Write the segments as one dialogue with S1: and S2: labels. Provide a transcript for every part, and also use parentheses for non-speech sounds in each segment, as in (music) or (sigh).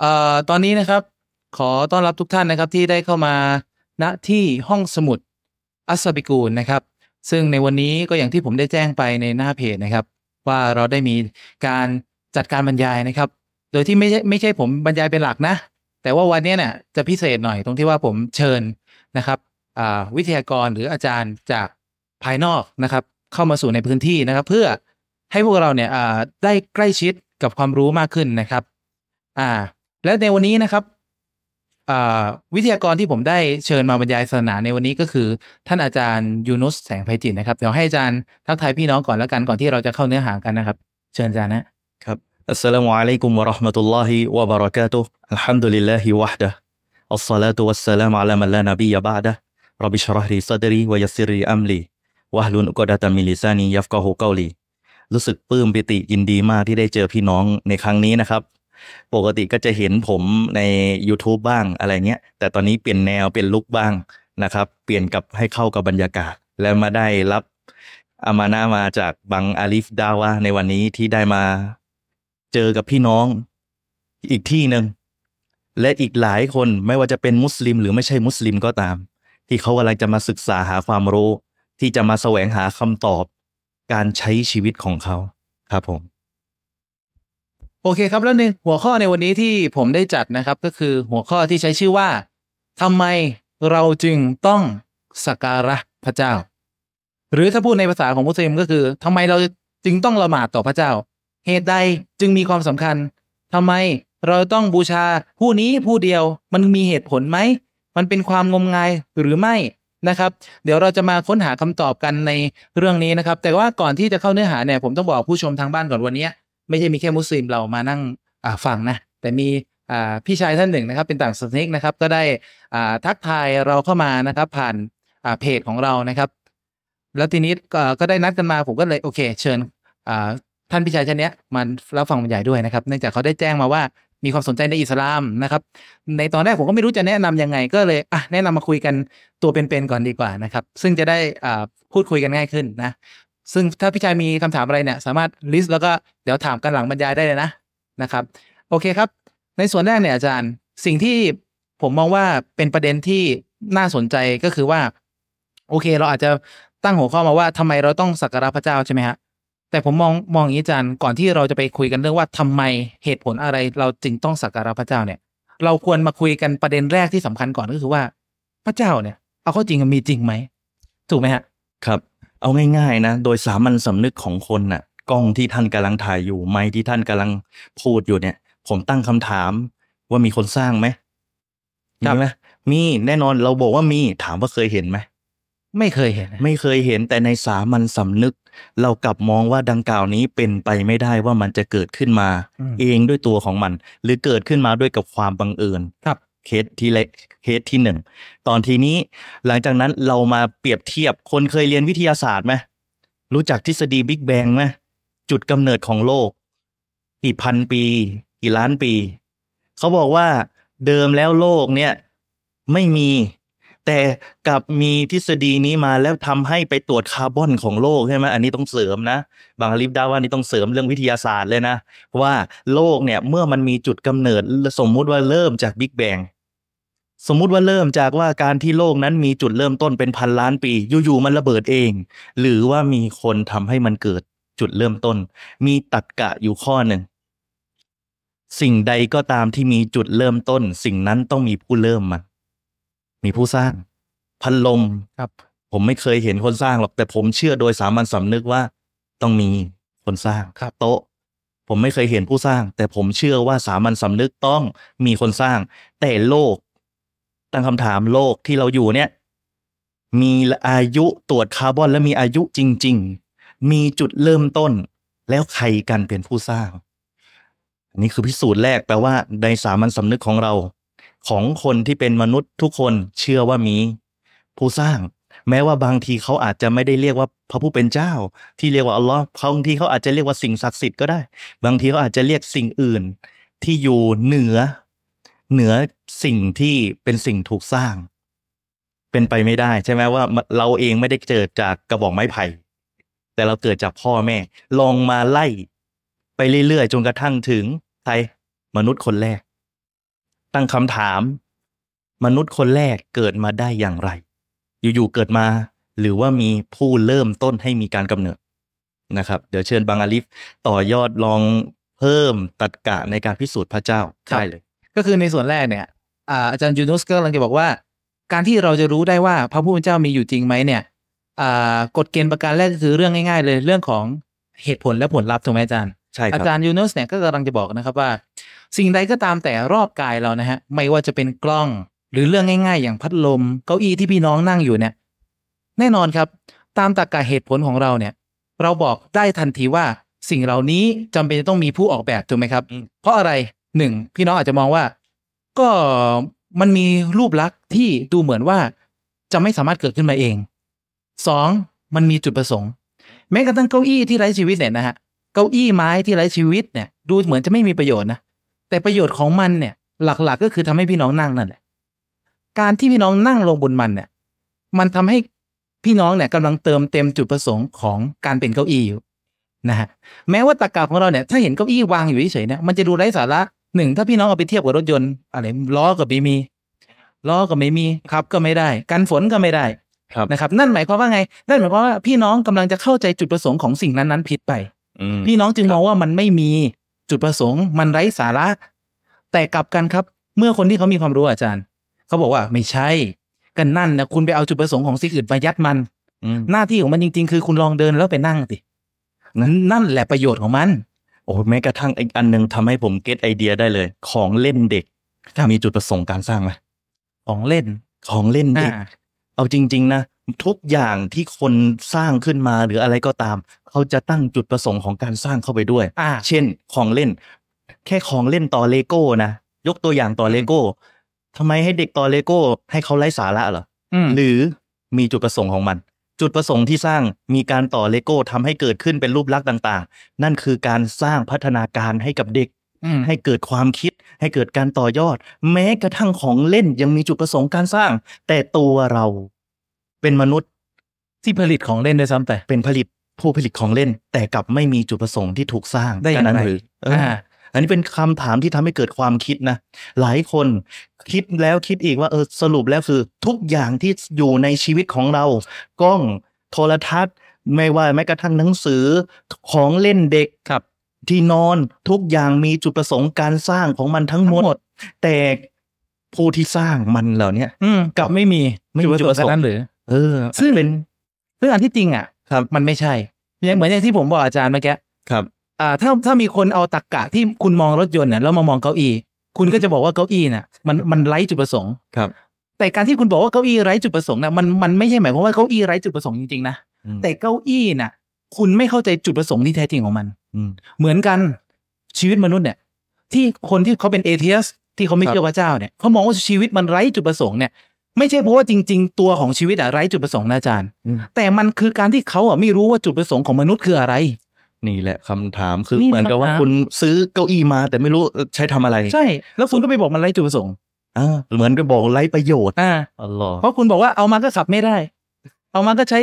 S1: เอ่อตอนนี้นะครับ ขอต้อนรับทุกท่านนะครับที่ได้เข้ามาณที่ห้องสมุดอัสบิกูลนะครับ ซึ่งในวันนี้ก็อย่างที่ผมได้แจ้งไปในหน้าเพจนะครับ ว่าเราได้มีการจัดการบรรยายนะครับ โดยที่ไม่ใช่ไม่ใช่ผมบรรยายเป็นหลักนะ แต่ว่าวันเนี้ยเนี่ยจะพิเศษหน่อยตรงที่ว่าผมเชิญนะครับอ่าวิทยากรหรืออาจารย์จากภายนอกนะครับ เข้ามาสู่ในพื้นที่นะครับ เพื่อให้พวกเราเนี่ยอ่าได้ใกล้ชิดกับความรู้มากขึ้นนะครับอ่า และในวันนี้นะครับอ่าวิทยากรที่ผมได้เชิญมาบรรยายศาสนาในวันนี้ก็คือ ท่านอาจารย์ยูนุสแสงไพจิตรนะครับ เดี๋ยวให้อาจารย์ทักทายพี่น้องก่อนแล้วกันก่อนที่เราจะเข้าเนื้อหากันนะครับ เชิญอาจารย์นะ
S2: السلام عليكم ورحمة الله وبركاته الحمد لله وحده الصلاة والسلام على من لا نبي بعده رب اشرح لي صدري ويسر لي أمري واحلل عقدة من لساني يفقه قولي รู้สึกปลื้มปิติยินดีมากที่ได้เจอพี่น้องในครั้งนี้นะครับ ปกติก็จะเห็นผมใน YouTube บ้างอะไรเงี้ย แต่ตอนนี้เปลี่ยนแนวเป็นลุกบ้างนะครับ เปลี่ยนกับให้เข้ากับบรรยากาศ และมาได้รับอามานามาจากบังอาลิฟดาวะในวันนี้ที่ได้มาเจอกับพี่น้องอีกที่หนึ่งและอีกหลายคนไม่ว่าจะเป็นมุสลิม หรือไม่ใช่มุสลิมก็ตาม ที่เขากำลังจะมาศึกษาหาความรู้ ที่จะมาแสวงหาคำตอบการใช้ชีวิตของเขาครับผม
S1: โอเคครับแล้วในหัวข้อในวันนี้ที่ผมได้จัดนะครับ ก็คือหัวข้อที่ใช้ชื่อว่าทำไมเราจึงต้องสักการะพระเจ้า หรือถ้าพูดในภาษาของมุสลิมก็คือทำไมเราจึงต้องละหมาดต่อพระเจ้า เหตุใดจึงมีความสำคัญทำไมเราต้องบูชาผู้นี้ผู้เดียวมันมีเหตุผลไหม มันเป็นความงมงายหรือไม่นะครับ เดี๋ยวเราจะมาค้นหาคำตอบกันในเรื่องนี้นะครับ แต่ว่าก่อนที่จะเข้าเนื้อหาเนี่ยผมต้องบอกผู้ชมทางบ้านก่อนวันเนี้ย ไม่ใช่มีแค่มุสลิมเรามานั่งอ่าฟังนะ แต่มีอ่าพี่ชายท่านหนึ่งนะครับ เป็นต่างศาสนิกนะครับ ก็ได้อ่าทักทายเราเข้ามานะครับ ผ่านอ่าเพจของเรานะครับ แล้วทีนี้ก็ก็ได้นัดกันมาผมก็เลยโอเค เชิญอ่าท่านพี่ชายท่านเนี้ยมารับฟังบรรยายด้วยนะครับ เนื่องจากเขาได้แจ้งมาว่ามีความสนใจในอิสลามนะครับ ในตอนแรกผมก็ไม่รู้จะแนะนำยังไง ก็เลยอ่ะแนะนำมาคุยกันตัวเป็นๆก่อนดีกว่านะครับ ซึ่งจะได้อ่าพูดคุยกันง่ายขึ้นนะ ซึ่งถ้าพี่ชายมีคำถามอะไรเนี่ย สามารถลิสต์แล้วก็เดี๋ยวถามกันหลังบรรยายได้เลยนะนะครับ โอเคครับ ในส่วนแรกเนี่ยอาจารย์ สิ่งที่ผมมองว่าเป็นประเด็นที่น่าสนใจก็คือว่า โอเค เราอาจจะตั้งหัวข้อมาว่าทำไมเราต้องสักการะพระเจ้าใช่ไหมฮะแต่ผมมองมองอย่างนี้อาจารย์ก่อนที่เราจะไปคุยกันเรื่องว่าทำไมเหตุผลอะไรเราจึงต้องสักการะพระเจ้าเนี่ย เราควรมาคุยกันประเด็นแรกที่สำคัญก่อนก็คือว่าพระเจ้าเนี่ย เอาเข้าจริงมันมีจริงไหมถูกไหมฮะ
S2: ครับ เอาง่ายๆนะ โดยสามัญสำนึกของคนน่ะ กล้องที่ท่านกำลังถ่ายอยู่ ไม้ที่ท่านกำลังพูดอยู่เนี่ย ผมตั้งคำถามว่ามีคนสร้างไหม
S1: ครั
S2: มี
S1: บ
S2: ไหมมีแน่นอนเราบอกว่ามีถามว่าเคยเห็นไหม
S1: ไม่เคยเห็นนะ
S2: ไม่เคยเห็นแต่ในสามัญสำนึก เรากลับมองว่าดังกล่าวนี้เป็นไปไม่ได้ว่ามันจะเกิดขึ้นมา
S1: อืม
S2: เองด้วยตัวของมัน หรือเกิดขึ้นมาด้วยกับความบังเอิญ
S1: ครับ
S2: เคสที่เละเคสที่หนึ่งตอนทีนี้หลังจากนั้นเรามาเปรียบเทียบคนเคยเรียนวิทยาศาสตร์ไหมรู้จักทฤษฎีบิ๊กแบงไหมจุดกำเนิดของโลก กี่พันปี กี่ล้านปี เขาบอกว่าเดิมแล้วโลกเนี่ยไม่มี แต่กลับมีทฤษฎีนี้มาแล้วทำให้ไปตรวจคาร์บอนของโลกใช่ไหมอันนี้ต้องเสริมนะ บางลิฟดาว่านี่ต้องเสริมเรื่องวิทยาศาสตร์เลยนะ ว่าโลกเนี่ยเมื่อมันมีจุดกำเนิดสมมุติว่าเริ่มจากบิ๊กแบงสมมุติว่าเริ่มจากว่าการที่โลกนั้นมีจุดเริ่มต้นเป็นพันล้านปี อยู่ๆมันระเบิดเอง หรือว่ามีคนทำให้มันเกิดจุดเริ่มต้น มีตรรกกะอยู่ข้อหนึ่ง สิ่งใดก็ตามที่มีจุดเริ่มต้น สิ่งนั้นต้องมีผู้เริ่มมัน มีผู้สร้าง พันลม
S1: ครับ
S2: ผมไม่เคยเห็นคนสร้างหรอกแต่ผมเชื่อโดยสามัญสำนึกว่า ต้องมีคนสร้าง
S1: ครับ
S2: โต๊ะ ผมไม่เคยเห็นผู้สร้าง แต่ผมเชื่อว่าสามัญสำนึกต้องมีคนสร้าง แต่โลก ตั้งคำถามโลกที่เราอยู่เนี่ย มีอายุตรวจคาร์บอน และมีอายุจริง ๆ มีจุดเริ่มต้น แล้วใครกันเป็นผู้สร้าง อันนี้คือพิสูจน์แรกแปลว่าในสามัญสำนึกของเรา ของคนที่เป็นมนุษย์ทุกคนเชื่อว่ามีผู้สร้าง แม้ว่าบางทีเขาอาจจะไม่ได้เรียกว่าพระผู้เป็นเจ้า ที่เรียกว่าอัลลอฮ์บางทีเขาอาจจะเรียกว่าสิ่งศักดิ์สิทธิ์ก็ได้ บางทีเขาอาจจะเรียกสิ่งอื่น ที่อยู่เหนือ เหนือสิ่งที่เป็นสิ่งถูกสร้าง เป็นไปไม่ได้ใช่ไหมว่าเราเองไม่ได้เกิดจากกระบอกไม้ไผ่ แต่เราเกิดจากพ่อแม่ ลองมาไล่ ไปเรื่อยๆจนกระทั่งถึงใครมนุษย์คนแรก ตั้งคำถาม มนุษย์คนแรกเกิดมาได้อย่างไร อยู่ๆเกิดมา หรือว่ามีผู้เริ่มต้นให้มีการกำเนิดนะครับ เดี๋ยวเชิญบางอาลิฟต่อยอดลองเพิ่มตัดกะในการพิสูจน์พระเจ้า
S1: ครับ
S2: ได้เลย
S1: ก็คือในส่วนแรกเนี่ยอ่าอาจารย์ยูนุสก็กำลังจะบอกว่า การที่เราจะรู้ได้ว่าพระผู้เป็นเจ้ามีอยู่จริงไหมเนี่ยอ่ากฎเกณฑ์ประการแรกก็คือเรื่องง่ายๆ เลยเรื่องของเหตุผลและผลลัพธ์ถูกไหมอาจารย์
S2: ใช่ค
S1: อา
S2: รับ
S1: จารย์ยูนุสเนี่ยก็กำลังจะบอกนะครับว่า สิ่งใดก็ตามแต่รอบกายเรานะฮะ ไม่ว่าจะเป็นกล้อง หรือเรื่องง่ายๆ อย่างพัดลม เก้าอี้ที่พี่น้องนั่งอยู่เนี่ย แน่นอนครับ ตามตรรกะเหตุผลของเราเนี่ย เราบอกได้ทันทีว่าสิ่งเหล่านี้จำเป็นจะต้องมีผู้ออกแบบถูกไหมครับ
S2: อืม
S1: เพราะอะไรหนึ่งพี่น้องอาจจะมองว่า ก็มันมีรูปลักษณ์ที่ดูเหมือนว่าจะไม่สามารถเกิดขึ้นมาเองสองมันมีจุดประสงค์ แม้กระทั่งเก้าอี้ที่ไร้ชีวิตเนี่ยนะฮะ เก้าอี้ไม้ที่ไร้ชีวิตเนี่ยดูเหมือนจะไม่มีประโยชน์นะแต่ประโยชน์ของมันเนี่ย หลักๆก็คือทำให้พี่น้องนั่งนั่นแหละการที่พี่น้องนั่งลงบนมันเนี่ย มันทำให้พี่น้องเนี่ยกำลังเติมเต็มจุดประสงค์ของการเป็นเก้าอี้อยู่นะฮะแม้ว่าตะกาของเราเนี่ยถ้าเห็นเก้าอี้วางอยู่เฉยๆเนี่ยมันจะดูไร้สาระหนึ่งถ้าพี่น้องเอาไปเทียบกับรถยนต์อะไรล้อก็ไม่มีล้อก็ไม่มีขับก็ไม่ได้ กันฝนก็ไม่ได้
S2: ครับ
S1: นะครับ นั่นหมายความว่าไง นั่นหมายความว่าพี่น้องกำลังจะเข้าใจจุดประสงค์ของสิ่งนั้นๆผิดไป
S2: อืม
S1: พี่น้องจึงมองว่ามันไม่มีจุดประสงค์มันไร้สาระ แต่กลับกันครับ เมื่อคนที่เขามีความรู้อาจารย์ เขาบอกว่าไม่ใช่กันนั่นนะคุณไปเอาจุดประสงค์ของสิ่งอื่นมายัดมัน
S2: อืม
S1: หน้าที่ของมันจริง ๆ คือคุณลองเดินแล้วไปนั่งสินั้นนั่นแหละประโยชน์ของมัน
S2: โอ้แม้กระทั่งอีกอันหนึงทำให้ผมเก็ตไอเดียได้เลย ของเล่นเด็ก
S1: ครับ
S2: มีจุดประสงค์การสร้างไหม
S1: ของเล่น
S2: ของเล่นเด็ก
S1: อ่า
S2: เอาจริง ๆ นะ ทุกอย่างที่คนสร้างขึ้นมาหรืออะไรก็ตาม เขาจะตั้งจุดประสงค์ของการสร้างเข้าไปด้วย
S1: อ่า
S2: เช่นของเล่น แค่ของเล่นต่อเลโก้นะยกตัวอย่างต่อเลโก้ทำไมให้เด็กต่อเลโก้ ให้เขาไร้สาระเหรอ
S1: อืม
S2: หรือมีจุดประสงค์ของมัน จุดประสงค์ที่สร้างมีการต่อเลโก้ทำให้เกิดขึ้นเป็นรูปลักษณ์ต่างๆ นั่นคือการสร้างพัฒนาการให้กับเด็ก
S1: อืม
S2: ให้เกิดความคิดให้เกิดการต่อยอด แม้กระทั่งของเล่นยังมีจุดประสงค์การสร้าง แต่ตัวเราเป็นมนุษย์
S1: ที่ผลิตของเล่นด้วยซ้ำแต่
S2: เป็นผลิตผู้ผลิตของเล่น แต่กลับไม่มีจุดประสงค์ที่ถูกสร้าง
S1: ได้อย่าง
S2: นั้น
S1: ไร
S2: หรือเอออ
S1: อ่า
S2: อันนี้เป็นคำถามที่ทำให้เกิดความคิดนะ หลายคนคิดแล้วคิดอีกว่าเออสรุปแล้วคือ ทุกอย่างที่อยู่ในชีวิตของเรา กล้องโทรทัศน์ ไม่ว่าแม้กระทั่งหนังสือของเล่นเด็ก
S1: ครับ
S2: ที่นอนทุกอย่างมีจุดประสงค์การสร้างของมันทั้งหมด แต่ผู้ที่สร้างมันเหล่าเนี้ย
S1: อืมกลับไม่มี
S2: ไม่มี
S1: จุดประสง
S2: จุดประสงค์
S1: ค์นั้นหรือ
S2: เออ
S1: ซึ่ง
S2: เป็น
S1: ซึ่งอันที่จริงอ่ะ
S2: ครับ
S1: มันไม่ใช่อย่างเหมือนอย่างที่ผมบอกอาจารย์เมื่อกี้
S2: ครับ
S1: อ่าถ้าถ้ามีคนเอาตรกกะที่คุณมองรถยนต์เนี่ยแล้วมามองเก้าอี้คุณก็จะบอกว่าเก้าอี้น่ะมันมันไร้จุดประสงค์
S2: ครับ
S1: แต่การที่คุณบอกว่าเก้าอี้ไร้จุดประสงค์น่ะมันมันไม่ใช่หมายความว่าเก้าอี้ไร้จุดประสงค์จริงๆนะแต่เก้าอี้น่ะ คุณไม่เข้าใจจุดประสงค์ที่แท้จริงของมัน
S2: อืม
S1: เหมือนกันชีวิตมนุษย์เนี่ย ที่คนที่เขาเป็นเอเทียสที่เขาไม่
S2: ครับ
S1: เชื่อพระเจ้าเนี่ยเขามองว่าชีวิตมันไร้จุดประสงค์เนี่ยไม่ใช่เพราะว่าจริง ๆ ตัวของชีวิตอะไร้จุดประสงค์นะอาจารย์
S2: อืม
S1: แต่มันคือการที่เขาอะไม่รู้ว่าจุดประสงค์ของมนุษย์คืออะไร
S2: นี่แหละคำถามคือ
S1: นี่
S2: เหมือนกับว่า
S1: คำถาม
S2: คุณซื้อเก้าอี้มาแต่ไม่รู้ใช้ทำอะไร
S1: ใช่ แล้วคุณก็ไปบอกมันไร้จุดประสงค์
S2: อ่าเหมือนกับบอกไร้ประโยชน์
S1: อ่า
S2: อ๋อ
S1: เพราะคุณบอกว่าเอามาก็ขับไม่ได้ เอามาก็ใช้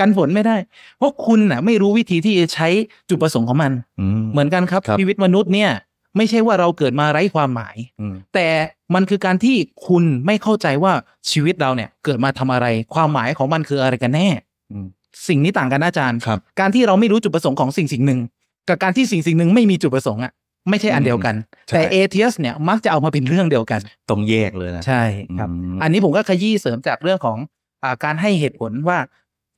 S1: กันฝนไม่ได้ เพราะคุณน่ะไม่รู้วิธีที่จะใช้จุดประสงค์ของมัน
S2: อืม
S1: เหมือนกันครับ
S2: ครับ
S1: ชีวิตมนุษย์เนี่ย ไม่ใช่ว่าเราเกิดมาไร้ความหมาย
S2: อืม
S1: แต่มันคือการที่คุณไม่เข้าใจว่าชีวิตเราเนี่ยเกิดมาทำอะไร ความหมายของมันคืออะไรกันแน่
S2: อืม
S1: สิ่งนี้ต่างกันนะอาจารย์
S2: ครับ
S1: การที่เราไม่รู้จุดประสงค์ของสิ่งสิ่งหนึ่ง กับการที่สิ่งสิ่งหนึ่งไม่มีจุดประสงค์อ่ะไม่ใช่อันเดียวกัน
S2: ใช่
S1: แต่เอเทียสเนี่ยมักจะเอามาเป็นเรื่องเดียวกัน
S2: ต้องแยกเลยนะ
S1: ใช่ครับ
S2: อืม
S1: อันนี้ผมก็ขยี้เสริมจากเรื่องของอาการให้เหตุผลว่า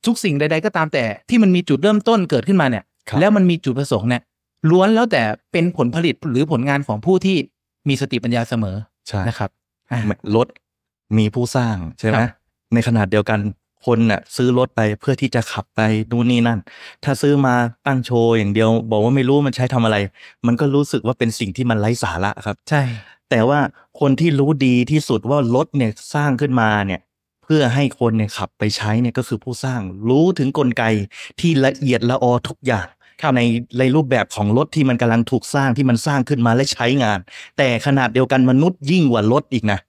S1: ทุกสิ่งใด ๆ ก็ตามแต่ที่มันมีจุดเริ่มต้นเกิดขึ้นมาเนี่ย
S2: ครับ
S1: แล้วมันมีจุดประสงค์เนี่ยล้วนแล้วแต่เป็นผลผลิตหรือผลงานของผู้ที่มีสติปัญญาเสมอ
S2: ใช่
S1: นะครับ
S2: รถมีผู้สร้างใช่ไห
S1: ค
S2: ม
S1: รับ
S2: ในขนาดเดียวกันคนน่ะซื้อรถไปเพื่อที่จะขับไปนู่นนี่นั่น ถ้าซื้อมาตั้งโชว์อย่างเดียว บอกว่าไม่รู้มันใช้ทำอะไร มันก็รู้สึกว่าเป็นสิ่งที่มันไร้สาระครับ
S1: ใช่
S2: แต่ว่าคนที่รู้ดีที่สุดว่ารถเนี่ยสร้างขึ้นมาเนี่ยเพื่อให้คนเนี่ยขับไปใช้เนี่ยก็คือผู้สร้างรู้ถึงกลไกที่ละเอียดละออทุกอย่างในในรูปแบบของรถที่มันกำลังถูกสร้างที่มันสร้างขึ้นมาและใช้งาน แต่ขนาดเดียวกันมนุษย์ยิ่งกว่ารถอีกนะ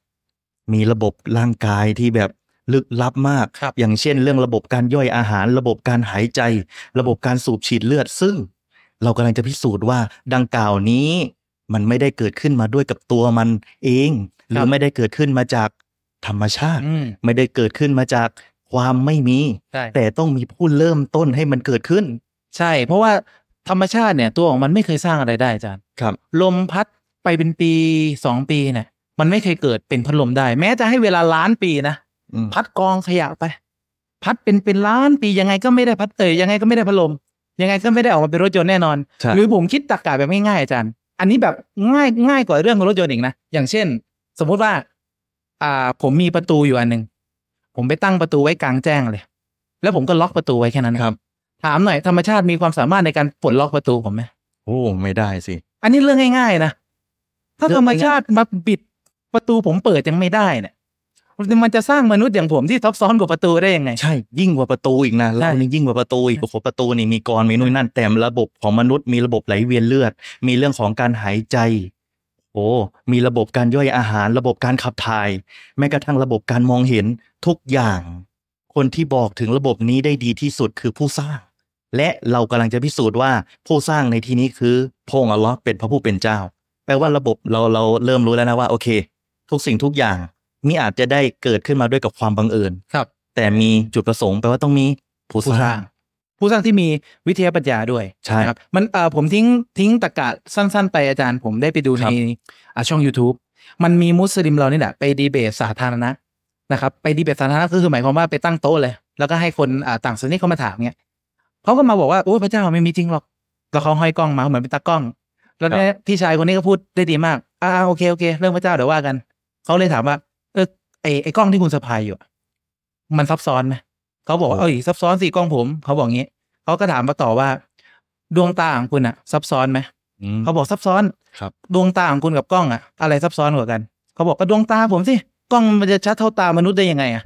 S2: มีระบบร่างกายที่แบบลึกลับมาก
S1: ครับ
S2: อย่างเช่นเรื่องระบบการย่อยอาหาร ระบบการหายใจ ระบบการสูบฉีดเลือดซึ่ง เรากำลังจะพิสูจน์ว่าดังกล่าวนี้ มันไม่ได้เกิดขึ้นมาด้วยกับตัวมันเอง หรือไม่ได้เกิดขึ้นมาจากธรรมชาติ
S1: อืม
S2: ไม่ได้เกิดขึ้นมาจากความไม่มี
S1: ใช่
S2: แต่ต้องมีผู้เริ่มต้นให้มันเกิดขึ้น
S1: ใช่ เพราะว่าธรรมชาติเนี่ย ตัวของมันไม่เคยสร้างอะไรได้อาจารย์
S2: ครับ
S1: ลมพัดไปเป็นปีสองปีเนี่ย มันไม่เคยเกิดเป็นพัดลมได้ แม้จะให้เวลาล้านปีนะ พัดกองขยะไป พัดเป็นเป็นล้านปียังไงก็ไม่ได้พัดเอ่ยยังไงก็ไม่ได้พัดลม ยังไงก็ไม่ได้ออกมาเป็นรถยนต์แน่นอน
S2: ใช่
S1: หรือผมคิดตรกกะแบบง่ายๆอาจารย์ อันนี้แบบง่ายง่ายกว่าเรื่องของรถยนต์อีกนะ อย่างเช่น สมมุติว่า อ่า ผมมีประตูอยู่อันหนึ่งผมไปตั้งประตูไว้กลางแจ้งเลย แล้วผมก็ล็อกประตูไว้แค่นั้น
S2: ครับ
S1: ถามหน่อยธรรมชาติมีความสามารถในการปลดล็อกประตูผมไหม
S2: โอ้ไม่ได้สิ
S1: อันนี้เรื่องง่าย ๆ นะ ถ้า
S2: เรื่
S1: ธ
S2: อง
S1: รรมชาติมาบิดประตูผมเปิดยังไม่ได้เนี่ยมันจะสร้างมนุษย์อย่างผมที่ซับซ้อนกว่าประตูได้ยังไง
S2: ใช่ยิ่งกว่าประตูอีกนะเรานี่ยิ่งกว่าประตูอีกโอ้โหประตูนี่มีกรมีนู่นนั่นแต่ระบบของมนุษย์มีระบบไหลเวียนเลือด มีเรื่องของการหายใจ โอ้มีระบบการย่อยอาหาร ระบบการขับถ่าย แม้กระทั่งระบบการมองเห็นทุกอย่าง คนที่บอกถึงระบบนี้ได้ดีที่สุดคือผู้สร้าง และเรากำลังจะพิสูจน์ว่าผู้สร้างในที่นี้คือพระองค์อัลเลอฮ์เป็นพระผู้เป็นเจ้า แปลว่าระบบเราเราเริ่มรู้แล้วนะว่าโอเค ทุกสิ่งทุกอย่างมิอาจจะได้เกิดขึ้นมาด้วยกับความบังเอิญ
S1: ครับ
S2: แต่มีจุดประสงค์แปลว่าต้องมีผู้สร้าง
S1: ผู้สร้างที่มีวิทยาปัญญาด้วย
S2: ใช่
S1: นะครับ มันเอ่อผมทิ้งทิ้งตะกะสั้น ๆ ไปอาจารย์ ผมได้ไปดู
S2: ค
S1: ใน
S2: รับ
S1: อ่ะช่อง YouTube มันมีมุสลิมเรานี่แหละไปดีเบตสาธารณะนะครับ ไปดีเบตสาธารณะก็คือหมายความว่าไปตั้งโต๊ะเลย แล้วก็ให้คนอ่าต่างศาสนาเขามาถามเงี้ยเขาก็มาบอกว่าโอ้ยพระเจ้าไม่มีจริงหรอก แล้วเขาห้อยกล้องมาเหมือนเป็นตากล้อง แล้วเนี่ยพี่ชายคนนี้ก็พูดได้ดีมากอ่าโอเคโอเค เรื่องพระเจ้าเดี๋ยวว่ากันเขาเลยถามว่า เออไอไอกล้องที่คุณสะพายอยู่อะมันซับซ้อนไหมเขาบอกว่าเอ้ยซับซ้อนสิกล้องผมเขาบอกงี้เขาก็ถามมาต่อว่า ดวงตาของคุณอะซับซ้อนไหม
S2: อืม
S1: เขาบอกซับซ้อน
S2: ครับ
S1: ดวงตาของคุณกับกล้องอะอะไรซับซ้อนกว่ากันเขาบอกก็ดวงตาผมสิกล้องมันจะชัดเท่าตามนุษย์ได้ยังไงอะ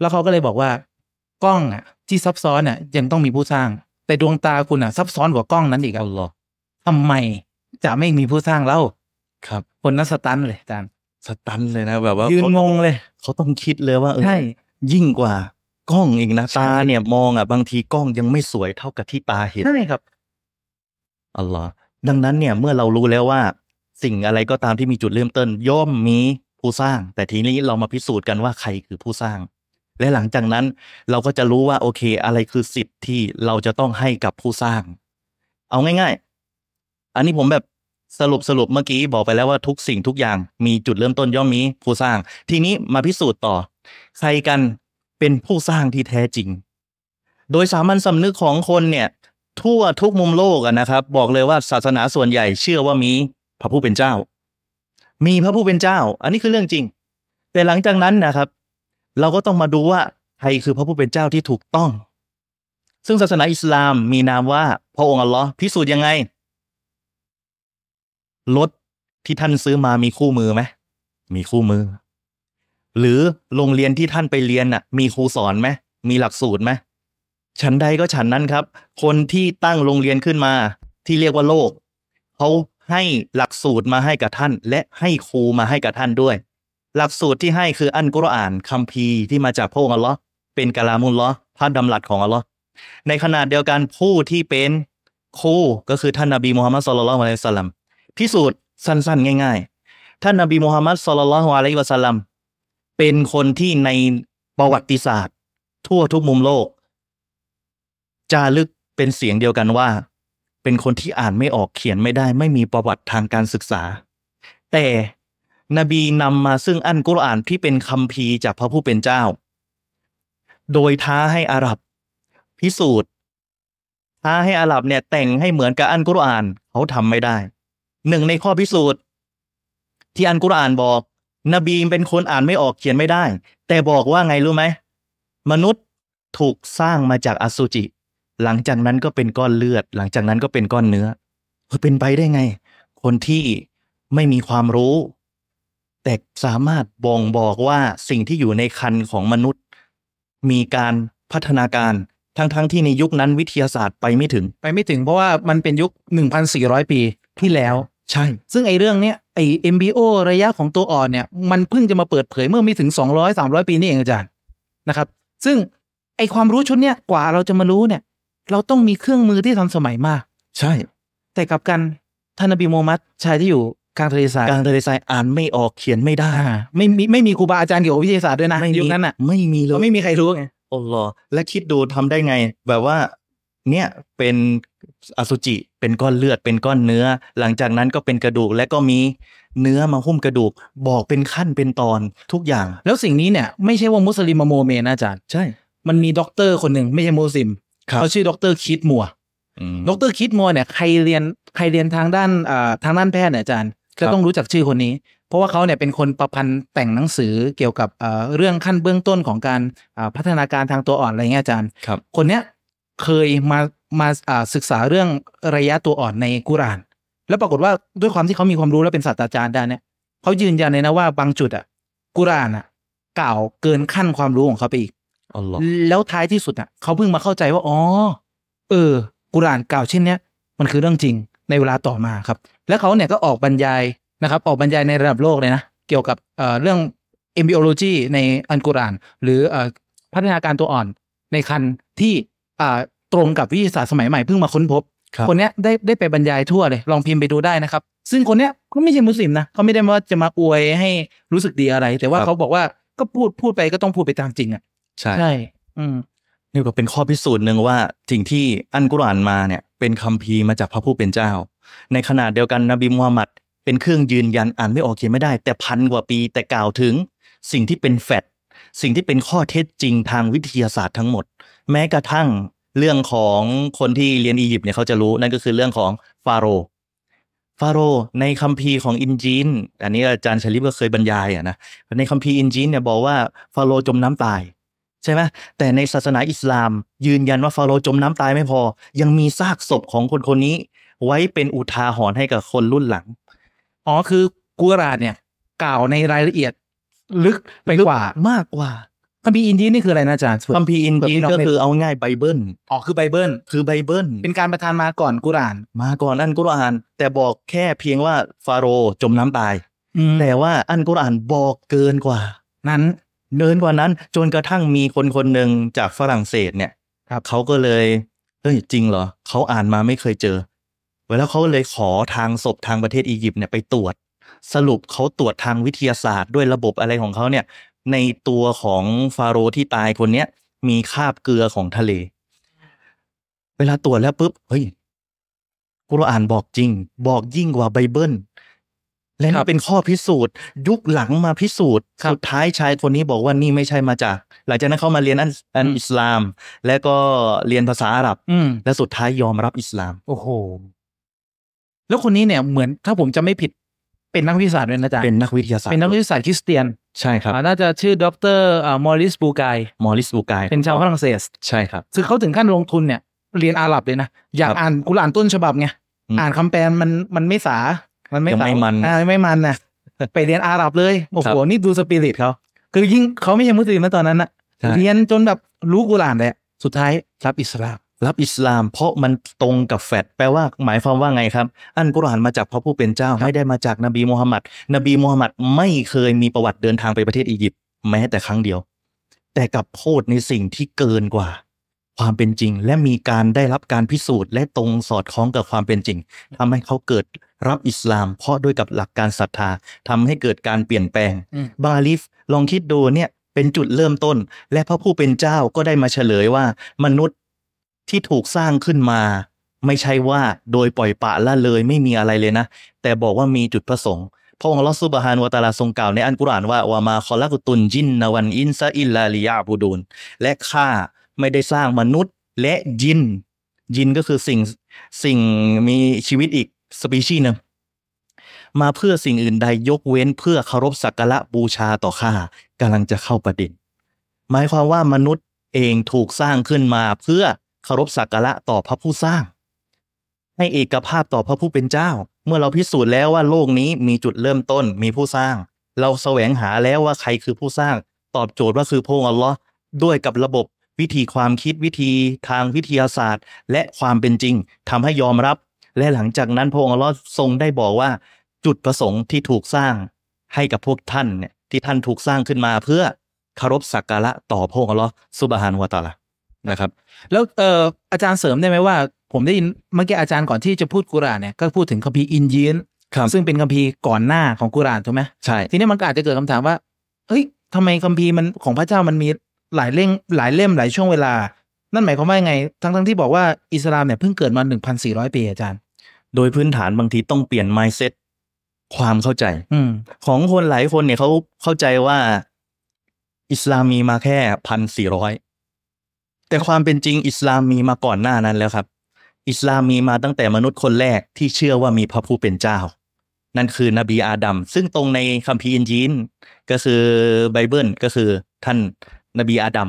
S1: แล้วเขาก็เลยบอกว่ากล้องอะที่ซับซ้อนอะยังต้องมีผู้สร้าง แต่ดวงตาคุณอะซับซ้อนกว่ากล้องนั้นอีกอะ
S2: อัลลอฮ์
S1: ทำไมจะไม่มีผู้สร้างเล่า
S2: ครับ
S1: คนนั้นสตันเลยอาจารย์
S2: สตันเลยนะแบบว่า
S1: ยืน
S2: เขา
S1: งงเลย
S2: เขาต้องคิดเลยว่าเออ
S1: ใช่
S2: ยิ่งกว่ากล้องอีกนะ
S1: ใช่
S2: ตาเนี่ยมองอ่ะบางทีกล้องยังไม่สวยเท่ากับที่ตาเห็น
S1: ใช่ครับ
S2: อัลลอฮ์ดังนั้นเนี่ยเมื่อเรารู้แล้วว่า สิ่งอะไรก็ตามที่มีจุดเริ่มต้น ย่อมมีผู้สร้าง แต่ทีนี้เรามาพิสูจน์กันว่าใครคือผู้สร้าง และหลังจากนั้นเราก็จะรู้ว่าโอเค อะไรคือสิทธิ์ที่เราจะต้องให้กับผู้สร้าง เอาง่าย ๆ อันนี้ผมแบบสรุปสรุปเมื่อกี้บอกไปแล้วว่าทุกสิ่งทุกอย่างมีจุดเริ่มต้นย่อมมีผู้สร้าง ทีนี้มาพิสูจน์ต่อ ใครกันเป็นผู้สร้างที่แท้จริง โดยสามัญสำนึกของคนเนี่ย ทั่วทุกมุมโลกอะนะครับ บอกเลยว่าศาสนาส่วนใหญ่เชื่อว่ามีพระผู้เป็นเจ้า มีพระผู้เป็นเจ้า อันนี้คือเรื่องจริง แต่หลังจากนั้นนะครับ เราก็ต้องมาดูว่าใครคือพระผู้เป็นเจ้าที่ถูกต้อง ซึ่งศาสนาอิสลามมีนามว่าพระองค์อัลลอฮ์พิสูจน์ยังไงรถที่ท่านซื้อมามีคู่มือไหมมีคู่มือ หรือโรงเรียนที่ท่านไปเรียนน่ะ มีครูสอนไหมมีหลักสูตรไหม ฉันใดก็ฉันนั้นครับ คนที่ตั้งโรงเรียนขึ้นมา ที่เรียกว่าโลกเขาให้หลักสูตรมาให้กับท่าน และให้ครูมาให้กับท่านด้วย หลักสูตรที่ให้คืออันกุรอานคัมภีร์ที่มาจากพระองค์อัลเลอฮ์เป็นกะลามุลเลอฮ์พระดำรัสของอัลเลอฮ์ในขณะเดียวกันผู้ที่เป็นครูก็คือท่านนบีมูฮัมมัดสุลลัลลอฮุอะลัยฮิวะสัลลัมพิสูจน์สั้น ๆ ง่าย ๆ ท่านนบีมูฮัมมัดสุลลัลลอฮุอะลัยฮิวะสัลลัมเป็นคนที่ในประวัติศาสตร์ ทั่วทุกมุมโลก จารึกเป็นเสียงเดียวกันว่า เป็นคนที่อ่านไม่ออกเขียนไม่ได้ ไม่มีประวัติทางการศึกษา แต่นบีนำมาซึ่งอันกุรอานที่เป็นคัมภีร์จากพระผู้เป็นเจ้า โดยท้าให้อาหรับ พิสูจน์ ท้าให้อาหรับเนี่ยแต่งให้เหมือนกับอันกุรอานเขาทำไม่ได้ หนึ่งในข้อพิสูจน์ ที่อันกุรอานบอก นบีเป็นคนอ่านไม่ออกเขียนไม่ได้ แต่บอกว่าไงรู้ไหมมนุษย์ถูกสร้างมาจากอสุจิ หลังจากนั้นก็เป็นก้อนเลือด หลังจากนั้นก็เป็นก้อนเนื้อเฮ้ยเป็นไปได้ไง คนที่ไม่มีความรู้ แต่สามารถบ่งบอกว่าสิ่งที่อยู่ในคันของมนุษย์ มีการพัฒนาการทั้งๆทที่ในยุคนั้นวิทยาศาสตร์ไปไม่ถึง
S1: ไปไม่ถึงเพราะว่ามันเป็นยุค 1,400 ปีที่แล้ว
S2: ใช่
S1: ซึ่งไอ้เรื่องเนี้ยไอ้ MBO ระยะของตัวอ่อนเนี่ย มันเพิ่งจะมาเปิดเผยเมื่อไม่ถึง 200 300 ปีนี่เองอาจารย์นะครับ ซึ่งไอ้ความรู้ชุดเนี้ยกว่าเราจะมารู้เนี่ย เราต้องมีเครื่องมือที่ทันสมัยมาก
S2: ใช่
S1: แต่กลับกันท่านนบีมูฮัมมัดชายที่อยู่ กลางทะเลทราย
S2: กลางทะเลทรายอ่านไม่ออกเขียนไม่ได้
S1: อ่าไม่มีไม่มีครูบาอาจารย์เกี่ยวกับวิทยาศาสตร์ด้วยนะ
S2: ไม่มี
S1: ยุคนั้นอ่ะ
S2: ไม่มีเล
S1: ก็
S2: ย
S1: ไม่มีใครรู้ไง
S2: โอ้โหและคิดดูทำได้ไง แบบว่า เนี่ยเป็นอสุจิเป็นก้อนเลือดเป็นก้อนเนื้อ หลังจากนั้นก็เป็นกระดูกและก็มีเนื้อมาหุ้มกระดูก บอกเป็นขั้นเป็นตอนทุกอย่าง
S1: แล้วสิ่งนี้เนี่ยไม่ใช่ว่ามุสลิมมาโมเมนะอาจารย์
S2: ใช่
S1: มันมีด็อกเตอร์คนหนึ่งไม่ใช่มุสลิม
S2: ครับ
S1: เขาชื่อด็อกเตอร์คิดมัวด็อกเตอร์คิดมัวเนี่ยใครเรียนใครเรียนทางด้านอ่าทางด้านแพทย์เนี่ยอาจารย์จะต้องรู้จักชื่อคนนี้ เพราะว่าเขาเนี่ยเป็นคนประพันธ์แต่งหนังสือเกี่ยวกับอ่าเรื่องขั้นเบื้องต้นของการอ่าพัฒนาการทางตัวอ่อนอะไรเงี้ยอาจารย์
S2: ครับ
S1: คนเนี้ยเคยมามาอ่าศึกษาเรื่องระยะตัวอ่อนในกุรอาน แล้วปรากฏว่าด้วยความที่เขามีความรู้และเป็นศาสตราจารย์ด้านเนี้ยเขายืนยันเลยนะว่าบางจุดอ่ะกุรอานอ่ะกล่าวเกินขั้นความรู้ของเขาไปอีก
S2: อัลลอฮ์
S1: แล้วท้ายที่สุดอ่ะเขาเพิ่งมาเข้าใจว่าอ๋อเออ กุรอานกล่าวเช่นเนี้ยมันคือเรื่องจริงในเวลาต่อมาครับ แล้วเขาเนี่ยก็ออกบรรยายนะครับ ออกบรรยายในระดับโลกเลยนะ เกี่ยวกับเอ่อเรื่อง embryology ในอันกุรอาน หรือเอ่อพัฒนาการตัวอ่อนในคันที่อ่าตรงกับวิทยาศาสตร์สมัยใหม่เพิ่งมาค้นพบ
S2: ครับ
S1: คนเนี้ยได้ได้ไปบรรยายทั่วเลยลองพิมพ์ไปดูได้นะครับ ซึ่งคนเนี้ยก็ไม่ใช่มุสลิมนะเขาไม่ได้ว่าจะมาอวยให้รู้สึกดีอะไร แต่ว่าเขาบอกว่าก็พูดพูดไปก็ต้องพูดไปตามจริงอ่ะ
S2: ใช่
S1: ใช่อืม
S2: นี่ก็เป็นข้อพิสูจน์หนึ่งว่าสิ่งที่อันกุรอานมาเนี่ย เป็นคัมภีร์มาจากพระผู้เป็นเจ้า ในขณะเดียวกันนบีมูฮัมมัดเป็นเครื่องยืนยันอ่านไม่ออกเขียนไม่ได้ แต่พันกว่าปีแต่กล่าวถึง สิ่งที่เป็นแฟกต์สิ่งที่เป็นข้อเท็จจริงทางวิทยาศาสตร์ทั้งหมด แม้กระทั่งเรื่องของคนที่เรียนอียิปต์เนี่ยเขาจะรู้นั่นก็คือเรื่องของฟาโรห์ฟาโรห์ในคัมภีร์ของอินจีนอันนี้อาจารย์ชลิปก็เคยบรรยายอะนะในคัมภีร์อินจีนเนี่ยบอกว่าฟาโรห์จมน้ำตาย ใช่ไหมแต่ในศาสนาอิสลาม ยืนยันว่าฟาโรห์จมน้ำตายไม่พอ ยังมีซากศพของคนคนนี้ ไว้เป็นอุทาหรณ์ให้กับคนรุ่นหลัง
S1: อ๋อคือกุราดเนี่ยกล่าวในรายละเอียด ลึกไปกว่าม
S2: ากกว่า
S1: คัมภีร์อินดีนี่คืออะไรนะอาจารย์
S2: คัมภีร์อินจีน
S1: เปิดพี่น้อง
S2: ก็คือเอาง่ายไบเบิล
S1: อ๋อคือไบเบิล
S2: คือไบเบิล
S1: เป็นการประทานมาก่อนกุราน
S2: มาก่อนอันกุรอาน แต่บอกแค่เพียงว่าฟาโรห์จมน้ำตาย
S1: แต่
S2: แต่ว่าอันกุรอานบอกเกินกว่า
S1: นั้น
S2: เนินกว่านั้นจนกระทั่งมีคนคนหนึ่งจากฝรั่งเศสเนี่ย
S1: ครับ
S2: เขาก็เลยเฮ้ยจริงเหรอเขาอ่านมาไม่เคยเจอแล้วเขาเลยขอทางศพทางประเทศอียิปต์เนี่ยไปตรวจ สรุปเขาตรวจทางวิทยาศาสตร์ด้วยระบบอะไรของเขาเนี่ย ในตัวของฟาโรห์ที่ตายคนเนี้ยมีคราบเกลือของทะเล เวลาตรวจแล้วปุ๊บเฮ้ยกุรอานบอกจริง บอกยิ่งกว่าไบเบิล และ
S1: ครั
S2: นี่
S1: บ
S2: เป็นข้อพิสูจน์ ยุคหลังมาพิสูจน์
S1: ครับ
S2: สุดท้ายชายคนนี้บอกว่านี่ไม่ใช่มาจาก หลังจากนั้นเขามาเรียนอันอัน
S1: อืม
S2: อิสลาม และก็เรียนภาษาอาหรับ
S1: อืม
S2: และสุดท้ายยอมรับอิสลาม
S1: โอ้โห แล้วคนนี้เนี่ยเหมือนถ้าผมจะไม่ผิดเป็นนักวิทยาศาสตร์ด้วยนะอาจารย์
S2: เป็นนักวิทยาศาสตร์
S1: เป็นนักวิทยาศาสตร์คริสเตียน
S2: ใช่ครับ
S1: อ่าน่าจะชื่อดอกเตอรอ่ามอริสบูไกาย
S2: มอริสบูกาย
S1: เป็นชาวฝรั่งเศส
S2: ใช่ครับ
S1: คือเขาถึงขั้นลงทุนเนี่ย เรียนอาหรับเลยนะอยาก
S2: ครับ
S1: อ่านกุรอานต้นฉบับไง
S2: อืม
S1: อ่านคำแปลมันมันไม่สา มันไม่
S2: ยัง
S1: สา
S2: ไม่มัน
S1: อ่าไม่มัน
S2: (laughs)
S1: นะ ไปเรียนอาหรับเลยโอ้
S2: ครั
S1: โห
S2: บ
S1: นี่ดูสปิริตเขาคือยิ่งเขาไม่ใช่มุสลิมนะตอนนั้นนะ
S2: ใช่
S1: เรียนจนแบบรู้กุรอานแหละสุดท้ายรับอิสลาม
S2: รับอิสลามเพราะมันตรงกับแฟดแปลว่าหมายความว่าไงครับ อันกุรอานมาจากพระผู้เป็นเจ้า ไม่ได้มาจากนบีมูฮัมมัดนบีมูฮัมมัดไม่เคยมีประวัติเดินทางไปประเทศอียิปต์แม้แต่ครั้งเดียว แต่กลับพูดในสิ่งที่เกินกว่า ความเป็นจริง และมีการได้รับการพิสูจน์ และตรงสอดคล้องกับความเป็นจริงทำให้เขาเกิดรับอิสลาม เพราะด้วยกับหลักการศรัทธาทำให้เกิดการเปลี่ยนแปลง
S1: อืม
S2: บาลิฟลองคิดดูเนี่ยเป็นจุดเริ่มต้น และพระผู้เป็นเจ้าก็ได้มาเฉลยว่า มนุษย์ที่ถูกสร้างขึ้นมา ไม่ใช่ว่าโดยปล่อยปละละเลยไม่มีอะไรเลยนะ แต่บอกว่ามีจุดประสงค์พระองค์อัลลอฮ์ซุบฮานะฮูวะตะอาลาทรงกล่าวในอันกุรอานว่าวามาคอลักุตุนจินนาวันอินซาอิลลาลิยาบูดูนและข้าไม่ได้สร้างมนุษย์และยิน ยินก็คือสิ่งสิ่งมีชีวิตอีกสปีชีส์หนึ่ง มาเพื่อสิ่งอื่นใดยกเว้นเพื่อเคารพสักการะบูชาต่อข้ากำลังจะเข้าประเด็นหมายความว่ามนุษย์เองถูกสร้างขึ้นมาเพื่อเคารพสักการะต่อพระผู้สร้าง ให้เอกภาพต่อพระผู้เป็นเจ้า เมื่อเราพิสูจน์แล้วว่าโลกนี้มีจุดเริ่มต้นมีผู้สร้าง เราแสวงหาแล้วว่าใครคือผู้สร้าง ตอบโจทย์ว่าคือพระองค์อัลลอฮ์ด้วยกับระบบวิธีความคิดวิธีทางวิทยาศาสตร์ และความเป็นจริงทำให้ยอมรับ และหลังจากนั้นพระองค์อัลลอฮ์ทรงได้บอกว่า จุดประสงค์ที่ถูกสร้างให้กับพวกท่านเนี่ยที่ท่านถูกสร้างขึ้นมาเพื่อเคารพสักการะต่อพระองค์อัลลอฮ์ซุบฮานะฮูวะตะอาลานะครับ
S1: แล้วเอ่ออาจารย์เสริมได้ไหมว่า ผมได้ยินเมื่อกี้อาจารย์ก่อนที่จะพูดกุรอานเนี่ยก็พูดถึงคัมภีร์อินยีน
S2: ครับ
S1: ซึ่งเป็นคัมภีร์ก่อนหน้าของกุรอานถูกไหม
S2: ใช่
S1: ทีนี้มันก็อาจจะเกิดคำถามว่าเอ้ยทำไมคัมภีร์มันของพระเจ้ามันมีหลายเล่มหลายเล่มหลายช่วงเวลา นั่นหมายความว่ายังไง ทั้งทั้งๆที่บอกว่าอิสลามเนี่ยเพิ่งเกิดมา 1,400 ปีอาจารย์
S2: โดยพื้นฐานบางทีต้องเปลี่ยน mindset ความเข้าใจ
S1: อืม
S2: ของคนหลายคนเนี่ยเขาเข้าใจว่าอิสลามมีมาแค่พันสี่ร้อยแต่ความเป็นจริงอิสลามมีมาก่อนหน้านั้นแล้วครับ อิสลามมีมาตั้งแต่มนุษย์คนแรกที่เชื่อว่ามีพระผู้เป็นเจ้า นั่นคือนบีอาดัมซึ่งตรงในคัมภีร์อินจีนก็คือไบเบิลก็คือท่านนบีอาดัม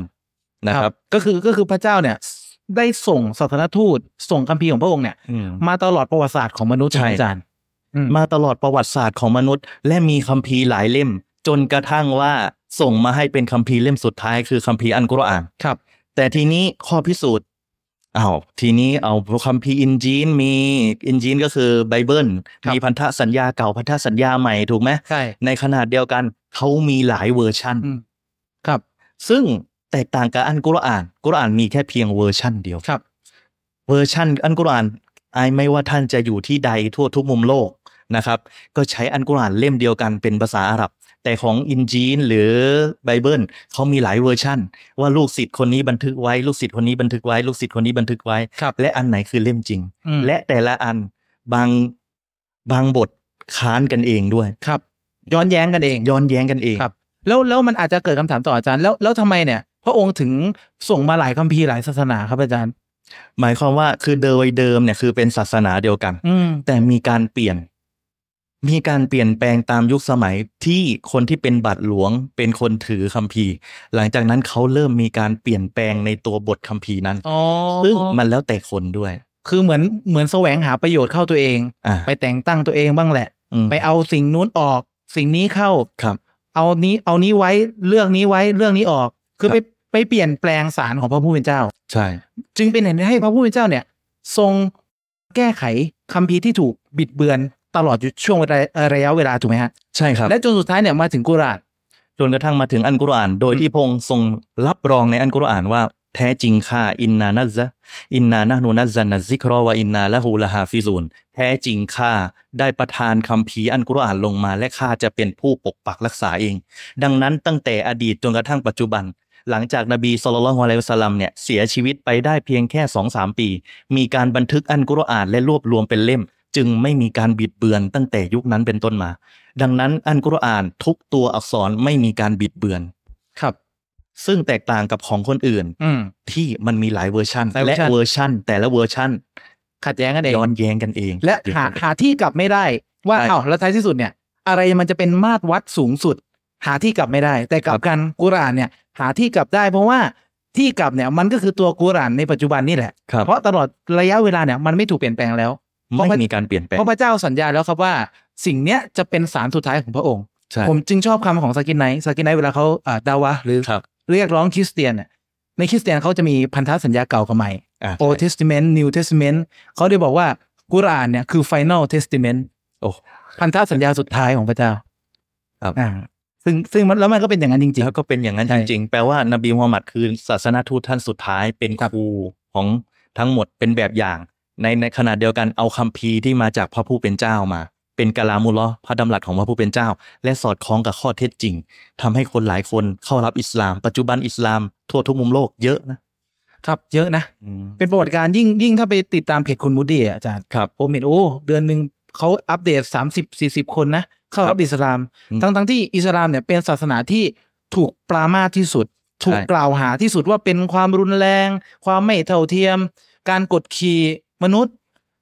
S2: นะครับ
S1: ก็คือก็คือพระเจ้าเนี่ย ได้ส่งศาสนทูต ส่งคัมภีร์ของพระองค์เนี่ย
S2: อืม
S1: มาตลอดประวัติศาสตร์ของมนุษย์
S2: ใช่
S1: อาจารย์อืม
S2: มาตลอดประวัติศาสตร์ของมนุษย์ และมีคัมภีร์หลายเล่ม จนกระทั่งว่าส่งมาให้เป็นคัมภีร์เล่มสุดท้ายคือคัมภีร์อันกุรอาน
S1: ครับ
S2: แต่ทีนี้ข้อพิสูจน์อ้าวทีนี้เอาคัมภีร์อินจีนมีอินจีนก็คือไบเบิล
S1: ครับ
S2: มีพันธสัญญาเก่าพันธสัญญาใหม่ถูกไหม
S1: ใช่
S2: ในขนาดเดียวกันเขามีหลายเวอร์ชัน
S1: อืมครับ
S2: ซึ่งแตกต่างกับอันกุรอานกุรอานมีแค่เพียงเวอร์ชันเดียว
S1: ครับ
S2: เวอร์ชันอันกุรอานไอายไม่ว่าท่านจะอยู่ที่ใดทั่วทุกมุมโลกนะครับ ก็ใช้อันกุรอานเล่มเดียวกันเป็นภาษาอาหรับ แต่ของอินจีนหรือไบเบิลเขามีหลายเวอร์ชันว่าลูกศิษย์คนนี้บันทึกไว้ลูกศิษย์คนนี้บันทึกไว้ลูกศิษย์คนนี้บันทึกไว้
S1: ครับ
S2: และอันไหนคือเล่มจริง
S1: อืม
S2: และแต่ละอันบางบางบทค้านกันเองด้วย
S1: ครับ ย้อนแย้งกันเอง
S2: ย้อนแย้งกันเอง
S1: ครับ แล้วแล้วมันอาจจะเกิดคำถามต่ออาจารย์แล้วแล้วทำไมเนี่ย พระองค์ถึงส่งมาหลายคัมภีร์หลายศาสนาครับอาจารย์
S2: หมายความว่าคือเดิมเดิมเนี่ยคือเป็นศาสนาเดียวกัน
S1: อืม
S2: แต่มีการเปลี่ยน มีการเปลี่ยนแปลงตามยุคสมัยที่คนที่เป็นบัตรหลวง เป็นคนถือคัมภีร์ หลังจากนั้นเขาเริ่มมีการเปลี่ยนแปลงในตัวบทคัมภีร์นั้น
S1: อ๋อ
S2: ซึ่งมันแล้วแต่คนด้วย
S1: คือเหมือนเหมือนแสวงหาประโยชน์เข้าตัวเอง
S2: อ่า
S1: ไปแต่งตั้งตัวเองบ้างแหละ
S2: อืม
S1: ไปเอาสิ่งนู้นออก สิ่งนี้เข้า
S2: ครับ
S1: เอานี้เอานี้ไว้เรื่องนี้ไว้เรื่องนี้ออก คือ
S2: ครั
S1: ไป
S2: บ
S1: ไปเปลี่ยนแปลงสารของพระผู้เป็นเจ้า
S2: ใช่
S1: จึงเป็นเหตุให้พระผู้เป็นเจ้าเนี่ย ทรงแก้ไขคัมภีร์ที่ถูกบิดเบือนตลอดช่วงเวลาเอ่อระยะเวลาถูกไหมฮะ
S2: ใช่ครับ
S1: และจนสุดท้ายเนี่ยมาถึงกุรอาน
S2: จนกระทั่งมาถึงอันกุรอาน โดยที่พระองค์ทรงรับรองในอันกุรอานว่าแท้จริงข้าอินนานะซะอินนานะนูนะซันนะซิกรอวะอินนาละฮูละฮาฟิซูนแท้จริงข้าได้ประทานคำผีร์อันกุรอานลงมา และข้าจะเป็นผู้ปกปักรักษาเอง ดังนั้นตั้งแต่อดีตจนกระทั่งปัจจุบัน หลังจากนบีสุลต่านของอะลัยวะสลลัมเนี่ยเสียชีวิตไปได้เพียงแค่2อสปี มีการบันทึกอันกุรอานและรวบรวมเป็นเล่ม จึงไม่มีการบิดเบือนตั้งแต่ยุคนั้นเป็นต้นมา ดังนั้นอันกุรอานทุกตัวอักษรไม่มีการบิดเบือน
S1: ครับ
S2: ซึ่งแตกต่างกับของคนอื่น
S1: อืม
S2: ที่มันมีหลายเวอร์ชัน
S1: หลายเวอ
S2: และ
S1: ร์ชัน
S2: เวอร์ชันแต่ละเวอร์ชัน
S1: ขัดแย้งกันเอง
S2: ย้อนแย้งกันเอง
S1: และ
S2: เดี๋ยว
S1: หา
S2: กัน
S1: หาที่กลับไม่ได้ ว่า
S2: ใช่
S1: อ้าวแล้วท้ายที่สุดเนี่ย อะไรมันจะเป็นมาตรวัดสูงสุด หาที่กลับไม่ได้ แต่กลับ
S2: ครับ
S1: กันกุรอานเนี่ย หาที่กลับได้ เพราะว่าที่กลับเนี่ยมันก็คือตัวกุรอานในปัจจุบันนี่แหละ
S2: ครับ
S1: เพราะตลอดระยะเวลาเนี่ยมันไม่ถูกเปลี่ยนแปลงแล้ว เพราะ
S2: ไม่มีการเปลี่ยนแปลง
S1: เพราะพระเจ้าสัญญาแล้วครับว่า สิ่งเนี้ยจะเป็นสารสุดท้ายของพระองค์
S2: ใช่
S1: ผมจึงชอบคำของสกินไนท์สกินไนท์เวลาเขาอ่าดาวะหรือ
S2: ครับ
S1: เรียกร้องคริสเตียนเนี่ยในคริสเตียนเขาจะมีพันธสัญญาเก่ากับใหม่
S2: อ่ะ
S1: Old Testament New Testament เขาได้บอกว่ากุรอานเนี่ยคือ Final Testament
S2: โอ้
S1: พันธสัญญาสุดท้ายของพระเจ้า
S2: ครับ
S1: อ่าซึ่งซึ่งมันแล้วมันก็เป็นอย่างนั้นจริง
S2: แล้วก็เป็นอย่างนั้น
S1: ใช่
S2: จริงๆ แปลว่านบีมูฮัมหมัดคือศาสนทูตท่านสุดท้ายเป็น
S1: ค
S2: ครับ รูของทั้งหมดเป็นแบบอย่าง ในในขณะเดียวกันเอาคัมภีร์ที่มาจากพระผู้เป็นเจ้ามา เป็นกะลามุลลอฮ์พระดำรัสของพระผู้เป็นเจ้า และสอดคล้องกับข้อเท็จจริงทำให้คนหลายคนเข้ารับอิสลาม ปัจจุบันอิสลามทั่วทุกมุมโลกเยอะนะ
S1: ๆ ครับ เยอะนะ เป็นประวัติการณ์ยิ่งยิ่งถ้าไปติดตามเพจคุณมูดดี้อะอาจารย์
S2: ครับ
S1: ผมเห็นโอ้เดือนหนึ่งเขาอัปเดต 30 40 คนนะ เข้ารับอิสลาม
S2: อืม
S1: ทั้งทั้งที่อิสลามเนี่ยเป็นศาสนาที่ถูกปรามาสที่สุด ถูก
S2: ใช่
S1: กล่าวหาที่สุดว่าเป็นความรุนแรง ความไม่เท่าเทียม การกดขี่มนุษย์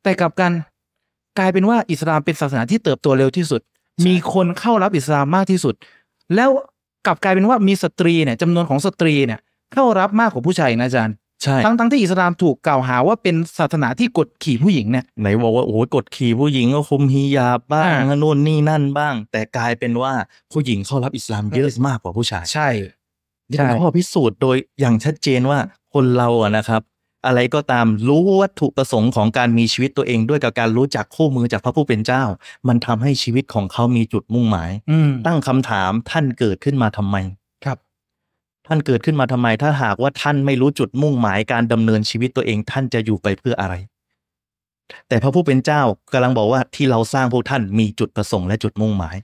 S1: แต่กลับกันกลายเป็นว่าอิสลามเป็นศาสนาที่เติบโตเร็วที่สุด มีคนเข้ารับอิสลามมากที่สุด แล้วกลับกลายเป็นว่ามีสตรีเนี่ยจำนวนของสตรีเนี่ยเข้ารับมากกว่าผู้ชายอีกนะอาจารย์
S2: ใช่
S1: ทั้งทั้งที่อิสลามถูกกล่าวหาว่าเป็นศาสนาที่กดขี่ผู้หญิงเนี่ย
S2: ไหนบอกว่าโอ้โหกดขี่ผู้หญิงก็คุมฮิญาบบ้าง
S1: อ่า
S2: นู่นนี่นั่นบ้าง แต่กลายเป็นว่าผู้หญิงเข้ารับอิสลามเยอะมากกว่าผู้ชาย
S1: ใช่
S2: นี่
S1: ใช่
S2: เป็นข้อพิสูจน์โดยอย่างชัดเจนว่าคนเราอะนะครับ อะไรก็ตามรู้วัตถุประสงค์ของการมีชีวิตตัวเองด้วยกับการรู้จักคู่มือจากพระผู้เป็นเจ้า มันทำให้ชีวิตของเขามีจุดมุ่งหมาย
S1: อืม
S2: ตั้งคำถามท่านเกิดขึ้นมาทำไม
S1: ครับ
S2: ท่านเกิดขึ้นมาทำไม ถ้าหากว่าท่านไม่รู้จุดมุ่งหมายการดำเนินชีวิตตัวเอง ท่านจะอยู่ไปเพื่ออะไร แต่พระผู้เป็นเจ้ากำลังบอกว่าที่เราสร้างพวกท่านมีจุดประสงค์และจุดมุ่งหมาย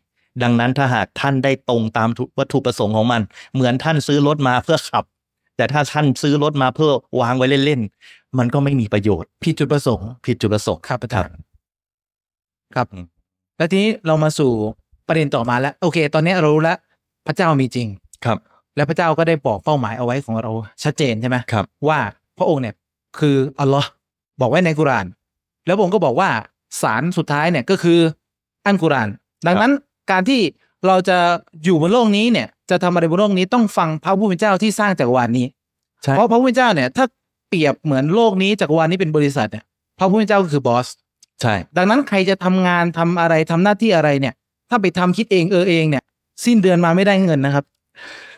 S2: ดังนั้นถ้าหากท่านได้ตรงตามวัตถุประสงค์ของมัน เหมือนท่านซื้อรถมาเพื่อขับ แต่ถ้าท่านซื้อรถมาเพื่อวางไว้เล่นๆมันก็ไม่มีประโยชน์
S1: ผิดจุดประสงค์
S2: ผิดจุดประสงค์
S1: ครับอาจารย์ ครับ
S2: อืม
S1: แล้วทีนี้เรามาสู่ประเด็นต่อมาแล้ว โอเค ตอนนี้เรารู้แล้วพระเจ้ามีจริง
S2: ครับ
S1: และพระเจ้าก็ได้บอกเป้าหมายเอาไว้ของเราชัดเจนใช่ไหม
S2: ครับ
S1: ว่าพระองค์เนี่ยคืออัลลอฮ์บอกไว้ในกุรอาน แล้วพระองค์ก็บอกว่าสารสุดท้ายเนี่ยก็คืออันกุรอาน ดังนั้นการที่เราจะอยู่บนโลกนี้เนี่ย จะทำอะไรบนโลกนี้ต้องฟังพระผู้เป็นเจ้าที่สร้างจักรวาลนี้
S2: ใช่
S1: เพราะพระผู้เป็นเจ้าเนี่ยถ้าเปรียบเหมือนโลกนี้จักรวาลนี้เป็นบริษัทเนี่ยพระผู้เป็นเจ้าก็คือบอส
S2: ใช่
S1: ดังนั้นใครจะทำงานทำอะไรทำหน้าที่อะไรเนี่ย ถ้าไปทำคิดเองเออเองเนี่ย สิ้นเดือนมาไม่ได้เงินนะครับ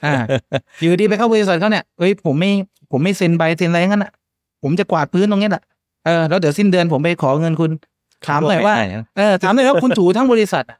S1: อ่า (laughs) อยู่ดีไปเข้าบริษัทเขาเนี่ยเอ้ยผมไม่ผมไม่เซ็นใบเซ็นอะไรงั้นอ่ะ ผมจะกวาดพื้นตรงเนี้ยแหละเออแล้วเดี๋ยวสิ้นเดือนผมไปขอเงินคุณ ถามหน่อยว่า
S2: ไม่ได้นะ
S1: เออถามหน่อยว่าคุณ (laughs) ถูทั้งบริษัทอะ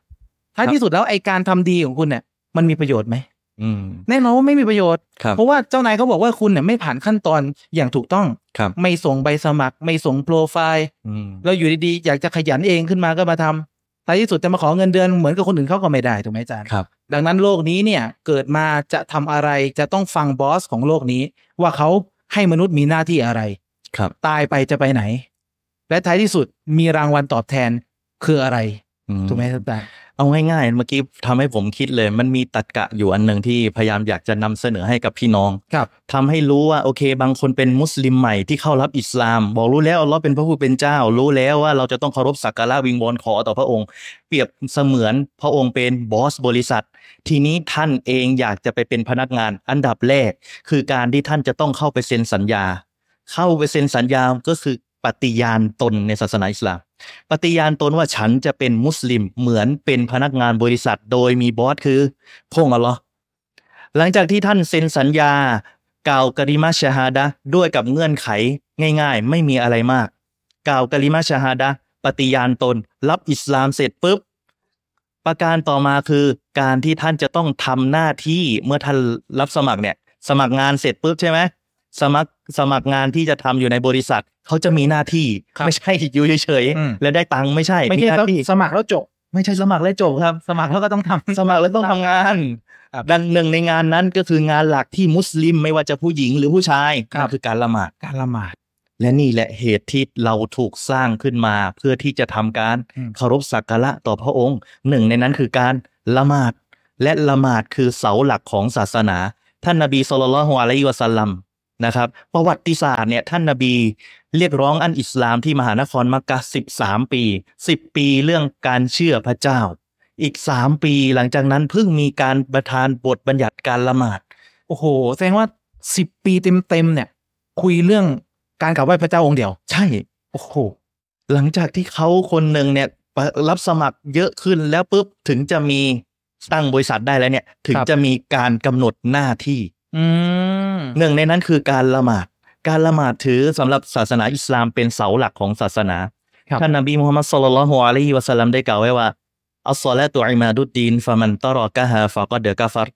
S1: ท้ายที่สุดแล้วไอการทำดีของคุณเนี่ย มันมีประโยชน์ไหม
S2: อืม
S1: แน่นอนว่าไม่มีประโยชน์
S2: ครับ
S1: เพราะว่าเจ้านายเขาบอกว่าคุณเนี่ยไม่ผ่านขั้นตอนอย่างถูกต้อง
S2: ครับ
S1: ไม่ส่งใบสมัคร ไม่ส่งโปรไฟล์
S2: อืม
S1: เราอยู่ดีๆ อยากจะขยันเองขึ้นมาก็มาทำท้ายที่สุดจะมาขอเงินเดือนเหมือนกับคนอื่นเขาก็ไม่ได้ถูกไหมอาจารย์
S2: ครับ
S1: ดังนั้นโลกนี้เนี่ยเกิดมาจะทำอะไรจะต้องฟังบอสของโลกนี้ ว่าเขาให้มนุษย์มีหน้าที่อะไร
S2: ครับ
S1: ตายไปจะไปไหน และท้ายที่สุดมีรางวัลตอบแทนคืออะไร
S2: อื
S1: ถูกไหมครับอาจารย์
S2: เอาง่ายๆ เมื่อกี้ทำให้ผมคิดเลย มันมีตรรกะอยู่อันหนึ่งที่พยายามอยากจะนำเสนอให้กับพี่น้อง
S1: ครับ
S2: ทำให้รู้ว่าโอเค บางคนเป็นมุสลิมใหม่ที่เข้ารับอิสลาม บอกรู้แล้วอัลเลาะห์เป็นพระผู้เป็นเจ้า รู้แล้วว่าเราจะต้องเคารพสักการะวิงวอนขอต่อพระองค์ เปรียบเสมือนพระองค์เป็นบอสบริษัท ทีนี้ท่านเองอยากจะไปเป็นพนักงานอันดับแรก คือการที่ท่านจะต้องเข้าไปเซ็นสัญญา เข้าไปเซ็นสัญญาก็คือปฏิญาณตนในศาสนาอิสลาม ปฏิญาณตนว่าฉันจะเป็นมุสลิมเหมือนเป็นพนักงานบริษัท โดยมีบอสคือพระองค์อัลเลอฮ์หลังจากที่ท่านเซ็นสัญญา กล่าวกะริมาชาฮาดะห์ด้วยกับเงื่อนไขง่ายๆ ไม่มีอะไรมาก กล่าวกะริมาชาฮาดะห์ปฏิญาณตน รับอิสลามเสร็จปุ๊บ ประการต่อมาคือการที่ท่านจะต้องทำหน้าที่เมื่อท่านรับสมัครเนี่ย สมัครงานเสร็จปุ๊บใช่ไหมสมัครสมัครงานที่จะทำอยู่ในบริษัท เขาจะมีหน้าที่ไม่ใช่อยู่เฉย
S1: อืม
S2: ๆและได้ตังค์ไม่ใช่
S1: ไม่ใช่
S2: หน้าที่
S1: สมัครแล้วจบ
S2: ไม่ใช่สมัครแล้วจบครับ
S1: สมัครแล้วก็ต้องทำ
S2: สมัครแล้วต้องทำงาน
S1: ครับ
S2: ดังหนึ่งในงานนั้นก็คืองานหลักที่มุสลิมไม่ว่าจะผู้หญิงหรือผู้ชาย
S1: ครับ
S2: นั่นคือการละหมาด
S1: การละหมาด
S2: และนี่แหละเหตุที่เราถูกสร้างขึ้นมาเพื่อที่จะทำการ
S1: อืม
S2: เคารพสักการะต่อพระองค์ หนึ่งในนั้นคือการละหมาด และละหมาดคือเสาหลักของศาสนา ท่านนบีสุลต่านละอะลัยฮิวะสัลลัมนะครับ ประวัติศาสตร์เนี่ยท่านนบีเรียกร้องอันอิสลามที่มหานครมักกะ13 ปี 10 ปีเรื่องการเชื่อพระเจ้า อีก 3 ปีหลังจากนั้นเพิ่งมีการประทานบทบัญญัติการละหมาด
S1: โอ้โห แสดงว่าสิบปีเต็มๆเนี่ย คุยเรื่องการกราบไหว้พระเจ้าองค์เดียว
S2: ใช่
S1: โอ้โห
S2: หลังจากที่เขาคนหนึ่งเนี่ยรับสมัครเยอะขึ้นแล้วปุ๊บถึงจะมีตั้งบริษัทได้แล้วเนี่ยถึง
S1: ครับ
S2: จะมีการกำหนดหน้าที่
S1: อืม
S2: หนึ่งในนั้นคือการละหมาด การละหมาดถือสำหรับศาสนาอิสลามเป็นเสาหลักของศาสนา
S1: ครับ
S2: ท่านนบีมุฮัมมัดสุลลัลฮุอะลัยฮิวะสัลลัมได้กล่าวไว้ว่า อัลซอลาตุอิมาดุดดีนฟะมันตะรอกะฮาฟะกอดเดกะฟัร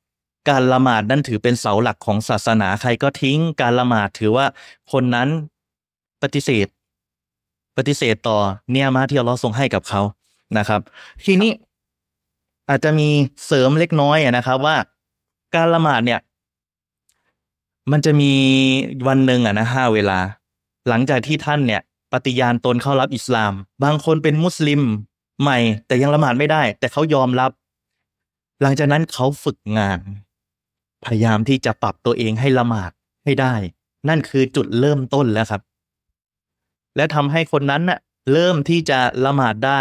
S2: การละหมาดนั้นถือเป็นเสาหลักของศาสนาใครก็ทิ้งการละหมาดถือว่าคนนั้นปฏิเสธ ปฏิเสธต่อเนียมาที่อัลลอฮ์ทรงให้กับเขานะครับ ทีนี้อาจจะมีเสริมเล็กน้อยอะนะครับว่า การละหมาดเนี่ย มันจะมีวันหนึ่งอะนะห้าเวลา หลังจากที่ท่านเนี่ย ปฏิญาณตนเข้ารับอิสลาม บางคนเป็นมุสลิมใหม่ แต่ยังละหมาดไม่ได้ แต่เขายอมรับ หลังจากนั้นเขาฝึกงาน พยายามที่จะปรับตัวเองให้ละหมาดให้ได้ นั่นคือจุดเริ่มต้นแล้วครับ และทำให้คนนั้นน่ะ เริ่มที่จะละหมาดได้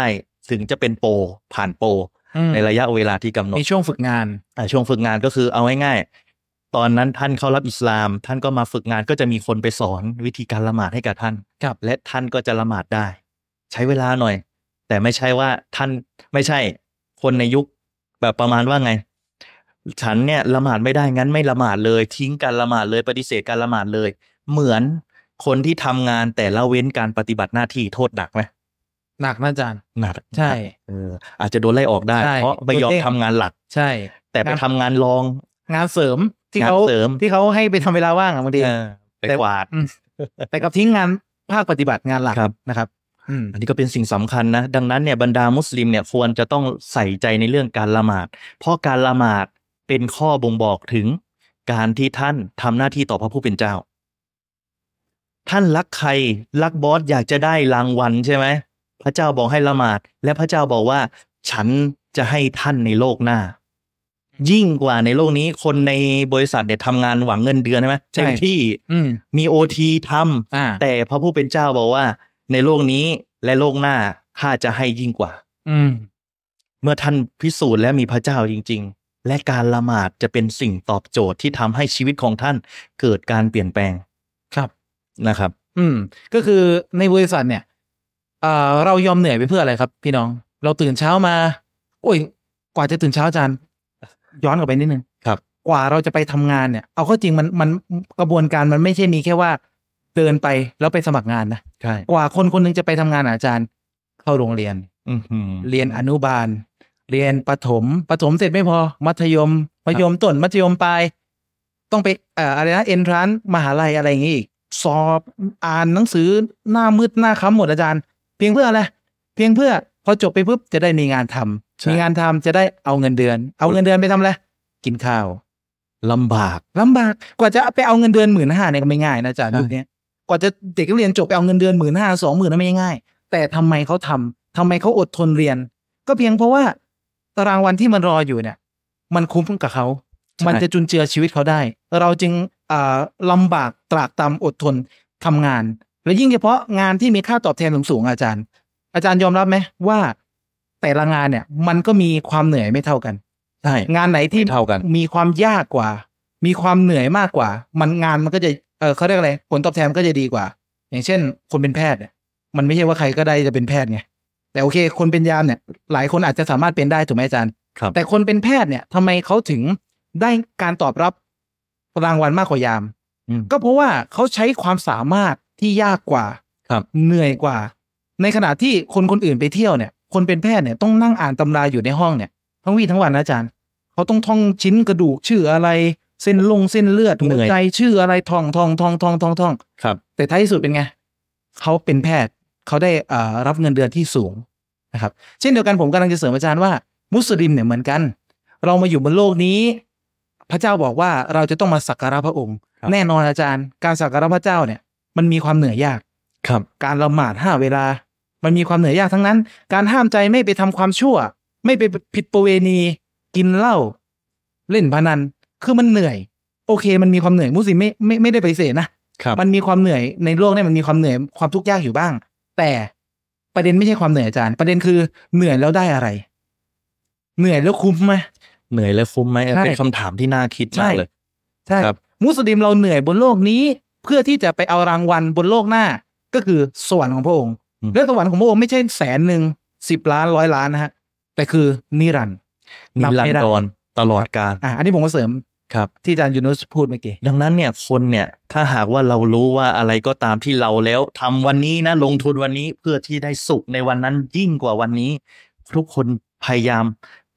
S2: ถึงจะเป็นโปรผ่านโปร
S1: อืม
S2: ในระยะเวลาที่กำหนด
S1: มีช่วงฝึกงาน
S2: อ่าช่วงฝึกงานก็คือเอาง่ายๆ ตอนนั้นท่านเข้ารับอิสลาม ท่านก็มาฝึกงานก็จะมีคนไปสอนวิธีการละหมาดให้กับท่าน
S1: ครับ
S2: และท่านก็จะละหมาดได้ ใช้เวลาหน่อย แต่ไม่ใช่ว่าท่านไม่ใช่คนในยุคแบบประมาณว่าไง ฉันเนี่ยละหมาดไม่ได้งั้นไม่ละหมาดเลย ทิ้งการละหมาดเลยปฏิเสธการละหมาดเลย เหมือนคนที่ทำงานแต่ละเว้นการปฏิบัติหน้าที่โทษหนักไหม
S1: หนักนะอาจารย์
S2: หนัก
S1: ใช่
S2: เอออาจจะโดนไล่ออกได้
S1: ใช่
S2: เพราะไม่ยอ
S1: โดน
S2: ม
S1: เด้ง
S2: ทำงานหลัก
S1: ใช่
S2: แต่ไปทำงานรอง
S1: งานเสริมที่เขา
S2: งานเสริม
S1: ที่เขาให้ไปทำเวลาว่างอะบางที
S2: เออไป
S1: แต่
S2: กวาด
S1: แต่กลับทิ้งงานภาคปฏิบัติงานหลัก
S2: ครับ
S1: นะครับ อืม
S2: อันนี้ก็เป็นสิ่งสำคัญนะ ดังนั้นเนี่ยบรรดามุสลิมเนี่ยควรจะต้องใส่ใจในเรื่องการละหมาด เพราะการละหมาดเป็นข้อบ่งบอกถึงการที่ท่านทำหน้าที่ต่อพระผู้เป็นเจ้า ท่านรักใครรักบอสอยากจะได้รางวัลใช่ไหม พระเจ้าบอกให้ละหมาด และพระเจ้าบอกว่า ฉันจะให้ท่านในโลกหน้า ยิ่งกว่าในโลกนี้คนในบริษัทเนี่ยทำงานหวังเงินเดือนใช่ไหมเต็มที่
S1: อืม
S2: มีโอทีทำ
S1: อ่า
S2: แต่พระผู้เป็นเจ้าบอกว่า ในโลกนี้และโลกหน้าข้าจะให้ยิ่งกว่า
S1: อืม
S2: เมื่อท่านพิสูจน์และมีพระเจ้าจริง ๆ และการละหมาดจะเป็นสิ่งตอบโจทย์ที่ทำให้ชีวิตของท่านเกิดการเปลี่ยนแปลง
S1: ครับ
S2: นะครับ
S1: อืม ก็คือในบริษัทเนี่ยเอ่อเรายอมเหนื่อยไปเพื่ออะไรครับ พี่น้อง เราตื่นเช้ามา โอ้ย กว่าจะตื่นเช้าอาจารย์ ย้อนกลับไปนิดนึง
S2: ครับ
S1: กว่าเราจะไปทำงานเนี่ย เอาเข้าจริงมันมันกระบวนการมันไม่ใช่มีแค่ว่า เดินไปแล้วไปสมัครงานนะ
S2: ใช่
S1: กว่าคนคนหนึงจะไปทำงานอะอาจารย์ เข้าโรงเรียน
S2: อื้อหือ
S1: เรียนอนุบาล เรียนประถม ประถมเสร็จไม่พอ มัธยม มัธยมต้น มัธยมปลาย ต้องไปเอ่ออะไรนะเอนทรานมหาลัยอะไรอย่างงี้อีก สอบอ่านหนังสือหน้ามืดหน้าค้ำหมดอาจารย์ เพียงเพื่ออะไร เพียงเพื่อพอจบไปปุ๊บจะได้มีงานทำมีงานทำจะได้เอาเงินเดือน เอาเงินเดือนไปทำอะไร กินข้าว
S2: ลำบาก
S1: ลำบาก กว่าจะไปเอาเงินเดือนหมื่นห้าเนี่ยก็ไม่ง่ายนะอาจารย์
S2: ใช่
S1: ยุคเนี้ยกว่าจะเด็กนักเรียนจบไปเอาเงินเดือนหมื่นห้าสองหมื่นไม่ง่าย แต่ทำไมเขาทำทำไมเขาอดทนเรียน ก็เพียงเพราะว่าตารางวันที่มันรออยู่เนี่ย มันคุ้มกับเขา
S2: ใช่
S1: มันจะจุนเจือชีวิตเขาได้ เราจึงอ่าลำบากตรากตรำอดทนทำงาน และยิ่งเฉพาะงานที่มีค่าตอบแทนสูงๆอาจารย์ อาจารย์ยอมรับไหมว่า แต่ละงานเนี่ย มันก็มีความเหนื่อยไม่เท่ากัน
S2: ใช่
S1: งานไหนที่
S2: เท่ากัน
S1: มีความยากกว่า มีความเหนื่อยมากกว่า มันงานมันก็จะ เออเขาเรียกอะไร ผลตอบแทนมันก็จะดีกว่า อย่างเช่น คนเป็นแพทย์เนี่ย มันไม่ใช่ว่าใครก็ได้จะเป็นแพทย์ไง แต่โอเค คนเป็นยามเนี่ย หลายคนอาจจะสามารถเป็นได้ถูกไหมอาจารย์
S2: ครับ
S1: แต่คนเป็นแพทย์เนี่ยทำไมเขาถึงได้การตอบรับรางวัลมากกว่ายาม
S2: อืม
S1: ก็เพราะว่าเขาใช้ความสามารถที่ยากกว่า
S2: ครับ
S1: เหนื่อยกว่า ในขณะที่คนคนอื่นไปเที่ยวเนี่ย คนเป็นแพทย์เนี่ยต้องนั่งอ่านตำราอยู่ในห้องเนี่ย ทั้งวี่ทั้งวันนะอาจารย์ เขาต้องท่องชิ้นกระดูกชื่ออะไร เส้นลงเส้นเลือด
S2: เห
S1: หั
S2: นื่
S1: ว
S2: อย
S1: ใจชื่ออะไรท่องท่องท่องท่องท่องท่อง
S2: ครับ
S1: แต่ท้ายที่สุดเป็นไง เขาเป็นแพทย์ เขาได้เอ่อรับเงินเดือนที่สูงนะครับ เช่นเดียวกันผมกำลังจะเสริมอาจารย์ว่า มุสลิมเนี่ยเหมือนกัน เรามาอยู่บนโลกนี้ พระเจ้าบอกว่าเราจะต้องมาสักการะพระองค์
S2: ครับ
S1: แน่นอนอาจารย์ การสักการะพระเจ้าเนี่ย มันมีความเหนื่อยยาก
S2: ครับ
S1: การละหมาดห้าเวลา มันมีความเหนื่อยยากทั้งนั้น การห้ามใจไม่ไปทำความชั่ว ไม่ไปผิดประเวณี กินเหล้าเล่นพนัน คือมันเหนื่อย โอเค มันมีความเหนื่อยมุสลิมไม่ไม่ไม่ได้ปฏิเสธนะ
S2: ครับ
S1: มันมีความเหนื่อยในโลกเนี่ยมันมีความเหนื่อยความทุกข์ยากอยู่บ้าง แต่ประเด็นไม่ใช่ความเหนื่อยอาจารย์ ประเด็นคือเหนื่อยแล้วได้อะไร เหนื่อยแล้วคุ้มไหม
S2: เหนื่อยและฟุ้มไหม
S1: ใช่
S2: เป็นคำถามที่น่าคิดมากเลย
S1: ใช่
S2: ครับ
S1: มุสลิมเราเหนื่อยบนโลกนี้ เพื่อที่จะไปเอารางวัลบนโลกหน้า ก็คือสวรรค์ของพระองค์
S2: อืม
S1: และสวรรค์ของพระองค์ไม่ใช่แสนหนึ่งสิบล้านร้อยล้านนะฮะแต่คือนิรันดร์ นั
S2: นิ
S1: บ
S2: รัน
S1: ไม่ได้
S2: ดรตลอดกาล
S1: อ่ะอันนี้ผมก็เสริม
S2: ครับ
S1: ที่อาจารย์ยูนุสพูดเมื่อกี้
S2: ดังนั้นเนี่ยคนเนี่ยถ้าหากว่าเรารู้ว่าอะไรก็ตามที่เราแล้วทำวันนี้นะลงทุนวันนี้เพื่อที่ได้สุขในวันนั้นยิ่งกว่าวันนี้ ทุกคนพยายาม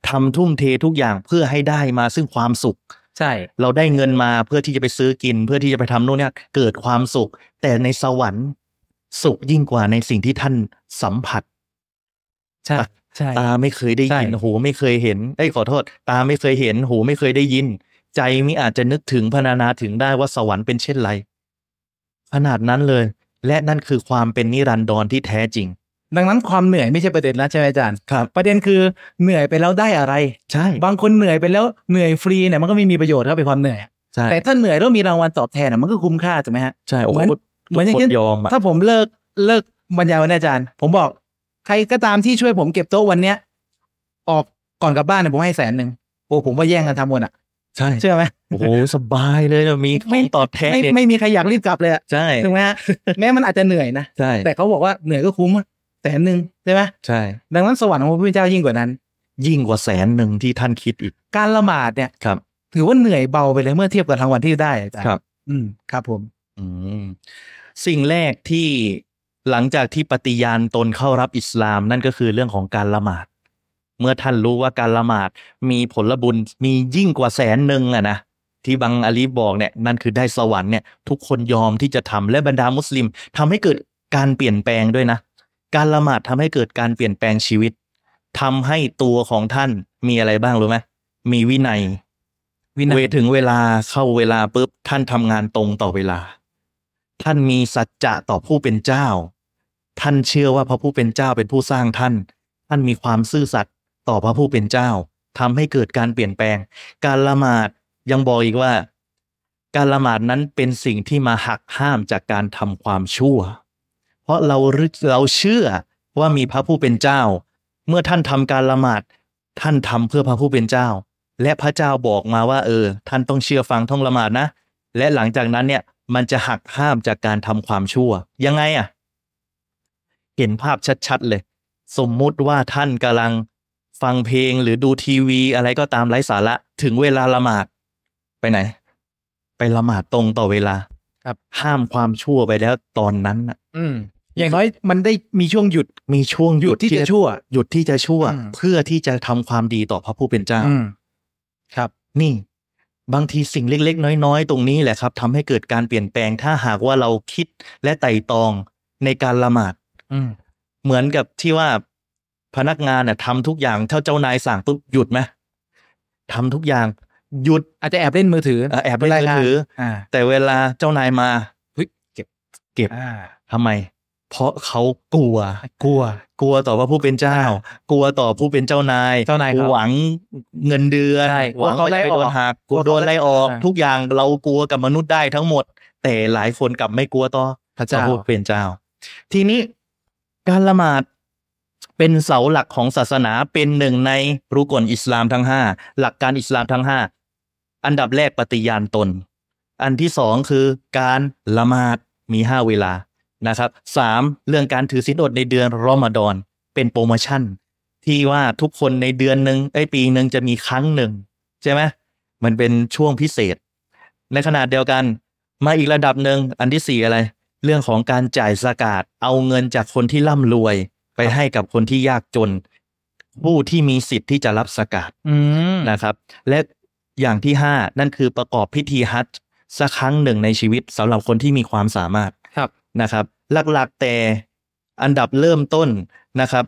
S2: ทำทุ่มเททุกอย่างเพื่อให้ได้มาซึ่งความสุข
S1: ใช่
S2: เราได้เงินมาเพื่อที่จะไปซื้อกิน เพื่อที่จะไปทำโน่นเนี่ยเกิดความสุข แต่ในสวรรค์สุขยิ่งกว่าในสิ่งที่ท่านสัมผัส
S1: ใช่ใช่
S2: ตาไม่เคยได้
S1: ใช่
S2: ยินหูไม่เคยเห็นเอ้ยขอโทษ ตาไม่เคยเห็นหูไม่เคยได้ยิน ใจมิอาจจะนึกถึงพรรณนาถึงได้ว่าสวรรค์เป็นเช่นไร ขนาดนั้นเลย และนั่นคือความเป็นนิรันดรที่แท้จริง
S1: ดังนั้นความเหนื่อยไม่ใช่ประเด็นแล้วใช่ไหมอาจารย์
S2: ครับ
S1: ประเด็นคือเหนื่อยไปแล้วได้อะไร
S2: ใช่
S1: บางคนเหนื่อยไปแล้วเหนื่อยฟรีเนี่ยมันก็ไม่มีประโยชน์ครับเป็นความเหนื่อย
S2: ใช่
S1: แต่ถ้าเหนื่อยแล้วมีรางวัลตอบแทนน่ะมันก็คุ้มค่าถูกไหมฮะ
S2: ใช่โอ้โห
S1: เหมือนเหมือนอย่างเช่น
S2: ทุกคยอมอะ
S1: ถ้าผมเลิกเลิกบรรยายวันนี้อาจารย์ ผมบอก ใครก็ตามที่ช่วยผมเก็บโต๊ะวันเนี้ย ออกก่อนกลับบ้านเนี่ยผมให้แสนหนึ่งโอ้ผมว่าแย่งกันทำหมดอ่ะ
S2: ใช่
S1: เชื่อไหม
S2: โอ้โหสบายเลยนะมี
S1: ไม่
S2: ไม่ตอบแทน
S1: ไม่
S2: เนี่ย
S1: ไม่มีใครอยากรีบกลับเลยอะ
S2: ใช่
S1: ถูกไหมฮะ แม้มันอาจจะเหนื่อยนะ
S2: ใช่
S1: แต่เขาบอกว่าเหนื่อยก็คุ้มอะแสนหนึ่งใช่ไหม
S2: ใช่
S1: ดังนั้นสวรรค์ของพระพุทธเจ้ายิ่งกว่านั้น
S2: ยิ่งกว่าแสนหนึ่งที่ท่านคิดอีก
S1: การละหมาดเนี่ย
S2: ครับ
S1: ถือว่าเหนื่อยเบาไปเลยเมื่อเทียบกับรางวัลที่ได้อาจารย์
S2: ครับ
S1: อืมครับผม
S2: อืมสิ่งแรกที่หลังจากที่ปฏิญาณตนเข้ารับอิสลามนั่นก็คือเรื่องของการละหมาด เมื่อท่านรู้ว่าการละหมาดมีผลบุญมียิ่งกว่าแสนหนึ่งอะนะที่บังอาลีบอกเนี่ยนั่นคือได้สวรรค์เนี่ยทุกคนยอมที่จะทำและบรรดามุสลิมทำให้เกิดการเปลี่ยนแปลงด้วยนะ การละหมาดทำให้เกิดการเปลี่ยนแปลงชีวิตทำให้ตัวของท่านมีอะไรบ้างรู้ไหมมีวินัย
S1: วินั
S2: เวย ถึงเวลาเข้าเวลาปุ๊บท่านทำงานตรงต่อเวลา ท่านมีสัจจะต่อผู้เป็นเจ้า ท่านเชื่อว่าพระผู้เป็นเจ้าเป็นผู้สร้างท่าน ท่านมีความซื่อสัตย์ต่อพระผู้เป็นเจ้าทำให้เกิดการเปลี่ยนแปลง การละหมาดยังบอกอีกว่า การละหมาดนั้นเป็นสิ่งที่มาหักห้ามจากการทำความชั่ว เพราะเรารึกเราเชื่อว่ามีพระผู้เป็นเจ้า เมื่อท่านทำการละหมาดท่านทำเพื่อพระผู้เป็นเจ้า และพระเจ้าบอกมาว่าเออ ท่านต้องเชื่อฟังท่องละหมาดนะ และหลังจากนั้นเนี่ยมันจะหักห้ามจากการทำความชั่ว ยังไงอะ่ะ เห็นภาพชัดๆเลย สมมุติว่าท่านกำลังฟังเพลงหรือดูทีวีอะไรก็ตามไร้สาระถึงเวลาละหมาด ไปไหน ไปละหมาดตรงต่อเวลาห้ามความชั่วไปแล้วตอนนั้นน่ะ
S1: อืม อย่างน้อยมันได้มีช่วงหยุด
S2: มีช่วง
S1: หยุดที่จะชั่ว
S2: หยุดที่จะชั่ว
S1: อืม
S2: เพื่อที่จะทำความดีต่อพระผู้เป็นเจ้า
S1: อืม ครับ
S2: นี่ บางทีสิ่งเล็ก ๆ น้อย ๆ ตรงนี้แหละครับทำให้เกิดการเปลี่ยนแปลง ถ้าหากว่าเราคิดและไต่ตรองในการละหมาด
S1: อืม
S2: เหมือนกับที่ว่าพนักงานน่ะทำทุกอย่างเท่าเจ้านายสั่งปุ๊บหยุดไหมทำทุกอย่าง หยุด
S1: อาจจะแอบเล่นมือถือ
S2: เอ่อแอบเล่นมือถือ
S1: อ่า
S2: แต่เวลาเจ้านายมา
S1: เฮ้ยเก็บ
S2: เก็บ
S1: อ่า
S2: ทำไม เพราะเขากลัว
S1: กลัว
S2: กลัวต่อพระผู้เป็นเจ้า กลัวต่อผู้เป็นเจ้านาย
S1: เจ้านายครับ
S2: หวังเงินเดือน
S1: ใช่
S2: หวัง
S1: กลัวเขาไล่ออก
S2: โดนหักกลัวโดนไล่ออก
S1: ใช่
S2: ทุกอย่างเรากลัวกับมนุษย์ได้ทั้งหมด แต่หลายคนกลับไม่กลัวต่อ
S1: พระ
S2: พ
S1: เจ้า
S2: ระผู้เป็นเจ้า ทีนี้การละหมาดเป็นเสาหลักของศาสนาเป็นหนึ่งในรุกลอิสลามทั้งห้าหลักการอิสลามทั้งห้าอันดับแรกปฏิญาณตน อันที่สองคือการละหมาดมีห้าเวลา นะครับสามเรื่องการถือศีลอดในเดือนรอมฎอนเป็นโปรโมชั่น ที่ว่าทุกคนในเดือนหนึ่งไอ้ยปีหนึ่งจะมีครั้งหนึ่ง ใช่ไหมมันเป็นช่วงพิเศษ ในขนาดเดียวกันมาอีกระดับหนึ่งอันที่สี่อะไร เรื่องของการจ่ายสกาดเอาเงินจากคนที่ร่ำรวย ไปให้กับคนที่ยากจน ผู้ที่มีสิทธิ์ที่จะรับสกาด
S1: อืม
S2: นะครับและอย่างที่ 5 นั่นคือประกอบพิธีฮัจญ์สักครั้งหนึ่งในชีวิตสำหรับคนที่มีความสามารถ
S1: ครับ
S2: นะครับ หลักๆแต่อันดับเริ่มต้นนะครับ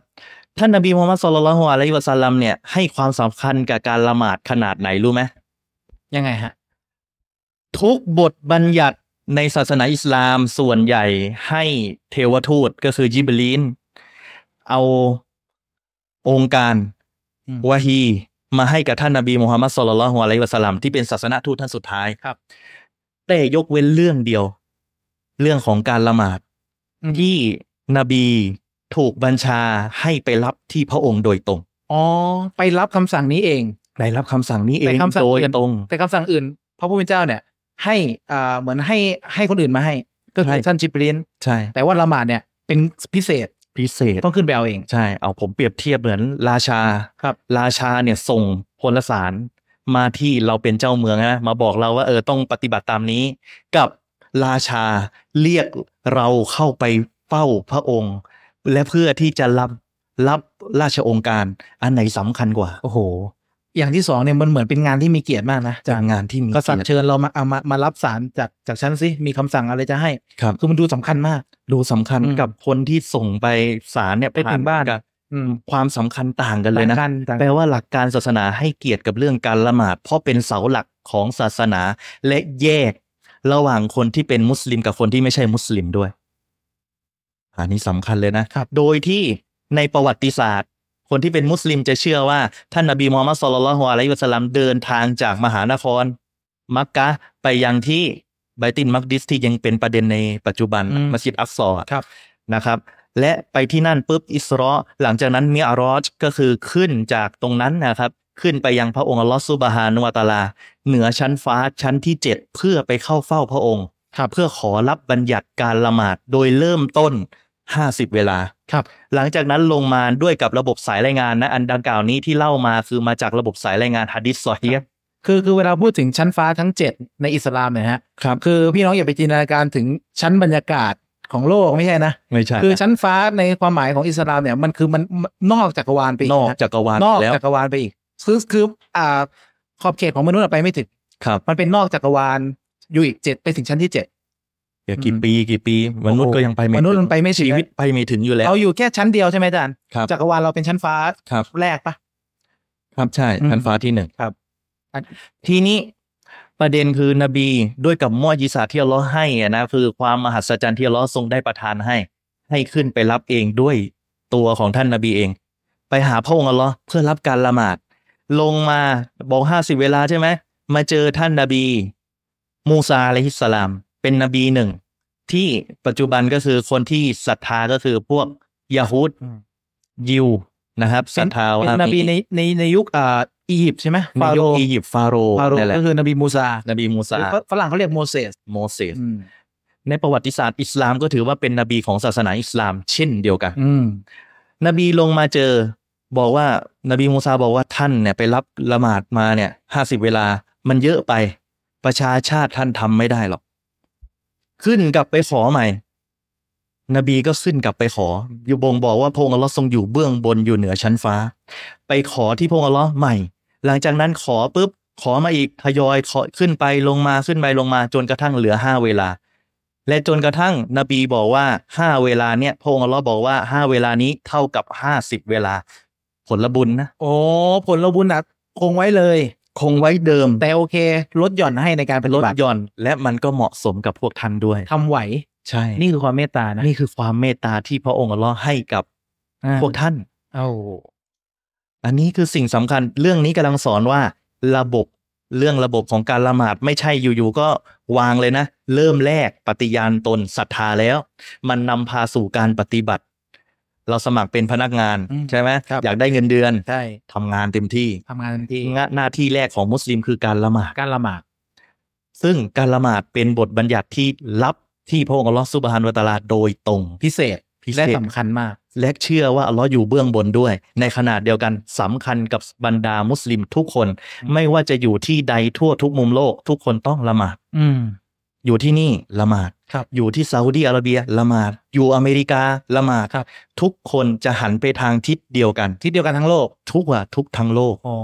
S2: ท่านนบีมูฮัมมัดสุลลัลฮวอะลัยฮิวะซัลลัมเนี่ยให้ความสำคัญกับการละหมาดขนาดไหนรู้ไหม
S1: ยังไงฮะ
S2: ทุกบทบัญญัติในศาสนาอิสลามส่วนใหญ่ให้เทวทูตก็คือยิบลีนเอาองค์การ
S1: อืม
S2: วะฮีมาให้กับท่านนบีมูฮัมมัดสุลลัลฮวอะลัยวะสลลัมที่เป็นศาสนทูตท่านสุดท้าย
S1: ครับ
S2: แต่ยกเว้นเรื่องเดียว เรื่องของการละหมาด
S1: อืม
S2: ที่นบีถูกบัญชาให้ไปรับที่พระองค์โดยตรง
S1: อ๋อ ไปรับคำสั่งนี้เอง
S2: ได้รับคำสั่งนี้เอ
S1: แต่
S2: ง
S1: คำสั่ง
S2: โดย
S1: เตือน
S2: ตรง
S1: แต่คำสั่งอื่น พระผู้เป็นเจ้าเนี่ย ให้อ่าเหมือนให้ให้คนอื่นมาให้ ก็คือ
S2: ใช่
S1: ท่านจิบรีน
S2: ใช่
S1: แต่ว่าละหมาดเนี่ย เป็นพิเศษ
S2: พิเศษ
S1: ต้องขึ้นไปเอาเอง
S2: ใช่ เอาผมเปรียบเทียบเหมือนราชา
S1: ครับ
S2: ราชาเนี่ยส่งพลสารมาที่เราเป็นเจ้าเมืองนะมาบอกเราว่าเออต้องปฏิบัติตามนี้ กับราชาเรียกเราเข้าไปเฝ้าพระองค์ และเพื่อที่จะรับรับราชองค์การอันไหนสำคัญกว่า
S1: โอ้โห อย่างที่สองเนี่ยมันเหมือนเป็นงานที่มีเกียรติมากนะ
S2: จากงานที่มี
S1: กษัตริย์
S2: เยรติ
S1: เชิญเรามาเอามามารับสารจากจากฉันสิมีคำสั่งอะไรจะให้
S2: ครับ
S1: คือมันดูสำคัญมาก
S2: ดูสำคัญ
S1: อืม
S2: กับคนที่ส่งไปศาลเนี่ย
S1: ไปถึงบ้าน
S2: กับ
S1: อืม
S2: ความสำคัญต่างกันเลยนะ
S1: สำคัญต่าง
S2: แปลว่าหลักการศาสนาให้เกียรติกับเรื่องการละหมาด เพราะเป็นเสาหลักของศาสนาและแยกระหว่างคนที่เป็นมุสลิมกับคนที่ไม่ใช่มุสลิมด้วย อันนี้สำคัญเลยนะ
S1: ครับ
S2: โดยที่ในประวัติศาสตร์ คนที่เป็นมุสลิมจะเชื่อว่า ท่านนบีมูฮัมมัดสุลลัลลอฮุอะลัยฮิวะสัลลัมเดินทางจากมหานคร มักกะฮ์ไปยังที่ไบตินมักดิสที่ยังเป็นประเด็นในปัจจุบัน
S1: อืม
S2: มัสยิดอักซออะ
S1: ครับ
S2: นะครับและไปที่นั่นปุ๊บอิสราะห์หลังจากนั้นมิอารอจก็คือขึ้นจากตรงนั้นนะครับ ขึ้นไปยังพระองค์อัลลอฮ์ซุบฮานุวะตะอาลา เหนือชั้นฟ้าชั้นที่ 7 เพื่อไปเข้าเฝ้าพระองค์
S1: ครับ
S2: เพื่อขอรับบัญญัติการละหมาดโดยเริ่มต้น 50 เวลา
S1: ครับ
S2: หลังจากนั้นลงมาด้วยกับระบบสายรายงานนะอันดังกล่าวนี้ที่เล่ามาคือมาจากระบบสายรายงานฮะดิษซอฮีฮ์
S1: คือคือเวลาพูดถึงชั้นฟ้าทั้งเจ็ดในอิสลามเนี่ยฮะ
S2: ครับ
S1: คือพี่น้องอย่าไปจินตนาการถึงชั้นบรรยากาศของโลกไม่ใช่นะ
S2: ไม่ใช่
S1: คือชั้นฟ้าในความหมายของอิสลามเนี่ยมันคือมันนอกจักรวาลไปอี
S2: น
S1: ก
S2: อก
S1: นะ
S2: จักรวาล
S1: นอก
S2: แล้ว
S1: จักรวาลไปอีกคือคืออ่าขอบเขตของมนุษย์อะไปไม่ถึง
S2: ครับ
S1: มันเป็นนอกจักรวาลอยู่อีกเจ็ดไปถึงชั้นที่เจ็ด
S2: เดี๋ยวกี่ปีกี่ปี มนุษย์ก็ยังไปไม่
S1: มนุษย์มันไปไม่ถึง
S2: ชีวิตไปไม่ถึงอยู่แล้ว
S1: เราอยู่แค่ชั้นเดียวใช่ไหมอาจารย์
S2: ครับ
S1: จักรวาลเราเป็นชั้นฟ้า
S2: ครับ
S1: แรกปะ
S2: ครับใช่
S1: อืม
S2: ชั้นฟ้าที่หนึ่ง
S1: ครับอัน
S2: ทีนี้ประเด็นคือนบีด้วยกับมอญิสาที่อัลเลอฮ์ให้อะนะคือความมหัศจรรย์ที่อัลเลอฮ์ทรงได้ประทานให้ ให้ขึ้นไปรับเองด้วยตัวของท่านนบีเอง ไปหาพระองค์อัลเลอฮ์เพื่อรับการละหมาด ลงมาบอกห้าสิบเวลาใช่ไหมมาเจอท่านนบี มูซาอะลัยฮิสสลาม เป็นนบีหนึ่ง ที่ปัจจุบันก็คือคนที่ศรัทธาก็คือพวกยะฮูด
S1: อืม
S2: ยิวนะครับศรัทธา
S1: เป็
S2: ว่า
S1: นนบีในในในยุคอ่าอียิปต์ใช่ไหม
S2: นา
S1: ฟาย โร
S2: ก
S1: ห์
S2: อียิปต์ฟาโรห์
S1: ฟาโรห์
S2: นั่นแหละ
S1: ก็คือนบีมูซาน
S2: บีมูซา
S1: หรือฝฝรั่งเขาเรียกโมเสส
S2: โมเสส
S1: อืม
S2: ในประวัติศาสตร์อิสลามก็ถือว่าเป็นนบีของศาสนาอิสลาม เช่นเดียวกัน
S1: อืม
S2: นบีลงมาเจอ บอกว่านบีมูซาบอกว่าท่านเนี่ยไปรับละหมาดมาเนี่ยห้าสิบเวลามันเยอะไป ประชาชาติท่านทำไม่ได้หรอก ขึ้นกลับไปขอใหม่ นบีก็ขึ้นกลับไปขอ อยู่บ่งบอกว่าพระองค์อัลเลอฮ์ทรงอยู่เบื้องบนอยู่เหนือชั้นฟ้า ไปขอที่พระองค์อัลเลอฮ์ใหม่ หลังจากนั้นขอปุ๊บ ขอมาอีกทยอยขอขึ้นไปลงมาขึ้นไปลงมาจนกระทั่งเหลือห้าเวลา และจนกระทั่งนบีบอกว่าห้าเวลาเนี่ยพระองค์อัลเลอฮ์บอกว่าห้าเวลานี้เท่ากับห้าสิบเวลา ผลบุญนะ
S1: โอ้ผลบุญอ่ะคงไว้เลย
S2: คงไว้เดิม
S1: แต่โอเคลดหย่อนให้ในการเป็น
S2: ล
S1: ล
S2: ด
S1: ด
S2: หย่อนและมันก็เหมาะสมกับพวกท่านด้วย
S1: ทำไหว
S2: ใช่
S1: นี่คือความเมตตานะ
S2: นี่คือความเมตตาที่พระองค์อัลเลอฮ์ให้กับ
S1: อ่า
S2: พวกท่าน
S1: เอ้า
S2: อันนี้คือสิ่งสำคัญเรื่องนี้กำลังสอนว่า ระบบเรื่องระบบของการละหมาดไม่ใช่อยู่ๆก็วางเลยนะ เริ่มแรกปฏิญาณตนศรัทธาแล้ว มันนำพาสู่การปฏิบัติ เราสมัครเป็นพนักงาน
S1: อืม
S2: ใช่ไหม
S1: ครับ
S2: อยากได้เงินเดือน
S1: ใช่
S2: ทำงานเต็มที่
S1: ทำงานทันที
S2: งะหน้าที่แรกของมุสลิมคือการละหมาด
S1: การละหมาด
S2: ซึ่งการละหมาดเป็นบทบัญญัติที่ลับที่พระองค์อัลลอฮฺซุบฮานวะตะอาลาโดยตรง
S1: พิเศษ
S2: พิเศษ
S1: และสำคัญมาก
S2: และเชื่อว่าอัลเลอฮ์อยู่เบื้องบนด้วย ในขณะเดียวกันสำคัญกับบรรดามุสลิมทุกคน
S1: อืม
S2: ไม่ว่าจะอยู่ที่ใดทั่วทุกมุมโลก ทุกคนต้องละหมาด
S1: อืม
S2: อยู่ที่นี่ละหมาด
S1: ครับ
S2: อยู่ที่ซาอุดีอาระเบียละหมาด อยู่อเมริกาละหมาด
S1: ครับ
S2: ทุกคนจะหันไปทางทิศเดียวกัน
S1: ทิศเดียวกันทั้งโลก
S2: ทุกว่าทุกทั้งโลก
S1: อ๋อ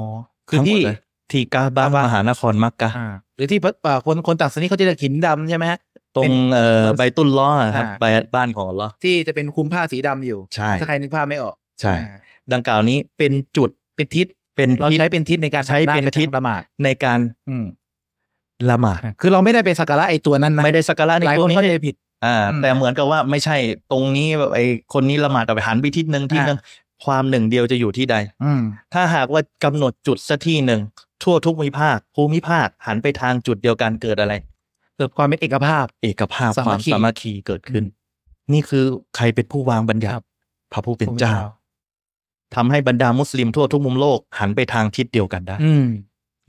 S1: คือ
S2: ทั้งหม
S1: ที่
S2: ดเลยที่กาบาม
S1: กาบาม
S2: หานครมักกะ
S1: อ่าหรือที่พระอ่าคนคนต่างศาสนาเขาจะเรียกหินดำใช่ไหมฮะ
S2: ตรงเอ่อใบตุ้นล้อครับ
S1: อ่า
S2: ใบบ้านของอัลเลอฮ์
S1: ที่จะเป็นคลุมผ้าสีดำอยู่
S2: ใช่
S1: ถ้าใครนึกภาพไม่ออก
S2: ใช่
S1: อ่า
S2: ดังกล่าวนี้เป็นจุดเป็นทิศเป็น
S1: เรา
S2: ทิศ
S1: ใช้เป็นทิศในการ
S2: ใช้เป็นทิศ
S1: ละหมาด
S2: ในการ
S1: อืม
S2: ละหมาด
S1: คือเราไม่ได้ไปสักการะไอ้ตัวนั้นนะ
S2: ไม่ได้สักการะใน
S1: หลาย
S2: พ
S1: ค
S2: วน ก
S1: เข้าใจ
S2: นี้
S1: ผิด
S2: อ่า
S1: อืม
S2: แต่เหมือนกับว่าไม่ใช่ตรงนี้แบบไอ้คนนี้ละหมาดแต่ไปหันไปทิศหนึ่งที่
S1: อ่า
S2: หนึ่งความหนึ่งเดียวจะอยู่ที่ใด
S1: อืม
S2: ถ้าหากว่ากำหนดจุดสักที่หนึ่งทั่วทุกภูมิภาค ภูมิภาคหันไปทางจุดเดียวกันเกิดอะไร
S1: เกิดความเป็นเอกภาพ
S2: เอกภาพ
S1: สา
S2: ค
S1: มั
S2: วา
S1: ค
S2: ม
S1: คี
S2: สามัคคีเกิดขึ้น นี่คือใครเป็นผู้วางบัญญั
S1: ครั
S2: ติ
S1: บ
S2: พระผู้เป็นเจ้าทำให้บรรดามุสลิมทั่วทุกมุมโลกหันไปทางทิศเดียวกันได้
S1: อืม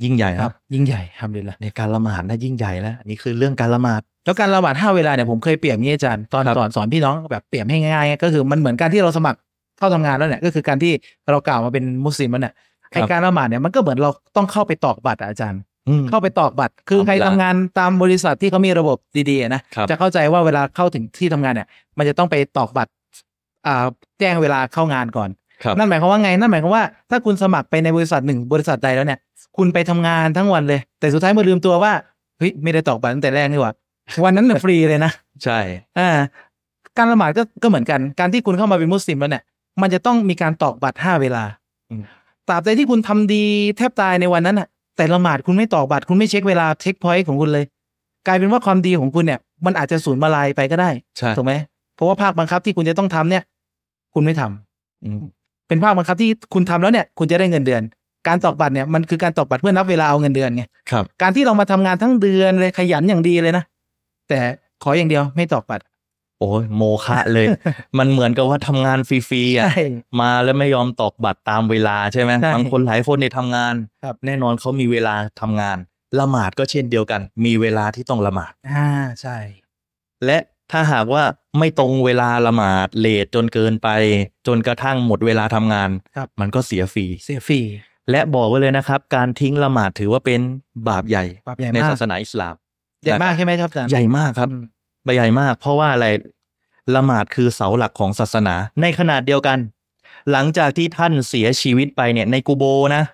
S2: ยิ่งใหญ่
S1: ค
S2: ค
S1: รั
S2: รั
S1: บบ ยิ่งใหญ่ทำเลยละ
S2: ในการละหมาดนะยิ่งใหญ่แล้วอันนี่คือเรื่องการละหมาด
S1: แล้วการละหมาดห้าเวลาเนี่ยผมเคยเปรียบงี้อาจารย์ตอน
S2: ครับ
S1: สอนสอนพี่น้องแบบเปรียบให้ง่ายๆก็คือมันเหมือนการที่เราสมัครเข้าทำงานแล้วเนี่ยก็คือการที่เรากล่าวมาเป็นมุสลิมแล้วเนี่ยไอการละหมาดเนี่ยมันก็เหมือนเราต้องเข้าไปตอกบัตรอะอาจารย์
S2: อืม
S1: เข้าไปตอกบัตร คือ
S2: ครับ
S1: ใครทำงานตามบริษัทที่เขามีระบบดีๆนะครับ จะเข้าใจว่าเวลาเข้าถึงที่ทำงานเนี่ย มันจะต้องไปตอกบัตรอ่าแจ้งเวลาเข้างานก่อน
S2: ครับ
S1: นั่นหมายความว่าไง นั่นหมายความว่าถ้าคุณสมัครไปในบริษัทหนึ่งบริษัทใดแล้วเนี่ย คุณไปทำงานทั้งวันเลย แต่สุดท้ายเมื่อลืมตัวว่าเฮ้ยไม่ได้ตอกบัตรตั้งแต่แรกนี่หว่าวันนั้นเนี่ยฟรีเลยนะ
S2: ใช่
S1: อ่าการละหมาดก็ก็เหมือนกันการที่คุณเข้ามาเป็นมุสลิมแล้วเนี่ย มันจะต้องมีการตอกบัตรห้าเวลา
S2: อืม
S1: ตราบใดที่คุณทำดีแทบตายในวันนั้นน่ะ แต่ละหมาดคุณไม่ตอกบัตรคุณไม่เช็คเวลาเช็คพอยต์ของคุณเลย กลายเป็นว่าความดีของคุณเนี่ย มันอาจจะสูญมาลายไปก็ได้
S2: ใช่
S1: ถูกไหมเพราะว่าภาคบังคับที่คุณจะต้องทำเนี่ย คุณไม่ทำ
S2: อืม
S1: เป็นภาคบังคับที่คุณทำแล้วเนี่ย คุณจะได้เงินเดือน การตอกบัตรเนี่ยมันคือการตอกบัตรเพื่อนับเวลาเอาเงินเดือนไง
S2: ครับ
S1: การที่เรามาทำงานทั้งเดือนเลยขยันอย่างดีเลยนะแต่ขออย่างเดียวไม่ตอกบัตร
S2: โอ้ยโมคะเลย
S1: (laughs)
S2: มันเหมือนกับว่าทำงานฟรีๆอ่ะ
S1: ใช่
S2: มาแล้วไม่ยอมตอกบัตรตามเวลาใช่ไหม
S1: ใช่
S2: บางคนหลายคนเนี่ยทำงาน
S1: ครับ
S2: แน่นอนเขามีเวลาทำงาน ละหมาดก็เช่นเดียวกัน มีเวลาที่ต้องละหมาด
S1: อ่าใช่
S2: และถ้าหากว่าไม่ตรงเวลาละหมาดเลทจนเกินไป จนกระทั่งหมดเวลาทำงาน
S1: ครับ
S2: มันก็เสียฟรี
S1: เสียฟรี
S2: และบอกไว้เลยนะครับ การทิ้งละหมาดถือว่าเป็นบาปใหญ่
S1: ปรับใหญ่
S2: ใน
S1: มาก
S2: ศาสนาอิสลาม
S1: ใหญ่มากใช่ไหมครับอาจารย์
S2: ใหญ่มากครับ
S1: อืม
S2: ใหญ่มาก เพราะว่าอะไรละหมาดคือเสาหลักของศาสนา ในขนาดเดียวกัน หลังจากที่ท่านเสียชีวิตไปเนี่ยในกูโบนะ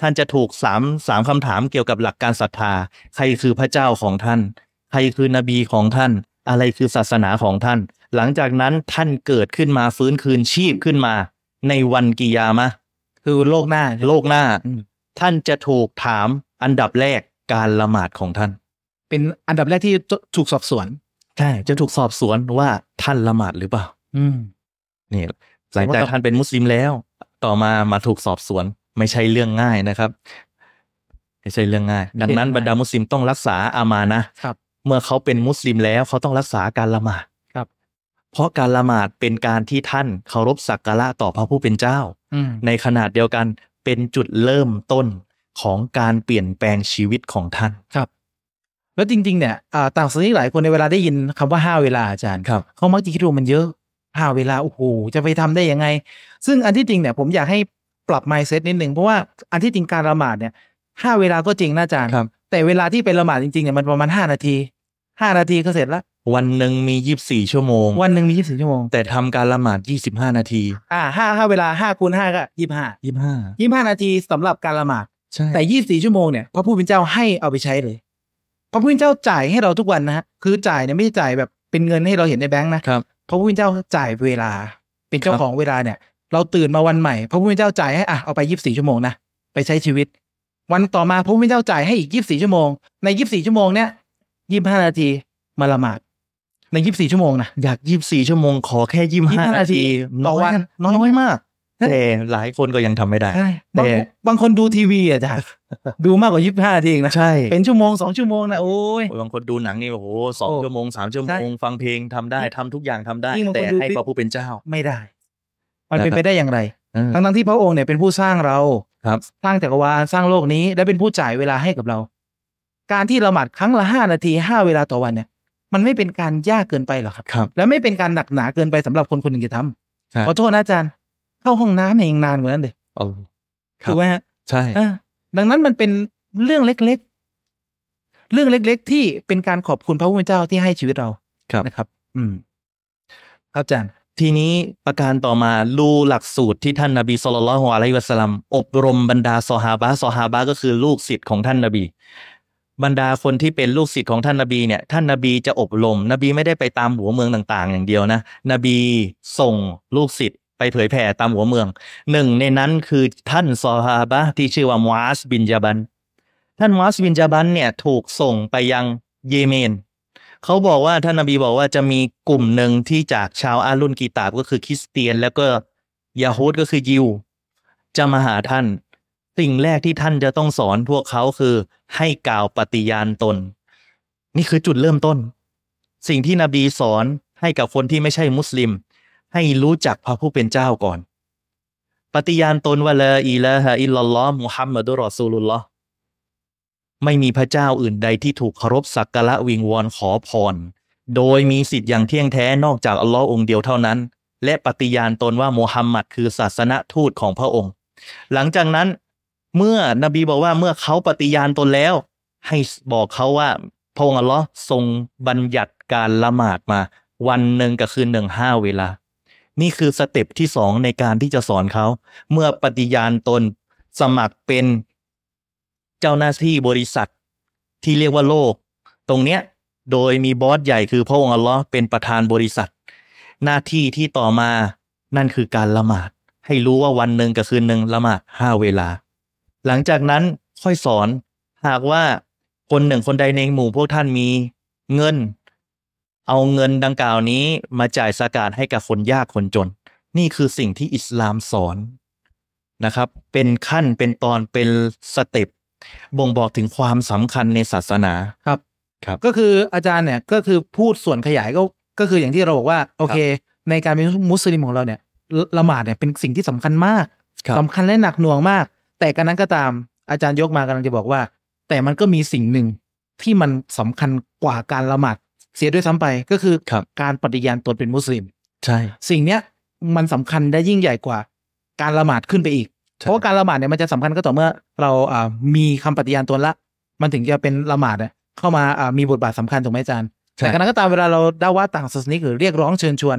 S2: ท่านจะถูกสามสามคำถามเกี่ยวกับหลักการศรัทธา ใครคือพระเจ้าของท่าน ใครคือนบีของท่าน อะไรคือศาสนาของท่าน หลังจากนั้นท่านเกิดขึ้นมาฟื้นคืนชีพขึ้นมา ในวันกิยามะห์
S1: คือโลกหน้า
S2: โลกหน้า
S1: อืม
S2: ท่านจะถูกถามอันดับแรกการละหมาดของท่าน
S1: เป็นอันดับแรกที่ถูกสอบสวน
S2: ใช่ จะถูกสอบสวนว่าท่านละหมาดหรือเปล่า
S1: อืม
S2: นี่หลังจากท่านเป็นมุสลิมแล้ว ต่อมามาถูกสอบสวน ไม่ใช่เรื่องง่ายนะครับ ไม่ใช่เรื่องง่าย ดังนั้นบรรดามุสลิมต้องรักษาอามานะ
S1: ครับ
S2: เมื่อเขาเป็นมุสลิมแล้วเขาต้องรักษาการละหมาด
S1: ครับ
S2: เพราะการละหมาดเป็นการที่ท่านเคารพสักการะต่อพระผู้เป็นเจ้า
S1: อืม
S2: ในขนาดเดียวกันเป็นจุดเริ่มต้นของการเปลี่ยนแปลงชีวิตของท่าน
S1: แล้วจริง ๆ เนี่ยอ่าต่างศาสนาหลายคนในเวลาได้ยินคำว่าห้าเวลาอาจารย์
S2: ครับ
S1: เขามักจะคิดว่ามันเยอะห้าเวลา โอ้โห จะไปทำได้ยังไง ซึ่งอันที่จริงเนี่ยผมอยากให้ปรับ mindset นิดนึง เพราะว่าอันที่จริงการละหมาดเนี่ยห้าเวลาก็จริงนะอาจารย์
S2: ครับ
S1: แต่เวลาที่ไปละหมาดจริงๆเนี่ยมันประมาณห้านาทีห้านาทีก็เสร็จละ
S2: วันหนึ่งมียีิบสี่ชั่วโมง
S1: วันหนึ่งมียี่สิบสี่ชั่วโมง
S2: แต่ทำการละหมาดยี่สิบห้านาที
S1: อ่าห้าห้าเวลาห้าคูณห้าก็ยี่สิบห้า
S2: ยี่ห้า
S1: ยี่สิบห้านาทีสำหรับการละหมาด
S2: ใช่
S1: แต่ยี่สิบสี่ชั่วโมงเนี่ยพระผู้เป็นเจ้าให้เอาไปใช้เลย พระผู้เป็นเจ้าจ่ายให้เราทุกวันนะฮะคือจ่ายเนี่ยไม่ได้จ่ายแบบเป็นเงินให้เราเห็นในแบงค์นะ
S2: ครับ
S1: พระผู้เป็นเจ้าจ่ายเวลา เป็นเจ้า
S2: ครับ
S1: ของเวลาเนี่ย เราตื่นมาวันใหม่ พระผู้เป็นเจ้าจ่ายให้อ่ะเอาไปยี่สิบสี่ชั่วโมงนะไปใช้ชีวิต วันต่อมาพระผู้เป็นเจ้าจ่ายให้อีกยี่สิบสี่ชั่วโมงในยี่สิบสี่ชั่วโมงเนี้ยยี่สิบห้านาทีมาละหมาดในยี่สิบสี่ชั่วโมงนะ
S2: อยากยี่บสี่ชั่วโมงขอแค่ยี่ห้า
S1: 25
S2: นาที
S1: ต่อวัน
S2: น้อยมาก แต่หลายคนก็ยังทำไม่ได้
S1: ใช่
S2: แต่
S1: บางคนบางคนดูทีวีอ่ะ
S2: (laughs)
S1: จ้ะดูมากกว่ายี่สิบห้านาทีเองนะ
S2: ใช่
S1: เป็นชั่วโมงสองชั่วโมงนะโอ้ย
S2: บางคนดูหนังนี่โอ้โหสอง
S1: โอ้
S2: ชั่วโมงสามชั่วโม
S1: ใช่
S2: ง ฟังเพลงทำได้ทำทุกอย่างทำได้
S1: ยิ่งบางคน
S2: แต่
S1: ดู
S2: ให้
S1: ดิ
S2: พระผู้เป็นเจ้า
S1: ไม่ได้ มันเป็น
S2: นะครับ
S1: ไปได้อย่างไร
S2: เออ
S1: ทั้งทั้งๆที่พระองค์เนี่ยเป็นผู้สร้างเรา
S2: ครับ
S1: สร้างจักรวาลสร้างโลกนี้และเป็นผู้จ่ายเวลาให้กับเรา การที่ละหมาดครั้งละห้านาทีห้าเวลาต่อวันเนี่ย มันไม่เป็นการยากเกินไปหรอครับ
S2: ครับ
S1: และไม่เป็นการหนักหนาเกินไปสำหรับคนคนหนึ่งจะท
S2: ครับ
S1: ำขอโทษนะอาจารย์ เข้าห้องน้ำเนี่ยยังนานกว่านั้นเลย
S2: เอา ครับ
S1: ถูกไหมฮะ
S2: ใช่
S1: เออดังนั้นมันเป็นเรื่องเล็กๆ เรื่องเล็ก ๆ ที่เป็นการขอบคุณพระผู้เป็นเจ้าที่ให้ชีวิตเรา
S2: ครับ
S1: นะครับ อืมครับอาจารย์
S2: ทีนี้ประการต่อมาลูหลักสูตรที่ท่านนบีสุลต่านละฮ์อะลัยฮิวะสลัมอบรมบรรดาซอฮาบะซอฮาบะก็คือลูกศิษย์ของท่านนบี บรรดาคนที่เป็นลูกศิษย์ของท่านนบีเนี่ย ท่านนบีจะอบรม นบีไม่ได้ไปตามหัวเมืองต่าง ๆ อย่างเดียวนะ นบีส่งลูกศิษย์ไปเผยแผ่ตามหัวเมือง หนึ่งในนั้นคือท่านซอฮาบะที่ชื่อว่ามูอาสบินจาบัน ท่านมูอาสบินจาบันเนี่ยถูกส่งไปยังเยเมน เขาบอกว่าท่านนบีบอกว่าจะมีกลุ่มหนึ่งที่จากชาวอารุนกีตาบก็คือคริสเตียน แล้วก็ยาฮูดก็คือยิว จะมาหาท่าน สิ่งแรกที่ท่านจะต้องสอนพวกเขาคือให้กล่าวปฏิญาณตน นี่คือจุดเริ่มต้น สิ่งที่นบีสอนให้กับคนที่ไม่ใช่มุสลิม ให้รู้จักพระผู้เป็นเจ้าก่อน ปฏิญาณตนว่าลาอิลาฮะอิลลัลลอฮ์มุฮัมมัดุรอซูลุลลอฮ์ ไม่มีพระเจ้าอื่นใดที่ถูกเคารพสักการะวิงวอนขอพร โดยมีสิทธิ์อย่างเที่ยงแท้นอกจากอัลลอฮ์องค์เดียวเท่านั้น และปฏิญาณตนว่าโมฮัมหมัดคือศาสนทูตของพระองค์ หลังจากนั้นเมื่อนบีบอกว่าเมื่อเขาปฏิญาณตนแล้ว ให้บอกเขาว่าพระองค์อัลลอฮ์ทรงบัญญัติการละหมาดมา วันหนึ่งกับคืนหนึ่งห้าเวลา นี่คือสเต็ปที่สองในการที่จะสอนเขา เมื่อปฏิญาณตนสมัครเป็นเจ้าหน้าที่บริษัทที่เรียกว่าโลก ตรงเนี้ยโดยมีบอสใหญ่คือพระองค์อัลลอฮ์เป็นประธานบริษัท หน้าที่ที่ต่อมานั่นคือการละหมาด ให้รู้ว่าวันหนึ่งกับคืนหนึ่งละหมาดห้าเวลา หลังจากนั้นค่อยสอนหากว่าคนหนึ่งคนใดในหมู่พวกท่านมีเงิน เอาเงินดังกล่าวนี้มาจ่ายสกาดให้กับคนยากคนจน นี่คือสิ่งที่อิสลามสอนนะครับ เป็นขั้นเป็นตอนเป็นสเต็ปบ่งบอกถึงความสำคัญในศาสนา
S1: ครับ
S2: ครับ
S1: ก็คืออาจารย์เนี่ยก็คือพูดส่วนขยายก็ก็คืออย่างที่เราบอกว่าโอเค ในการเป็นมุสลิมของเราเนี่ยละละหมาดเนี่ยเป็นสิ่งที่สำคัญมาก
S2: ครับ
S1: สำคัญและหนักหน่วงมาก แต่กันนั้นก็ตามอาจารย์ยกมากำลังจะบอกว่า แต่มันก็มีสิ่งหนึ่งที่มันสำคัญกว่าการละหมาดเสียด้วยซ้ำไปก็คือ
S2: ครับ
S1: การปฏิญาณตนเป็นมุสลิม
S2: ใช่
S1: สิ่งเนี้ยมันสำคัญและยิ่งใหญ่กว่าการละหมาดขึ้นไปอีก
S2: ใช่
S1: เพราะว่าการละหมาดเนี่ยมันจะสำคัญก็ต่อเมื่อ เราอ่ามีคำปฏิญาณตนละ มันถึงจะเป็นละหมาดเนี่ยเข้ามาอ่ามีบทบาทสำคัญถูกไหมอาจารย์แต่ขณะก็ตามเวลาเราได้ว่าต่างศาสนิกหรือเรียกร้องเชิญชวน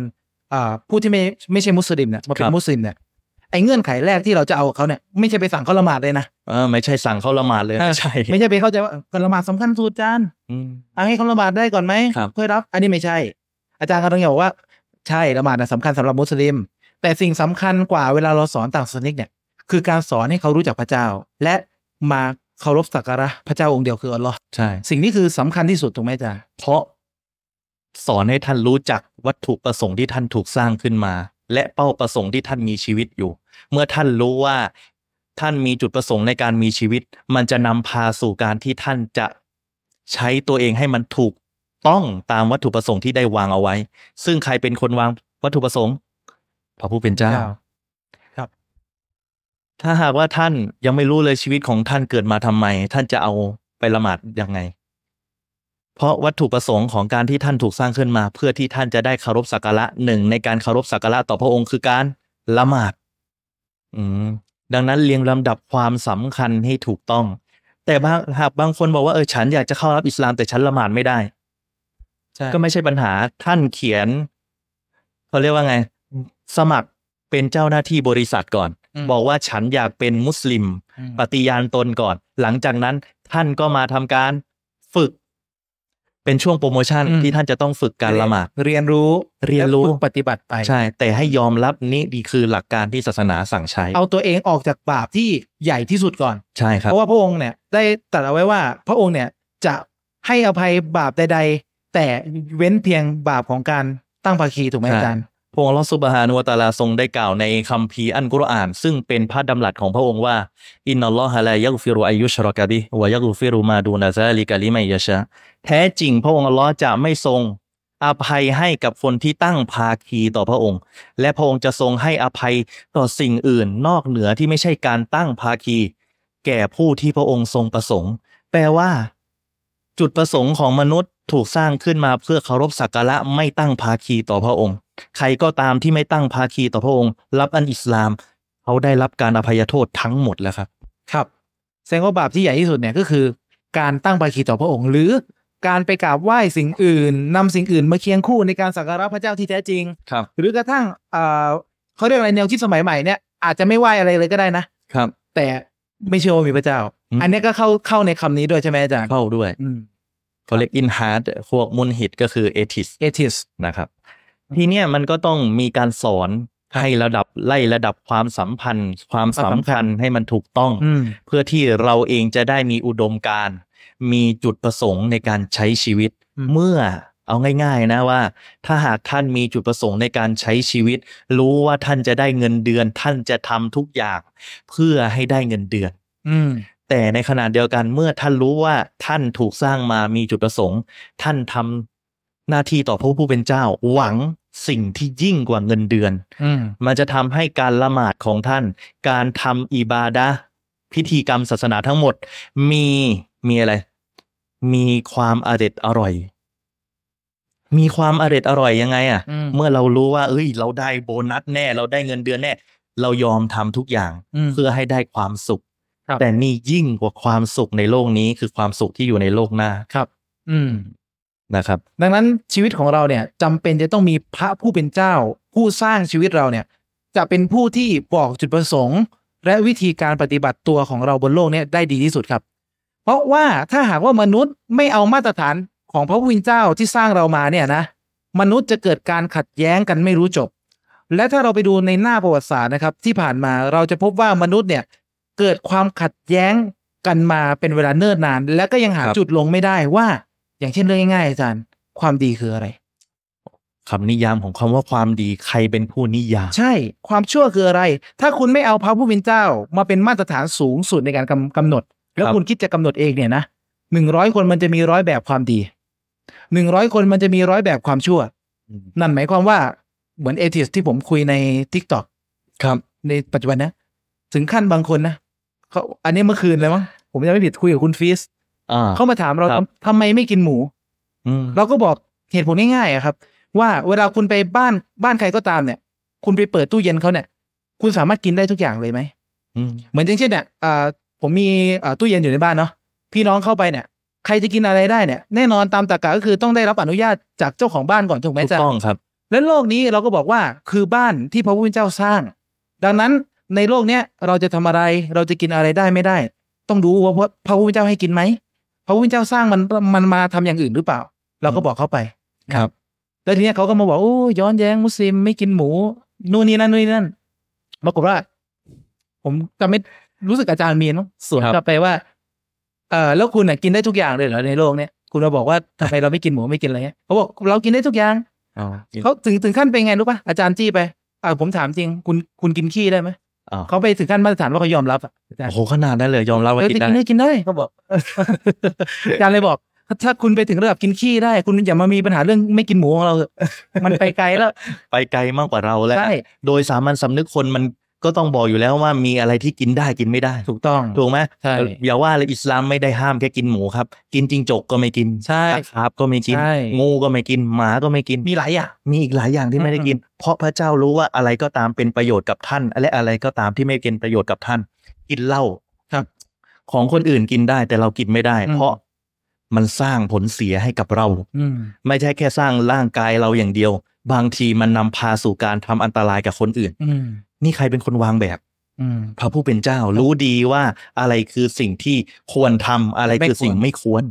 S1: อ่าผู้ที่ไม่ไม่ใช่มุสลิมเนี่ยมาเป็
S2: ครั
S1: น
S2: บ
S1: มุสลิมเนี่ย ไอ้เงื่อนไขแรกที่เราจะเอาเขาเนี่ยไม่ใช่ไปสั่งเขาละหมาดเลยนะ
S2: เออไม่ใช่สั่งเข้าละหมาดเลย
S1: เออ
S2: ใช่
S1: ไม่ใช่ไปเข้าใจว่าก่อนละหมาดสำคัญสุดอาจารย์
S2: อืม
S1: เอาให้เขาละหมาดได้ก่อนไหม
S2: ครับ
S1: เพื่อรับ อันนี้ไม่ใช่ อาจารย์กำลังจะบอกว่า ใช่ละหมาดนะสำคัญสำหรับมุสลิม แต่สิ่งสำคัญกว่าเวลาเราสอนต่างศาสนิกเนี่ย คือการสอนให้เขารู้จักพระเจ้า และมาเคารพสักการะพระเจ้าองค์เดียวคืออัลลอฮ์
S2: ใช่
S1: สิ่งนี้คือสำคัญที่สุดถูกไหมอาจารย์
S2: เพราะสอนให้ท่านรู้จักวัตถุประสงค์ที่ท่านถูกสร้างขึ้นมา และเป้าประสงค์ที่ท่านมีชีวิตอยู่ เมื่อท่านรู้ว่าท่านมีจุดประสงค์ในการมีชีวิต มันจะนำพาสู่การที่ท่านจะใช้ตัวเองให้มันถูกต้องตามวัตถุประสงค์ที่ได้วางเอาไว้ ซึ่งใครเป็นคนวางวัตถุประสงค์พระผู้เป็นเจ้า ถ้าหากว่าท่านยังไม่รู้เลยชีวิตของท่านเกิดมาทำไม ท่านจะเอาไปละหมาดยังไง เพราะวัตถุประสงค์ของการที่ท่านถูกสร้างขึ้นมา เพื่อที่ท่านจะได้เคารพสักการะหนึ่งในการเคารพสักการะต่อพระองค์คือการละหมาด อืม ดังนั้นเรียงลำดับความสำคัญให้ถูกต้อง แต่บางหากบางคนบอกว่าเออฉันอยากจะเข้ารับอิสลามแต่ฉันละหมาดไม่ได้
S1: ใช่
S2: ก็ไม่ใช่ปัญหาท่านเขียนเขาเรียกว่าไง สมัครเป็นเจ้าหน้าที่บริษัทก่อน
S1: อืม
S2: บอกว่าฉันอยากเป็นมุสลิม
S1: อืม
S2: ปฏิญาณตนก่อน หลังจากนั้นท่านก็มาทำการฝึก เป็นช่วงโปรโมชั่น
S1: อืม
S2: ที่ท่านจะต้องฝึกการละหมาด
S1: เรียนรู้
S2: เรียนรู้
S1: และฝึกปฏิบัติไป
S2: ใช่ แต่ให้ยอมรับนี่ดีคือหลักการที่ศาสนาสั่งใช้
S1: เอาตัวเองออกจากบาปที่ใหญ่ที่สุดก่อน
S2: ใช่ครั
S1: เพ
S2: บ
S1: ราะว่าพระองค์เนี่ยได้ตรัสเอาไว้ว่า พระองค์เนี่ยจะให้อภัยบาปใด ๆ แต่เว้นเพียงบาปของการตั้งภาคีถูกไหม
S2: ใช่
S1: อาจารย์
S2: พระองค์อัลลอฮ์ซุบฮานุวะตะอาลาทรงได้กล่าวในคัมภีร์อันกุรอาน ซึ่งเป็นพระดำรัสของพระองค์ว่า อินนัลลอฮะลายักฟิรุอายุชรอกะบิฮ์วะยักฟิรุมาดูนาซาลิกะลิมัยยะชาแท้จริงพระองค์อัลลอฮ์จะไม่ทรงอภัยให้กับคนที่ตั้งภาคีต่อพระองค์ และพระองค์จะทรงให้อภัยต่อสิ่งอื่นนอกเหนือที่ไม่ใช่การตั้งภาคี แก่ผู้ที่พระองค์ทรงประสงค์ แปลว่า จุดประสงค์ของมนุษย์ถูกสร้างขึ้นมาเพื่อเคารพสักการะไม่ตั้งภาคีต่อพระองค์ ใครก็ตามที่ไม่ตั้งภาคีต่อพระองค์ รับอันอิสลาม เขาได้รับการอภัยโทษทั้งหมดแล้วครับ
S1: ครับแสดงว่าบาปที่ใหญ่ที่สุดเนี่ยก็คือ การตั้งภาคีต่อพระองค์ หรือการไปกราบไหว้สิ่งอื่นนำสิ่งอื่นมาเคียงคู่ในการสักการะพระเจ้าที่แท้จริง
S2: ครับ
S1: หรือกระทั่งเอ่อเขาเรียกอะไรแนวคิดสมัยใหม่เนี่ยอาจจะไม่ไหว้อะไรเลยก็ได้นะ
S2: ครับ
S1: แต่ไม่เชื่อว่ามีพระเจ้า
S2: อืม
S1: อันเนี้ยก็เข้าเข้าในคำนี้ด้วยใช่ไหมอาจารย์
S2: เข้าด้วย
S1: อืม
S2: เขาเรียกอินฮาร์ดพวกมุนหิตก็คือเอทิส
S1: เอทิส
S2: นะครับทีเนี้ยมันก็ต้องมีการสอนให้ระดับไล่ระดับความสัมพันธ์ ความ
S1: ความสัมพั
S2: สำคั
S1: น
S2: ญ
S1: ธ์
S2: ให้มันถูกต้อง
S1: อืม
S2: เพื่อที่เราเองจะได้มีอุดมการณ์มีจุดประสงค์ในการใช้ชีวิต
S1: อืม
S2: เมื่อเอาง่าย ๆนะว่า ถ้าหากท่านมีจุดประสงค์ในการใช้ชีวิต รู้ว่าท่านจะได้เงินเดือน ท่านจะทำทุกอย่าง เพื่อให้ได้เงินเดือน
S1: อืม
S2: แต่ในขณะเดียวกันเมื่อท่านรู้ว่าท่านถูกสร้างมามีจุดประสงค์ ท่านทำหน้าที่ต่อพระผู้เป็นเจ้า หวังสิ่งที่ยิ่งกว่าเงินเดือน
S1: อืม
S2: มันจะทำให้การละหมาดของท่าน การทำอิบาดะห์พิธีกรรมศาสนาทั้งหมด มีมีอะไร มีความอร็ดอร่อย มีความอร็ดอร่อยยังไงอะ่ะ
S1: อืม
S2: เมื่อเรารู้ว่า เอ้ย เราได้โบนัสแน่ เราได้เงินเดือนแน่ เรายอมทำทุกอย่าง
S1: อืม
S2: เพื่อให้ได้ความสุข
S1: ครับ
S2: แต่นี่ยิ่งกว่าความสุขในโลกนี้คือความสุขที่อยู่ในโลกหน้า
S1: ครับ อืม
S2: นะครับ
S1: ดังนั้นชีวิตของเราเนี่ยจำเป็นจะต้องมีพระผู้เป็นเจ้า ผู้สร้างชีวิตเราเนี่ย จะเป็นผู้ที่บอกจุดประสงค์ และวิธีการปฏิบัติตัวของเราบนโลกเนี่ยได้ดีที่สุดครับ เพราะว่าถ้าหากว่ามนุษย์ไม่เอามาตรฐานของพระผู้เป็นเจ้าที่สร้างเรามาเนี่ยนะ มนุษย์จะเกิดการขัดแย้งกันไม่รู้จบ และถ้าเราไปดูในหน้าประวัติศาสตร์นะครับที่ผ่านมาเราจะพบว่ามนุษย์เนี่ยเกิดความขัดแย้งกันมาเป็นเวลาเนิ่นนาน และก็ยังหา
S2: ครับ
S1: จุดลงไม่ได้ว่า อย่างเช่นเรื่องง่ายๆอาจารย์ ความดีคืออะไร
S2: คำนิยามของคำว่าความดีใครเป็นผู้นิยาม
S1: ใช่ความชั่วคืออะไร ถ้าคุณไม่เอาพระผู้เป็นเจ้า มาเป็นมาตรฐานสูงสุดในการกำกำหนด แล้ว
S2: ครับ
S1: คุณคิดจะกำหนดเองเนี่ยนะหนึ่งร้อยคนมันจะมีร้อยแบบความดีหนึ่งร้อยคนมันจะมีร้อยแบบความชั่ว นั่นหมายความว่าเหมือนเอทิสที่ผมคุยใน t ิ k t o k
S2: ครับ
S1: ในปัจจุบันนะ ถึงขั้นบางคนนะเขาอันนี้เมื่อคืนเลยมั้งผมจะไม่ผิดคุยกับคุณฟีส
S2: อ่า
S1: เขามาถามเรา
S2: ครับ
S1: ทำไมไม่กินหมู
S2: อืม
S1: เราก็บอกเหตุผลง่ายๆอะครับ ว่าเวลาคุณไปบ้านบ้านใครก็ตามเนี่ย คุณไปเปิดตู้เย็นเขาเนี่ย คุณสามารถกินได้ทุกอย่างเลยไหม
S2: อืม
S1: เหมือนอย่างเช่นเนี่ยอ่าผมมีอ่าตู้เย็นอยู่ในบ้านเนาะพี่น้องเข้าไปเนี่ยใครจะกินอะไรได้เนี่ยแน่นอนตามตรรกะก็คือต้องได้รับอนุญาตจากเจ้าของบ้านก่อนถูกไหม
S2: ถูก
S1: จ๊ะ
S2: ต้องครับ
S1: และโลกนี้เราก็บอกว่าคือบ้านที่พระผู้เป็นเจ้าสร้าง ดังนั้น ในโลกเนี้ยเราจะทำอะไรเราจะกินอะไรได้ไม่ได้ ต้องดูว่าพระพระพุทธเจ้าให้กินไหมพระพุทธเจ้าสร้างมันมันมาทำอย่างอื่นหรือเปล่า เราก็บอกเขาไป
S2: ครับ
S1: แล้วทีเนี้ยเขาก็มาบอกโอ้ย้อนแย้งมุสลิมไม่กินหมูนู่นนี่นั่นนู่นนี่นั่นปรากฏว่า ผมจำไม่รู้สึกอาจารย์มีนมั้งสวน
S2: ครับ
S1: กลับไปว่า เออแล้วคุณน่ะกินได้ทุกอย่างเลยเหรอในโลกเนี้ยคุณมาบอกว่าทำไมเราไม่กินหมูไม่กินอะไรเงี้ยเขาบอกเรากินได้ทุกอย่าง
S2: อ๋อ
S1: เขาถึงถึงขั้นเป็นไงรู้ป่ะอาจารย์จี้ไปอ่าผมถามจริง คุณคุณกินขี้ได้ไหม
S2: อ๋อ
S1: เขาไปถึงขั้นมาตรฐานว่าเขายอมรับอ่ะอาจาร
S2: โอ้
S1: ย์
S2: โหขนาดนั้นเลยยอมรับ
S1: เอ
S2: ว่า
S1: อ
S2: กิน
S1: จะ
S2: ได้
S1: กินได้กินได้เขาบอก (laughs) อาจารย์เลยบอก ถ้าคุณไปถึงระดับกินขี้ได้ คุณอย่ามามีปัญหาเรื่องไม่กินหมูของเราเถอะมันไปไกลแล้ว
S2: ไปไกลมากกว่าเราแล้ว
S1: ใช่
S2: โดยสามัญสำนึกคนมันก็ต้องบอกอยู่แล้วว่ามีอะไรที่กินได้กินไม่ได้
S1: ถูกต้อง
S2: ถูกไหม
S1: ใช่
S2: อย่าว่าเลยอิสลามไม่ได้ห้ามแค่กินหมูครับ กินจิงจกก็ไม่กิน
S1: ใช่
S2: ตะขาบก็ไม่กิน
S1: ใช่
S2: งูก็ไม่กินหมาก็ไม่กิน
S1: มีหลายอย่าง
S2: มีอีกหลายอย่างที่ไม่ได้กิน เพราะพระเจ้ารู้ว่าอะไรก็ตามเป็นประโยชน์กับท่าน และอะไรก็ตามที่ไม่เป็นประโยชน์กับท่าน กินเหล้า
S1: ครับ
S2: ของคนอื่นกินได้แต่เรากินไม่ได้
S1: อืม
S2: เพราะมันสร้างผลเสียให้กับเรา
S1: อืม
S2: ไม่ใช่แค่สร้างร่างกายเราอย่างเดียว บางทีมันนำพาสู่การทำอันตรายกับคนอื่น
S1: อืม
S2: นี่ใครเป็นคนวางแบบ
S1: อืม
S2: พระผู้เป็นเจ้า รู้ดีว่าอะไรคือสิ่งที่ควรทำอะไรคือสิ่งไม่ควร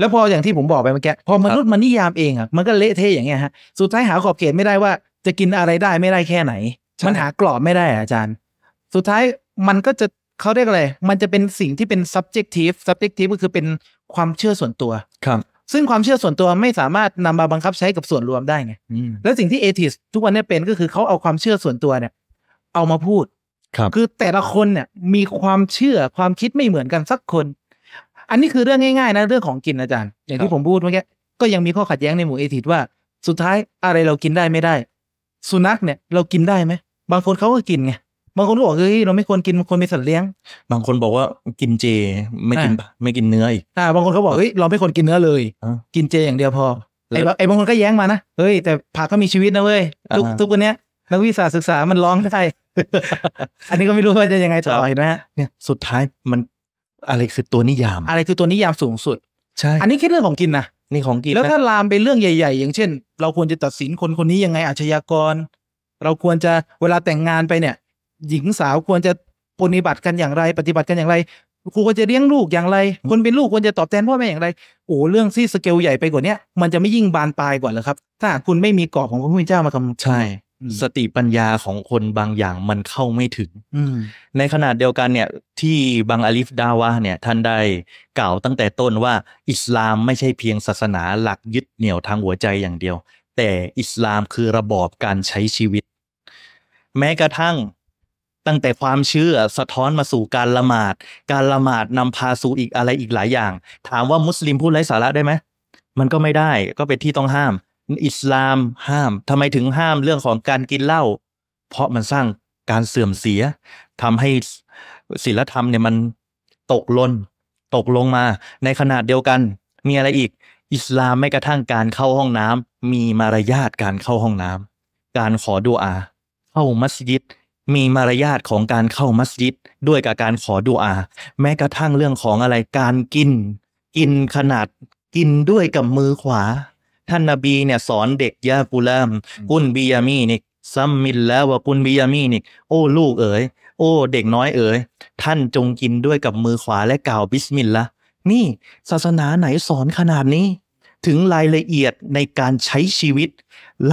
S1: แล้วพออย่างที่ผมบอกไปเมื่อกี้พอมนุษย์มันนิยามเองอ่ะมันก็เละเทะอย่างเงี้ยฮะสุดท้ายหาขอบเขตไม่ได้ว่า จะกินอะไรได้ไม่ได้แค่ไหน
S2: ใช่
S1: มันหากรอบไม่ได้อะอาจารย์ สุดท้ายมันก็จะเขาเรียกอะไร มันจะเป็นสิ่งที่เป็น subjective subjective ก็คือเป็นความเชื่อส่วนตัว
S2: ครับ
S1: ซึ่งความเชื่อส่วนตัวไม่สามารถนำมาบังคับใช้กับส่วนรวมได้ไง
S2: อืม
S1: และสิ่งที่เอทิสทุกวันเนี้เป็นก็คือเขาเอาความเชื่อส่วนตัวเนี่ย เอามาพูด
S2: ครับ
S1: คือแต่ละคนเนี่ยมีความเชื่อความคิดไม่เหมือนกันสักคน อันนี้คือเรื่องง่ายๆนะเรื่องของกินอาจารย์ อย่าง
S2: ครั
S1: ที่
S2: บ
S1: ผมพูดเมื่อกี้ก็ยังมีข้อขัดแย้งในหมู่เอทิดว่า สุดท้ายอะไรเรากินได้ไม่ได้ สุนัขเนี่ยเรากินได้ไหมบางคนเขาก็กินไงบางคนก็บอกเฮ้ยเราไม่ควรกินมันควรเป็นสัตว์เลี้ยง
S2: บางคนบอกว่ากินเจไม่กินไม่กินเนื้ออีก
S1: อ่าบางคนเขาบอกเฮ้ยเราไม่ควรกินเนื้อเลย
S2: อ่ะ
S1: กินเจอย่างเดียวพอ
S2: แล้ว
S1: ไอ้บางไอ้บางคนก็แย้งมานะเฮ้ยแต่ผักก็มีชีวิตนะเว้ยทุก
S2: อ่า
S1: ทุกวันเนี้ยนักวิชาศึกษามันร้องได้ (laughs) อันนี้ก็ไม่รู้ว่าจะยังไงต่
S2: ครั
S1: อบ เห็นไหมฮะ
S2: เนี่ยสุดท้ายมันอะไรคือตัวนิยาม
S1: อะไรคือตัวนิยามสูงสุด
S2: ใช่
S1: อันนี้แค่เรื่องของกินนะ
S2: นี่ของกิน
S1: แล้ว
S2: นะ
S1: ถ้าลามไปเรื่องใหญ่ ๆ อย่างเช่น เราควรจะตัดสินคนคนนี้ยังไงอาชญากร เราควรจะเวลาแต่งงานไปเนี่ย หญิงสาวควรจะปฏิบัติกันอย่างไร ปฏิบัติกันอย่างไรครูควรจะเลี้ยงลูกอย่างไร คนเป็นลูกควรจะตอบแทนพ่อแม่อย่างไรโอ้เรื่องที่สเกลใหญ่ไปกว่าเนี้ยมันจะไม่ยิ่งบานปลายกว่าเหรอครับ ถ้าหากคุณไม่มีกรอบของพระพุทธเจ้ามากำหนด
S2: ใช่
S1: อืม
S2: สติปัญญาของคนบางอย่างมันเข้าไม่ถึง
S1: อืม
S2: ในขณะเดียวกันเนี่ยที่บังอาลิฟดาวาเนี่ยท่านได้กล่าวตั้งแต่ต้นว่าอิสลามไม่ใช่เพียงศาสนาหลักยึดเหนี่ยวทางหัวใจอย่างเดียว แต่อิสลามคือระบอบการใช้ชีวิต แม้กระทั่งตั้งแต่ความเชื่อสะท้อนมาสู่การละหมาด การละหมาดนำพาสู่อีกอะไรอีกหลายอย่าง ถามว่ามุสลิมพูดไร้สาระได้ไหมมันก็ไม่ได้ก็เป็นที่ต้องห้าม อิสลามห้ามทำไมถึงห้ามเรื่องของการกินเหล้าเพราะมันสร้างการเสื่อมเสีย ทำให้ศีลธรรมเนี่ยมันตกหล่นตกลงมา ในขนาดเดียวกัน มีอะไรอีก อิสลามไม่กระทั่งการเข้าห้องน้ำมีมารยาทการเข้าห้องน้ำการขอดุอา เข้ามัสยิด มีมารยาทของการเข้ามัสยิด ด้วยกับการขอดุอา แม้กระทั่งเรื่องของอะไรการกิน กินขนาดกินด้วยกับมือขวา ท่านนบีเนี่ยสอนเด็กยากุลามกุนบียามีนิกซัมมิลแล้วว่ากุนบียามีนิกโอ้ลูกเอ๋ย โอ้เด็กน้อยเอ๋ยท่านจงกินด้วยกับมือขวาและกล่าวบิสมิลละนี่ศาสนาไหนสอนขนาดนี้ ถึงรายละเอียดในการใช้ชีวิต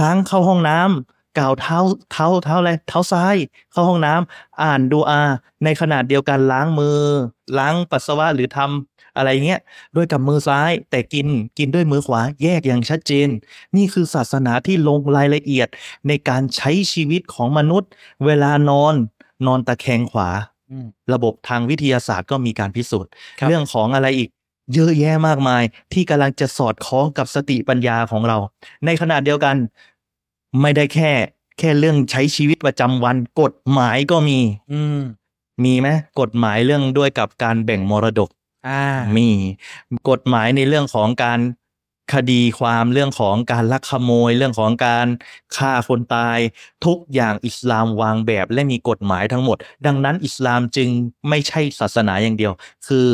S2: ล้างเข้าห้องน้ำกล่าวเท้าเท้าเท้าอะไรเท้าซ้าย เข้าห้องน้ำอ่านดูอา ในขณะเดียวกันล้างมือ ล้างปัสสาวะหรือทำอะไรเงี้ยด้วยกับมือซ้าย แต่กินกินด้วยมือขวาแยกอย่างชัดเจน นี่คือศาสนาที่ลงรายละเอียดในการใช้ชีวิตของมนุษย์ เวลานอน นอนตะแคงขวา
S1: อืม
S2: ระบบทางวิทยาศาสตร์ก็มีการพิสูจน์
S1: ครับ
S2: เรื่องของอะไรอีก เยอะแยะมากมาย ที่กำลังจะสอดคล้องกับสติปัญญาของเรา ในขณะเดียวกัน ไม่ได้แค่ แค่เรื่องใช้ชีวิตประจำวัน กฎหมายก็มี
S1: อืม
S2: มีไหมกฎหมายเรื่องด้วยกับการแบ่งมรดก
S1: อ่า
S2: มีกฎหมายในเรื่องของการคดีความเรื่องของการลักขโมย เรื่องของการฆ่าคนตาย ทุกอย่างอิสลามวางแบบและมีกฎหมายทั้งหมด ดังนั้นอิสลามจึงไม่ใช่ศาสนาอย่างเดียว คือ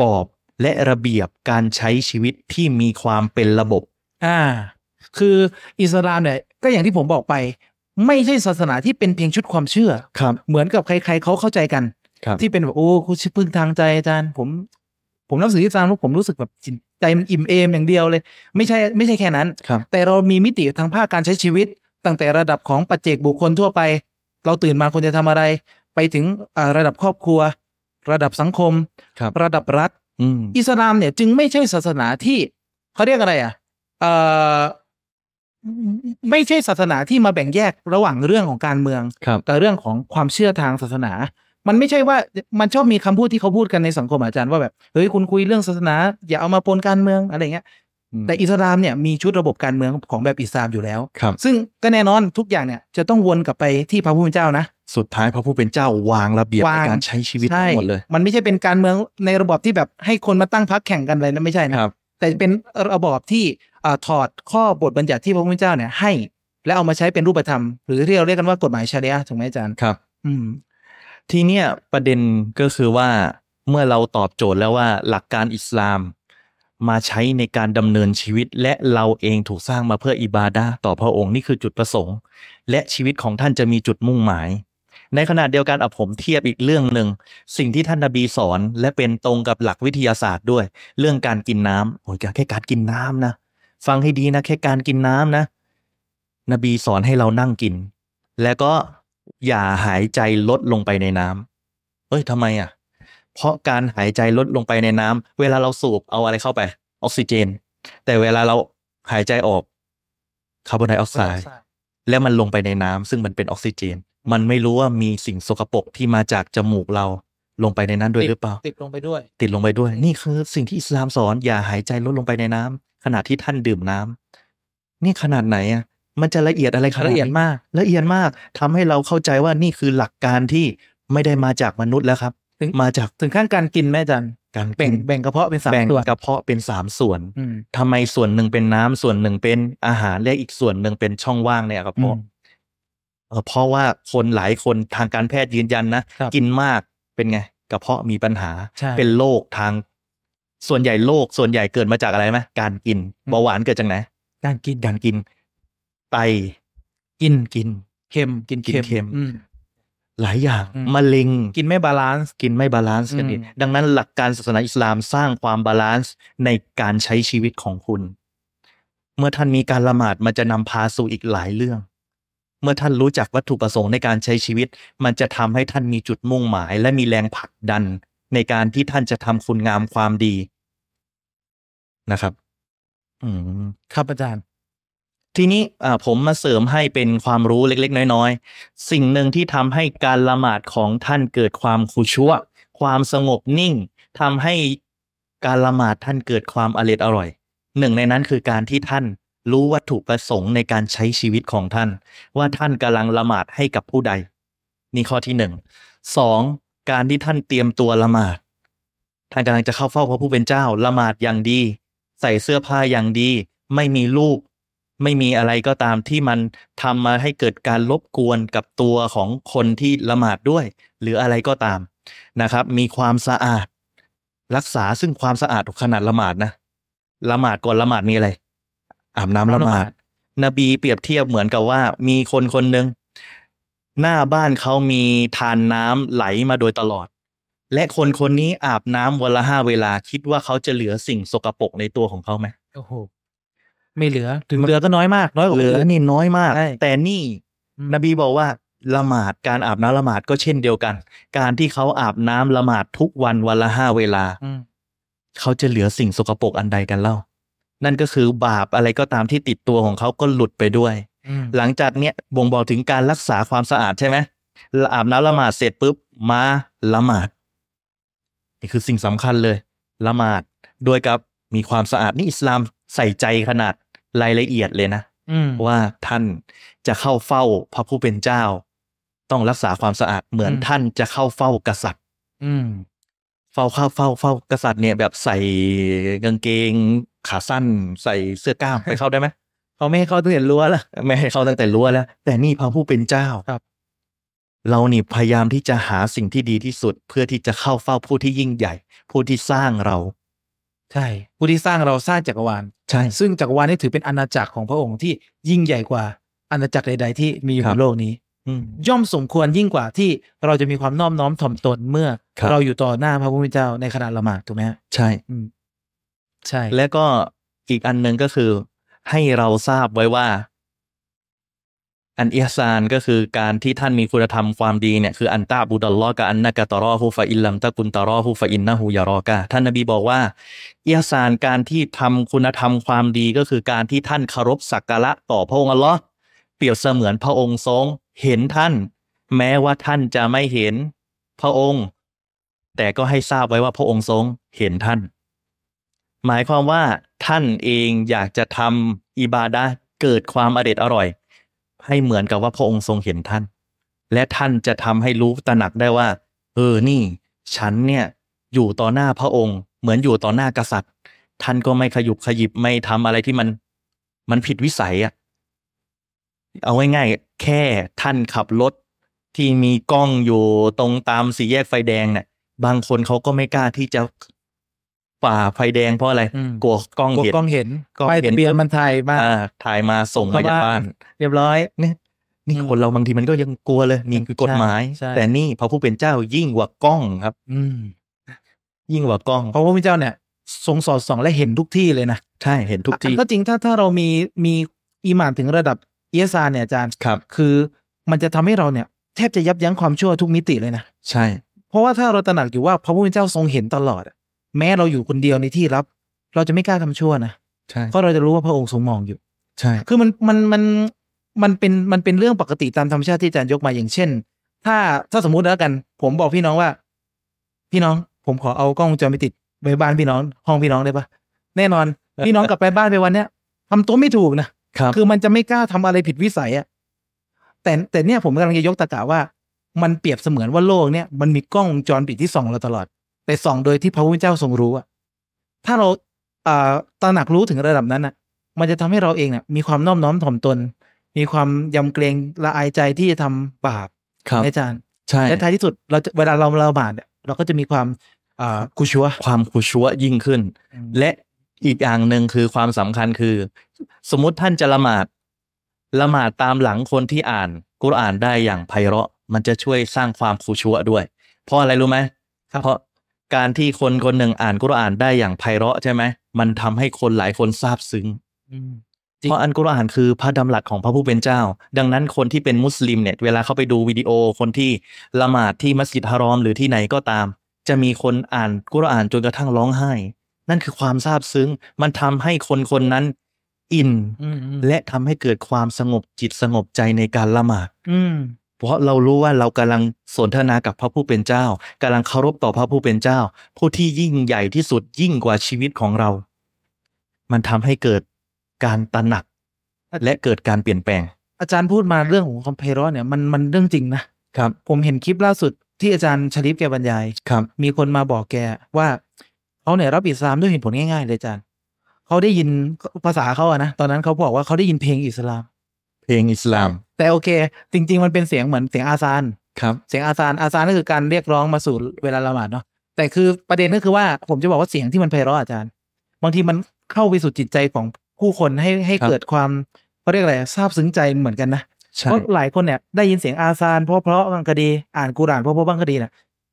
S2: กรอบและระเบียบการใช้ชีวิตที่มีความเป็นระบบ
S1: อ่า คืออิสลามเนี่ยก็อย่างที่ผมบอกไป ไม่ใช่ศาสนาที่เป็นเพียงชุดความเชื่อ
S2: ครับ
S1: เหมือนกับใคร ๆเขาเข้าใจกัน
S2: ครับ
S1: ที่เป็นแบบโอ้คุณชื่อพึ่งทางใจอาจารย์ ผม ผมนับถืออิสลามเพราะผมรู้สึกแบบจิตใจมันอิ่มเอมอย่างเดียวเลย ไม่ใช่ไม่ใช่แค่นั้น
S2: ครับ
S1: แต่เรามีมิติทางภาคการใช้ชีวิต ตั้งแต่ระดับของปัจเจกบุคคลทั่วไป เราตื่นมาควรจะทำอะไร ไปถึงอ่าระดับครอบครัว ระดับสังคม
S2: ครับ
S1: ระดับรัฐ
S2: อืม
S1: อิสลามเนี่ยจึงไม่ใช่ศาสนาที่เขาเรียกอะไรอ่ะเอ่อไม่ใช่ศาสนาที่มาแบ่งแยกระหว่างเรื่องของการเมือง
S2: ครับ
S1: กับเรื่องของความเชื่อทางศาสนา มันไม่ใช่ว่ามันชอบมีคำพูดที่เขาพูดกันในสังคมอาจารย์ว่าแบบเฮ้ยคุณคุยเรื่องศาสนา อย่าเอามาปนการเมืองอะไรเงี้ย
S2: อืม
S1: แต่อิสลามเนี่ยมีชุดระบบการเมืองของแบบอิสลามอยู่แล้ว
S2: ครับ
S1: ซึ่งก็แน่นอนทุกอย่างเนี่ยจะต้องวนกลับไปที่พระผู้เป็นเจ้านะ
S2: สุดท้ายพระผู้เป็นเจ้าวางระเบียบ
S1: วาง
S2: ในการใช้ชีวิตทั้งหมดเลย
S1: ใช่มันไม่ใช่เป็นการเมืองในระบอบที่แบบให้คนมาตั้งพรรคแข่งกันอะไรนะไม่ใช่นะครับ แต่เป็นระบอบที่เอ่อถอดข้อบทบัญญัติที่พระผู้เป็นเจ้าเนี่ยให้ และเอามาใช้เป็นรูปธรรม หรือที่เราเรียกกันว่ากฎหมายชารีอะห์ถูกไหมอาจารย์
S2: ครับ
S1: อืม
S2: ทีเนี้ยประเด็นก็คือว่าเมื่อเราตอบโจทย์แล้วว่าหลักการอิสลาม มาใช้ในการดำเนินชีวิต และเราเองถูกสร้างมาเพื่ออิบาดะห์ต่อพระองค์นี่คือจุดประสงค์ และชีวิตของท่านจะมีจุดมุ่งหมาย ในขณะเดียวกันอ่ะผมเทียบอีกเรื่องหนึ่งสิ่งที่ท่านนบีสอนและเป็นตรงกับหลักวิทยาศาสตร์ด้วย เรื่องการกินน้ำโอ้ยแค่การกินน้ำนะ ฟังให้ดีนะ แค่การกินน้ำนะ นบีสอนให้เรานั่งกิน แล้วก็อย่าหายใจลดลงไปในน้ำเอ้ยทำไมอ่ะ เพราะการหายใจลดลงไปในน้ำเวลาเราสูบเอาอะไรเข้าไป ออกซิเจน แต่เวลาเราหายใจออกคาร์บอนไดออกไซด์ แล้วมันลงไปในน้ำซึ่งมันเป็นออกซิเจน มันไม่รู้ว่ามีสิ่งสกปรกที่มาจากจมูกเราลงไปในนั้นด้วยหรือเปล่า
S1: ติดลงไปด้วย
S2: ติดลงไปด้วย นี่คือสิ่งที่อิสลามสอนอย่าหายใจลดลงไปในน้ำขณะที่ท่านดื่มน้ำนี่ขนาดไหนอ่ะมันจะละเอียดอะไรขนาด
S1: ละ
S2: นี้
S1: เอียดมาก
S2: ละเอียดมากทำให้เราเข้าใจว่านี่คือหลักการที่ไม่ได้มาจากมนุษย์แล้วครับ
S1: ถึง
S2: มาจาก
S1: ถึงขั้นการกินแม่อาจัน
S2: การ
S1: แบ่งแบ่งกระเพาะเป็นสาม
S2: แบ่ง
S1: ส่วน
S2: กระเพาะเป็นสามส่วน
S1: อืม
S2: ทำไมส่วนหนึ่งเป็นน้ำส่วนหนึ่งเป็นอาหารและอีกส่วนหนึ่งเป็นช่องว่างในกระ
S1: อืม
S2: เพาะ เออเพราะว่าคนหลายคนทางการแพทย์ยืนยันนะครับกินมากเป็นไงกระเพาะมีปัญหา
S1: ใช่
S2: เป็นโรคทาง ส่วนใหญ่โรคส่วนใหญ่เกิดมาจากอะไรไหมการกิน
S1: อืม
S2: เบาหวานเกิดจากไหน
S1: การกิน
S2: การกินไตกินกิน
S1: เค็มกิน
S2: กินเค็ม
S1: อืม
S2: หลายอย่าง
S1: อืม
S2: มะเร็ง
S1: กินไม่บาลานซ์
S2: กินไม่บาลานซ์กันดี
S1: อืม
S2: ดังนั้นหลักการศาสนาอิสลามสร้างความบาลานซ์ในการใช้ชีวิตของคุณ เมื่อท่านมีการละหมาดมันจะนำพาสู่อีกหลายเรื่อง เมื่อท่านรู้จักวัตถุประสงค์ในการใช้ชีวิต มันจะทำให้ท่านมีจุดมุ่งหมาย และมีแรงผลักดัน ในการที่ท่านจะทำคุณงามความดีนะครับ อืม
S1: ครับอาจารย์
S2: ทีนี้อ่าผมมาเสริมให้เป็นความรู้เล็กๆ น้อยๆ สิ่งหนึ่งที่ทำให้การละหมาดของท่านเกิดความคุชัวความสงบนิ่งทำให้การละหมาดท่านเกิดความอร็ดอร่อย หนึ่งในนั้นคือการที่ท่านรู้วัตถุประสงค์ในการใช้ชีวิตของท่าน ว่าท่านกำลังละหมาดให้กับผู้ใด นี่ข้อที่หนึ่งสองการที่ท่านเตรียมตัวละหมาด ท่านกำลังจะเข้าเฝ้าพระผู้เป็นเจ้าละหมาดอย่างดี ใส่เสื้อผ้าอย่างดี ไม่มีรูป ไม่มีอะไรก็ตามที่มันทำมาให้เกิดการรบกวนกับตัวของคนที่ละหมาดด้วย หรืออะไรก็ตามนะครับ มีความสะอาด รักษาซึ่งความสะอาดขนาดละหมาดนะละหมาดก่อนละหมาดมีอะไรอาบน้ำละหมาด นบีเปรียบเทียบเหมือนกับว่ามีคนคนหนึ่งหน้าบ้านเขามีทานน้ำไหลมาโดยตลอด และคนคนนี้อาบน้ำวันละห้าเวลาคิดว่าเขาจะเหลือสิ่งสกปรกในตัวของเขาไหม
S1: โอ้โห ไม่เหลือ ถึงเหลือก็น้อยมาก น้อยกว่า
S2: เหลือ
S1: คนน
S2: นี่น้อยมาก
S1: ใช่
S2: แต่นี่นบีบอกว่าละหมาดการอาบน้ำละหมาดก็เช่นเดียวกัน การที่เขาอาบน้ำละหมาดทุกวันวันละห้าเวลา
S1: อืม
S2: เขาจะเหลือสิ่งสกปรกอันใดกันเล่า นั่นก็คือบาปอะไรก็ตามที่ติดตัวของเขาก็หลุดไปด้วย
S1: อืม
S2: หลังจากเนี้ยบ่งบอกถึงการรักษาความสะอาดใช่ไหมละอาบน้ำละหมาดเสร็จปุ๊บมาละหมาดนี่คือสิ่งสำคัญเลยละหมาดโดวยกับมีความสะอาดนี่อิสลามใส่ใจขนาดรายละเอียดเลยนะ
S1: อืม
S2: ว่าท่านจะเข้าเฝ้าพระผู้เป็นเจ้า ต้องรักษาความสะอาดเหมือน
S1: อืม
S2: ท่านจะเข้าเฝ้ากษัตริย์
S1: อืม
S2: เฝ้าเข้าเฝ้าเฝ้ากษัตริย์เนี่ยแบบใส่กางเกงขาสั้น ใส่เสื้อก
S1: (laughs)
S2: ล้ามไปเข้าได้ไหม
S1: เขาไม่ให้เขาเห็นรั้วละ
S2: ไม่ให้เข้าตั้งแต่รั้วแล้ว แต่นี่พระผู้เป็นเจ้า
S1: ครับ
S2: เรานี่พยายามที่จะหาสิ่งที่ดีที่สุด เพื่อที่จะเข้าเฝ้าผู้ที่ยิ่งใหญ่ ผู้ที่สร้างเรา
S1: ใช่ ผู้ที่สร้างเราสร้างจักรวาล
S2: ใช่
S1: ซึ่งจักรวาลนี่ถือเป็นอาณาจักรของพระองค์ที่ยิ่งใหญ่กว่า อาณาจักรใด ๆ ที่มีอยู่
S2: ครับ บ
S1: นโลกนี้
S2: อืม
S1: ย่อมสมควรยิ่งกว่าที่เราจะมีความนอบน้อมถ่อมตนเมื่อ
S2: ครับ
S1: เราอยู่ต่อหน้าพระผู้เป็นเจ้าในขณะละหมาดถูกไหมฮะ
S2: ใช่
S1: อืม ใช่
S2: แล้วก็อีกอันหนึ่งก็คือ ให้เราทราบไว้ว่า อันอิฮซานก็คือการที่ท่านมีคุณธรรมความดีเนี่ยคืออันตาบูดัลลอฮ์กับอันนากาตารอฮูฟาอินลัมตะกุนตารอฮูฟาอินนะฮูยารอกะท่านนบีบอกว่าอิฮซานการที่ทำคุณธรรมความดีก็คือการที่ท่านเคารพสักการะต่อพระองค์อัลลอฮ์เปรียบเสมือนพระองค์ทรงเห็นท่าน แม้ว่าท่านจะไม่เห็นพระองค์ แต่ก็ให้ทราบไว้ว่าพระองค์ทรงเห็นท่าน หมายความว่าท่านเองอยากจะทำอิบาดะห์เกิดความอเด็ดอร่อย ให้เหมือนกับว่าพระองค์ทรงเห็นท่าน และท่านจะทำให้รู้ตระหนักได้ว่า เออนี่ ฉันเนี่ยอยู่ต่อหน้าพระองค์ เหมือนอยู่ต่อหน้ากษัตริย์ ท่านก็ไม่ขยุบขยิบไม่ทำอะไรที่มัน มันผิดวิสัยอะเอาง่ายๆแค่ท่านขับรถที่มีกล้องอยู่ตรงตามสี่แยกไฟแดงเนี่ยบางคนเขาก็ไม่กล้าที่จะฝ่าไฟแดงเพราะอะไร
S1: อืม
S2: กลัวกล้อง
S1: กด
S2: เห็
S1: ก
S2: น
S1: ล้องเห็น
S2: กล้อง
S1: ป้าย
S2: เห็น
S1: ทะเบียนมันถ่ายมา
S2: อ่าถ่ายมาส่งมาจากบ้าน
S1: เรียบร้อย
S2: เนี่ยนี่
S1: อืม
S2: คนเราบางทีมันก็ยังกลัวเลยนี่คือกฎหมาย
S1: ใช่
S2: แต่นี่พระผู้เป็นเจ้ายิ่งกว่ากล้องครับ
S1: อืม
S2: ยิ่งกว่ากล้อง
S1: เพราะพระผู้เป็นเจ้าเนี่ยทรงสอดส่องและเห็นทุกที่เลยนะ
S2: ใช่เห็นทุกที่
S1: ก็จริงถ้าถ้าเรามีมีอีหมานถึงระดับเอียซานเนี่ยอาจารย์
S2: ครับ
S1: คือมันจะทำให้เราเนี่ยแทบจะยับยั้งความชั่วทุกมิติเลยนะ
S2: ใช่
S1: เพราะว่าถ้าเราตระหนักอยู่ว่าพระผู้เป็นเจ้าทรงเห็นตลอดอะแม้เราอยู่คนเดียวในที่ลับ เราจะไม่กล้าทำชั่วนะ
S2: ใช่
S1: เพราะเราจะรู้ว่าพระองค์ทรงมองอยู่
S2: ใช่
S1: คือมันมันมันมันเป็นมันเป็นเรื่องปกติตามธรรมชาติที่อาจารย์ยกมาอย่างเช่น ถ้าถ้าสมมุติแล้วกัน ผมบอกพี่น้องว่า พี่น้องผมขอเอากล้องวงจรปิดติดไว้บ้านพี่น้อง ห้องพี่น้องได้ปะแน่นอน พี่น้องกลับไปบ้านไปวันเนี้ยทำตัวไม่ถูกนะ
S2: ครับ
S1: คือมันจะไม่กล้าทำอะไรผิดวิสัยอะแต่แต่เนี่ยผมกำลังจะยกตะกาว่า มันเปรียบเสมือนว่าโลกเนี่ยมันมีกล้องวงจรปิดที่ส่องเราตลอด แต่ส่องโดยที่พระพุทธเจ้าทรงรู้อะถ้าเราเอ่อตระหนักรู้ถึงระดับนั้นอะมันจะทำให้เราเองเนี่ยมีความนอบน้อมถ่อมตน มีความยำเกรงละอายใจที่จะทำบาป
S2: ครับ
S1: นะอาจารย์
S2: ใช่
S1: และท้ายที่สุดเราจะเวลาเราละหมาดเนี่ยเราก็จะมีความเอ่อกุชัว
S2: ความคุชัวยิ่งขึ้น
S1: และ
S2: และอีกอย่างหนึ่งคือความสำคัญคือ สมมติท่านจะละหมาดละหมาดตามหลังคนที่อ่านกุรอานได้อย่างไพเราะ มันจะช่วยสร้างความคูชัวด้วย เพราะอะไรรู้ไหมเพราะการที่คนคนหนึ่งอ่านกุรอานได้อย่างไพเราะใช่ไหมมันทำให้คนหลายคนซาบซึ้ง
S1: อืม จริง
S2: เพราะอันกุรอานคือพระดำรัสของพระผู้เป็นเจ้า ดังนั้นคนที่เป็นมุสลิมเนี่ยเวลาเขาไปดูวิดีโอคนที่ละหมาดที่มัสยิดฮารอมหรือที่ไหนก็ตาม จะมีคนอ่านกุรอานจนกระทั่งร้องไห้ นั่นคือความซาบซึ้ง มันทำให้คนคนนั้นอิน
S1: อืมอืม
S2: และทำให้เกิดความสงบจิตสงบใจในการละหมาด
S1: อืม
S2: เพราะเรารู้ว่าเรากำลังสนทนากับพระผู้เป็นเจ้ากำลังเคารพต่อพระผู้เป็นเจ้า ผู้ที่ยิ่งใหญ่ที่สุดยิ่งกว่าชีวิตของเรา มันทำให้เกิดการตระหนัก และเกิดการเปลี่ยนแปลง
S1: อาจารย์พูดมาเรื่องของความไพเราะเนี่ยมันมันเรื่องจริงนะ
S2: ครับ
S1: ผมเห็นคลิปล่าสุดที่อาจารย์ชลิปแกบรรยาย
S2: ครับ
S1: มีคนมาบอกแกว่าเขาเนี่ยรับอิสลามด้วยเหตุผลง่ายๆเลยอาจารย์เขาได้ยินภาษาเขาอะนะตอนนั้นเขาบอกว่าเขาได้ยินเพลงอิสลาม
S2: เพลงอิสลาม
S1: แต่โอเค จริง ๆ มันเป็นเสียงเหมือนเสียงอาซาน
S2: ครับ
S1: เสียงอาซานอาซานก็คือการเรียกร้องมาสู่เวลาละหมาดเนาะแต่คือประเด็นก็คือว่าผมจะบอกว่าเสียงที่มันไพเราะอาจารย์ บางทีมันเข้าไปสู่จิตใจของผู้คนให้ให้เกิดความเขาเรียกอะไรซาบซึ้งใจเหมือนกันนะ
S2: ใช่
S1: เพราะหลายคนเนี่ยได้ยินเสียงอาซานเพราะเพราะบางคดีอ่านกุรอานเพราะเพราะบางคดีเนี่ย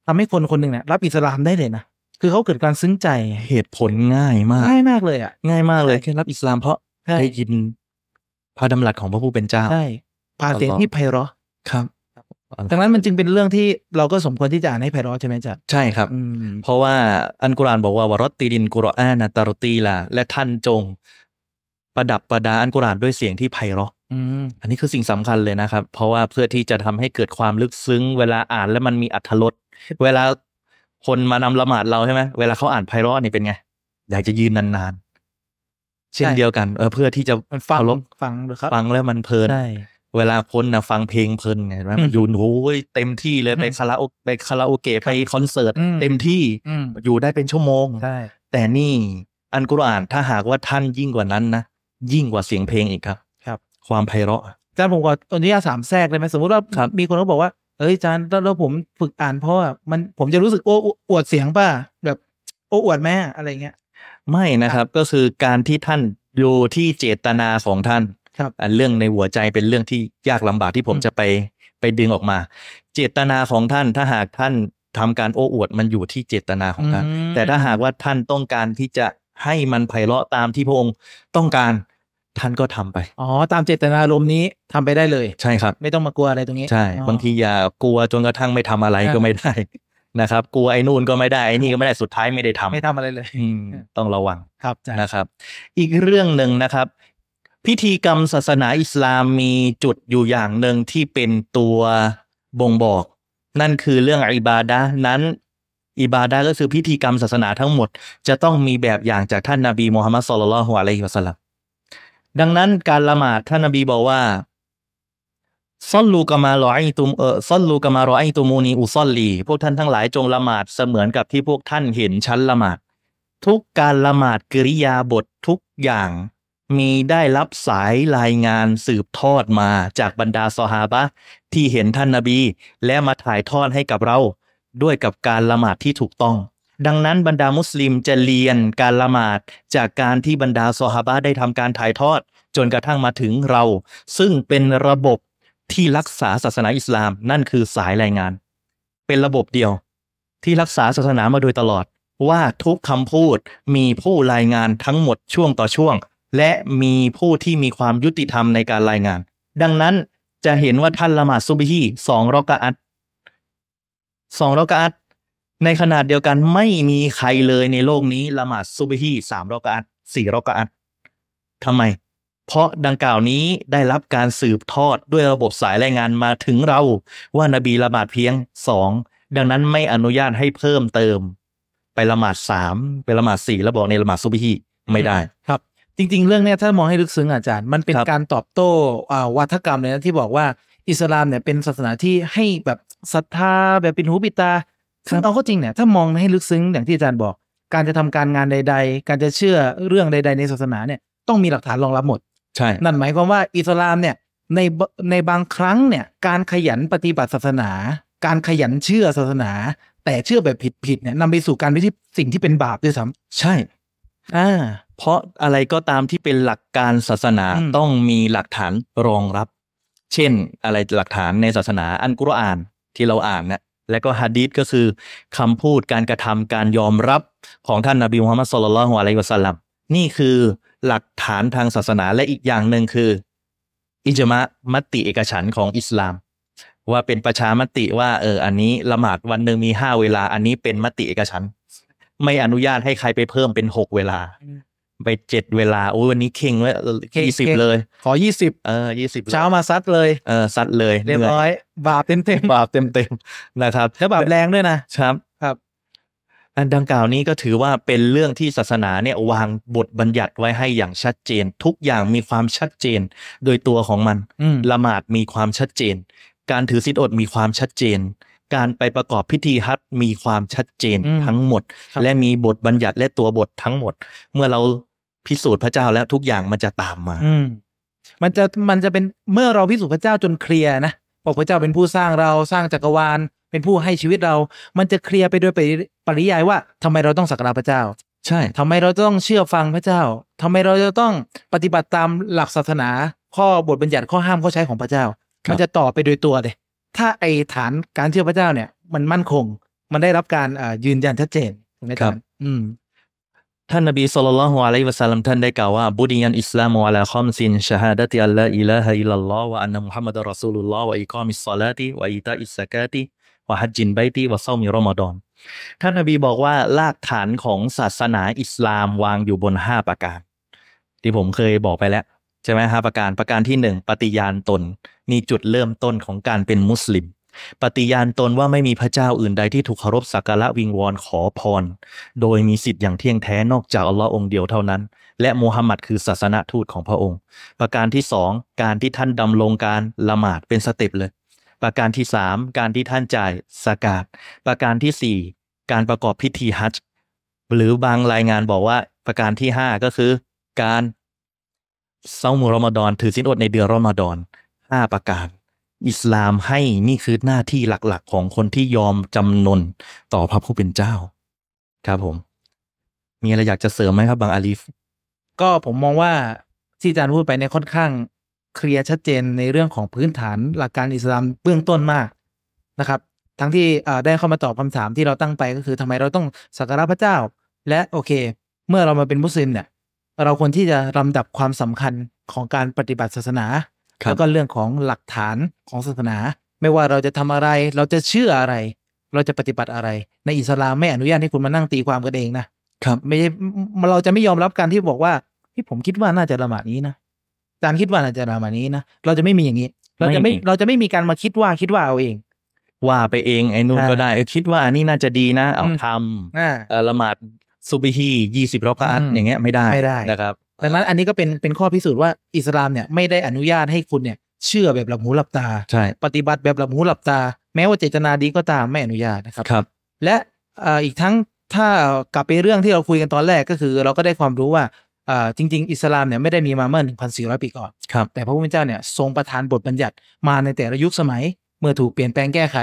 S1: ทำให้คนคนหนึ่งเนี่ยรับอิสลามได้เลยนะคือเขาเกิดการซึ้งใจ
S2: เหตุผลง่ายมาก
S1: ง่ายมากเลยอ่ะ
S2: ง่ายมากเลยแค่รับอิสลามเพราะ
S1: ใช่
S2: ได้ยินพระดำรัสของพระผู้เป็นเจ้า
S1: ใช่ผ่านเสียงที่ไพเราะ
S2: ครับ
S1: ดังนั้นมันจึงเป็นเรื่องที่เราก็สมควรที่จะอ่านให้ไพเราะใช่ไหมจ๊ะ
S2: ใช่ครับ
S1: อืม
S2: เพราะว่าอันกุรอานบอกว่าวารตตีดินกุรอานตารตีลาและท่านจง ประดับประดาอันกุรอานด้วยเสียงที่ไพเราะ
S1: อืม
S2: อันนี้คือสิ่งสำคัญเลยนะครับ เพราะว่าเพื่อที่จะทำให้เกิดความลึกซึ้ง เวลาอ่านแล้วมันมีอัธรสเวลาคนมานำละหมาดเราใช่ไหมเวลาเขาอ่านไพเราะนี่เป็นไง อยากจะยืนนานๆ เช่นเดียวกันเออเพื่อที่จะ
S1: มันฟัง
S2: เคารพ
S1: ฟังหรือครับ
S2: ฟังแล้วมันเพลิน
S1: ใช่
S2: เวลาคนนะฟังเพลงเพลินไงเห็นไหม
S1: อืม
S2: อยู่โอ้ยเต็มที่เลยไป
S1: อืม
S2: คาราโอเกะไปคาราโอเกะไปคอนเสิร์ต
S1: อืม
S2: เต็มที่
S1: อืม
S2: อยู่ได้เป็นชั่วโมง
S1: ใช่
S2: แต่นี่อันกุรอานถ้าหากว่าท่านยิ่งกว่านั้นนะยิ่งกว่าเสียงเพลงอีกครับ
S1: ครับ
S2: ความไพเราะ
S1: อาจารย์ผมขออนุญาตสามแทรกได้ไหมสมมติว่า
S2: ครับ
S1: มีคนเขาบอกว่าเอ้ยอาจารย์แล้วแล้วผมฝึกอ่านเพราะว่ามันผมจะรู้สึกโอ้อวดเสียงป่ะแบบโอ้อวดแม่อะไรอย่างเงี้ย
S2: ไม่นะครับก็คือการที่ท่านดูที่เจตนาของท่าน
S1: ครับ
S2: อันเรื่องในหัวใจเป็นเรื่องที่ยากลำบากที่ผม
S1: อืม
S2: จะไปไปดึงออกมา เจตนาของท่านถ้าหากท่านทำการโอ้อวดมันอยู่ที่เจตนาของท่าน
S1: ม
S2: แต่ถ้าหากว่าท่านต้องการที่จะให้มันไพเราะตามที่พระองค์ต้องการท่านก็ทำไป
S1: อ๋อตามเจตนารมณ์นี้ทำไปได้เลย
S2: ใช่ครับ
S1: ไม่ต้องมากลัวอะไรตรงนี้
S2: ใช่
S1: อ๋อ
S2: บางทีอย่ากลัวจนกระทั่งไม่ทำอะไรก็
S1: อ่า
S2: ไม่ได้ (laughs) นะครับกลัวไอ้นู่นก็ไม่ได้ไอ้นี่ก็ไม่ได้สุดท้ายไม่ได้ทำ
S1: ไม่ทำอะไรเลย
S2: อืมต้องระวัง
S1: ครับอาจารย์
S2: นะครับอีกเรื่องหนึ่งนะครับ พิธีกรรมศาสนาอิสลามมีจุดอยู่อย่างหนึ่งที่เป็นตัวบ่งบอก นั่นคือเรื่องอิบาดะห์นั้นอิบาดะห์ก็คือพิธีกรรมศาสนาทั้งหมด จะต้องมีแบบอย่างจากท่านนาบีมูฮัมมัดสุลลัลลอฮุอะลัยฮิวะสัลลัมดังนั้นการละหมาดท่านนาบีบอกว่าซัลลูกะมาลอไอตุมเออซัลลูกะมารอไอตุมูนีอุซัลลี พวกท่านทั้งหลายจงละหมาดเสมือนกับที่พวกท่านเห็นชั้นละหมาด ทุกการละหมาดกิริยาบททุกอย่าง มีได้รับสายรายงานสืบทอดมาจากบรรดาซอฮาบะห์ที่เห็นท่านนาบี และมาถ่ายทอดให้กับเรา ด้วยกับการละหมาดที่ถูกต้อง ดังนั้นบรรดามุสลิมจะเรียนการละหมาดจากการที่บรรดาซอฮาบะห์ได้ทำการถ่ายทอด จนกระทั่งมาถึงเรา ซึ่งเป็นระบบที่รักษาศาสนาอิสลาม นั่นคือสายรายงาน เป็นระบบเดียว ที่รักษาศาสนามาโดยตลอด ว่าทุกคำพูดมีผู้รายงานทั้งหมดช่วงต่อช่วง และมีผู้ที่มีความยุติธรรมในการรายงาน ดังนั้นจะเห็นว่าท่านละหมาดซุบฮีสองรอกะอัตสองรอกะอัตในขณะเดียวกันไม่มีใครเลยในโลกนี้ละหมาดซุบฮีสามรอกะอัตสี่รอกะอัตทำไม เพราะดังกล่าวนี้ได้รับการสืบทอดด้วยระบบสายรายงานมาถึงเรา ว่านาบีละหมาดเพียงสองดังนั้นไม่อนุญาตให้เพิ่มเติม ไปละหมาดสามไปละหมาดสี่แล้วบอกในละหมาดซุบฮีไม่ได้
S1: ครับ จริง ๆ เรื่องเนี้ยถ้ามองให้ลึกซึ้งอาจารย์ มันเป็น
S2: ครับ
S1: การตอบโต้อ่าวัฒกรรมเลยนะที่บอกว่าอิสลามเนี่ยเป็นศาสนาที่ให้แบบศรัทธาแบบปิดหูปิดตาซึ่งเอาเข้าจริงเนี่ยถ้ามองให้ลึกซึ้งอย่างที่อาจารย์บอก การจะทำการงานใด ๆ การจะเชื่อเรื่องใด ๆ ในศาสนาเนี่ยต้องมีหลักฐานรองรับหมด
S2: ใช่
S1: นั่นหมายความว่าอิสลามเนี่ยในบในบางครั้งเนี่ยการขยันปฏิบัติศาสนา การขยันเชื่อศาสนา แต่เชื่อแบบผิดๆเนี่ยนำไปสู่การวิธีสิ่งที่เป็นบาปด้วยซ้
S2: ใช่
S1: ำอ่า
S2: เพราะอะไรก็ตามที่เป็นหลักการศาสนา
S1: อืม
S2: ต้องมีหลักฐานรองรับ เช่น อะไรหลักฐานในศาสนาอันกุรอานที่เราอ่านนะและก็ฮะดีษก็คือคำพูดการกระทำการยอมรับของท่านนบีมุฮัมมัดสุลลัลลอฮุอะลัยฮิวะสัลลัมนี่คือหลักฐานทางศาสนาและอีกอย่างหนึ่งคือ อิจมะมติเอกฉันท์ของอิสลาม ว่าเป็นประชามติว่าเอออันนี้ละหมาดวันหนึ่งมีห้าเวลา อันนี้เป็นมติเอกฉันท์ไม่อนุญาตให้ใครไปเพิ่มเป็นหกเวลา ไปเจ็ดเวลาโอ้ยวันนี้เข่งไว้
S1: เข่ง
S2: ยี่สิบ
S1: เข่ง
S2: เลย
S1: ขอยี่สิบ
S2: เออยี่สิบ
S1: เช้ามาซัดเลย
S2: เออซัดเลย
S1: เรียบ
S2: หนื่
S1: ร้อย บาปเต็ม
S2: (laughs) บาปเต็มเต็มๆนะครับ
S1: ๆแล้วบาปแรงด้วยนะ
S2: ครับ
S1: ครับ
S2: อันดังกล่าวนี้ก็ถือว่าเป็นเรื่องที่ศาสนาเนี่ยวางบทบัญญัติไว้ให้อย่างชัดเจน ทุกอย่างมีความชัดเจน โดยตัวของมัน
S1: อืม
S2: ละหมาดมีความชัดเจน การถือศีลอดมีความชัดเจน การไปประกอบพิธีฮัทมีความชัดเจนทั้งหมด
S1: ครับ
S2: และมีบทบัญญัติและตัวบททั้งหมด เมื่อเราพิสูจน์พระเจ้าแล้วทุกอย่างมันจะตามมา
S1: อืมมันจะมันจะเป็นเมื่อเราพิสูจน์พระเจ้าจนเคลียร์นะบอกพระเจ้าเป็นผู้สร้างเราสร้างจักรวาล เป็นผู้ให้ชีวิตเรา มันจะเคลียร์ไปโดยปริยายว่าทำไมเราต้องสักการะพระเจ้า
S2: ใช่
S1: ทำไมเราต้องเชื่อฟังพระเจ้า ทำไมเราจะต้องปฏิบัติตามหลักศาสนา ข้อบทบัญญัติข้อห้ามข้อใช้ของพระเจ้า มันจะต่อไปโดยตัวเลย ถ้าไอฐานการเชื่อพระเจ้าเนี่ย มันมั่นคง มันได้รับการอ่ายืนยันชัดเจนถูกไหมครับอืม
S2: ท่านนบีสุลต่านละฮ์อะลัยฮิวะสัลลัมท่านได้กล่าวว่าบุดียันอิสลามวะลาคอมซินชะฮาดะติอัลลาอิลาฮะอิลลัลลอฮ์วะอันนะมุฮัมมัดรอซูลุลลอฮ์วะอิกามิสศอลาติวะอิตาอิสซะกาติวะฮัจจินไบติวะซอมิรอมฎอนท่านนบีบอกว่ารากฐานของศาสนาอิสลามวางอยู่บนห้าประการ ที่ผมเคยบอกไปแล้ว ใช่ไหมห้าประการประการที่หนึ่งปฏิญาณตนนี่จุดเริ่มต้นของการเป็นมุสลิม ปฏิญาณตนว่าไม่มีพระเจ้าอื่นใดที่ถูกเคารพสักการะวิงวอนขอพร โดยมีสิทธิ์อย่างเที่ยงแท้นอกจากอัลลอฮ์องค์เดียวเท่านั้น และมูฮัมหมัดคือศาสนทูตของพระองค์ ประการที่สองการที่ท่านดำรงการละหมาดเป็นสเต็ปเลย ประการที่สามการที่ท่านจ่ายสกาดประการที่สี่การประกอบพิธีฮัจญ์หรือบางรายงานบอกว่าประการที่ห้าก็คือ การเซามูรอมฎอนถือสินอดในเดือนรอมฎอนห้าประการ อิสลามให้นี่คือหน้าที่หลักๆ ของคนที่ยอมจำนนต่อพระผู้เป็นเจ้า ครับผม มีอะไรอยากจะเสริมไหมครับบางอาลีฟ
S1: ก็ผมมองว่าที่อาจารย์พูดไปเนี่ยค่อนข้าง เคลียร์ชัดเจนในเรื่องของพื้นฐานหลักการอิสลามเบื้องต้นมากนะครับ ทั้งที่เอ่อได้เข้ามาตอบคำถามที่เราตั้งไปก็คือทำไมเราต้องสักการะพระเจ้า และโอเค เมื่อเรามาเป็นมุสลิมเนี่ย เราควรที่จะลำดับความสำคัญของการปฏิบัติศาสนา
S2: ครับ
S1: แล้วก็เรื่องของหลักฐานของศาสนา ไม่ว่าเราจะทำอะไร เราจะเชื่ออะไร เราจะปฏิบัติอะไร ในอิสลามไม่อนุญาตให้คุณมานั่งตีความกันเองนะ
S2: ครับ
S1: ไม่ใช่มเราจะไม่ยอมรับการที่บอกว่าที่ผมคิดว่าน่าจะละหมาดนี้นะอาจารย์คิดว่าน่าจะละหมาดนี้นะเราจะไม่มีอย่างนี้ เราจะไม่
S2: ไม่มี
S1: เราจะไม่มีการมาคิดว่าคิดว่าเอาเอง
S2: ว่าไปเองไอ้นู่น
S1: อ่า
S2: ก็ได้เออคิดว่าอันนี้น่าจะดีนะ เอา
S1: อืม
S2: ท
S1: อ่า
S2: ำเอ่อละหมาดซุบิฮียี่สิบรอกอัต
S1: อืม
S2: อย่างเงี้ยไม่ได้
S1: ไม่ได้
S2: นะครับ
S1: ดังนั้นอันนี้ก็เป็นเป็นข้อพิสูจน์ว่าอิสลามเนี่ยไม่ได้อนุญาตให้คุณเนี่ย เชื่อแบบหลับหูหลับตา
S2: ใช่
S1: ปฏิบัติแบบหลับหูหลับตา แม้ว่าเจตนาดีก็ตามไม่อนุญาตนะครับ
S2: ครับ
S1: และเอ่ออีกทั้งถ้ากลับไปเรื่องที่เราคุยกันตอนแรกก็คือ เราก็ได้ความรู้ว่าเอ่อจริง ๆ อิสลามเนี่ยไม่ได้มีมาเมื่อ 1,400 ปีก่อน
S2: ครับ
S1: แต่พระผู้เป็นเจ้าเนี่ยทรงประทานบทบัญญัติมาในแต่ละยุคสมัย เมื่อถูกเปลี่ยนแปลงแก้ไข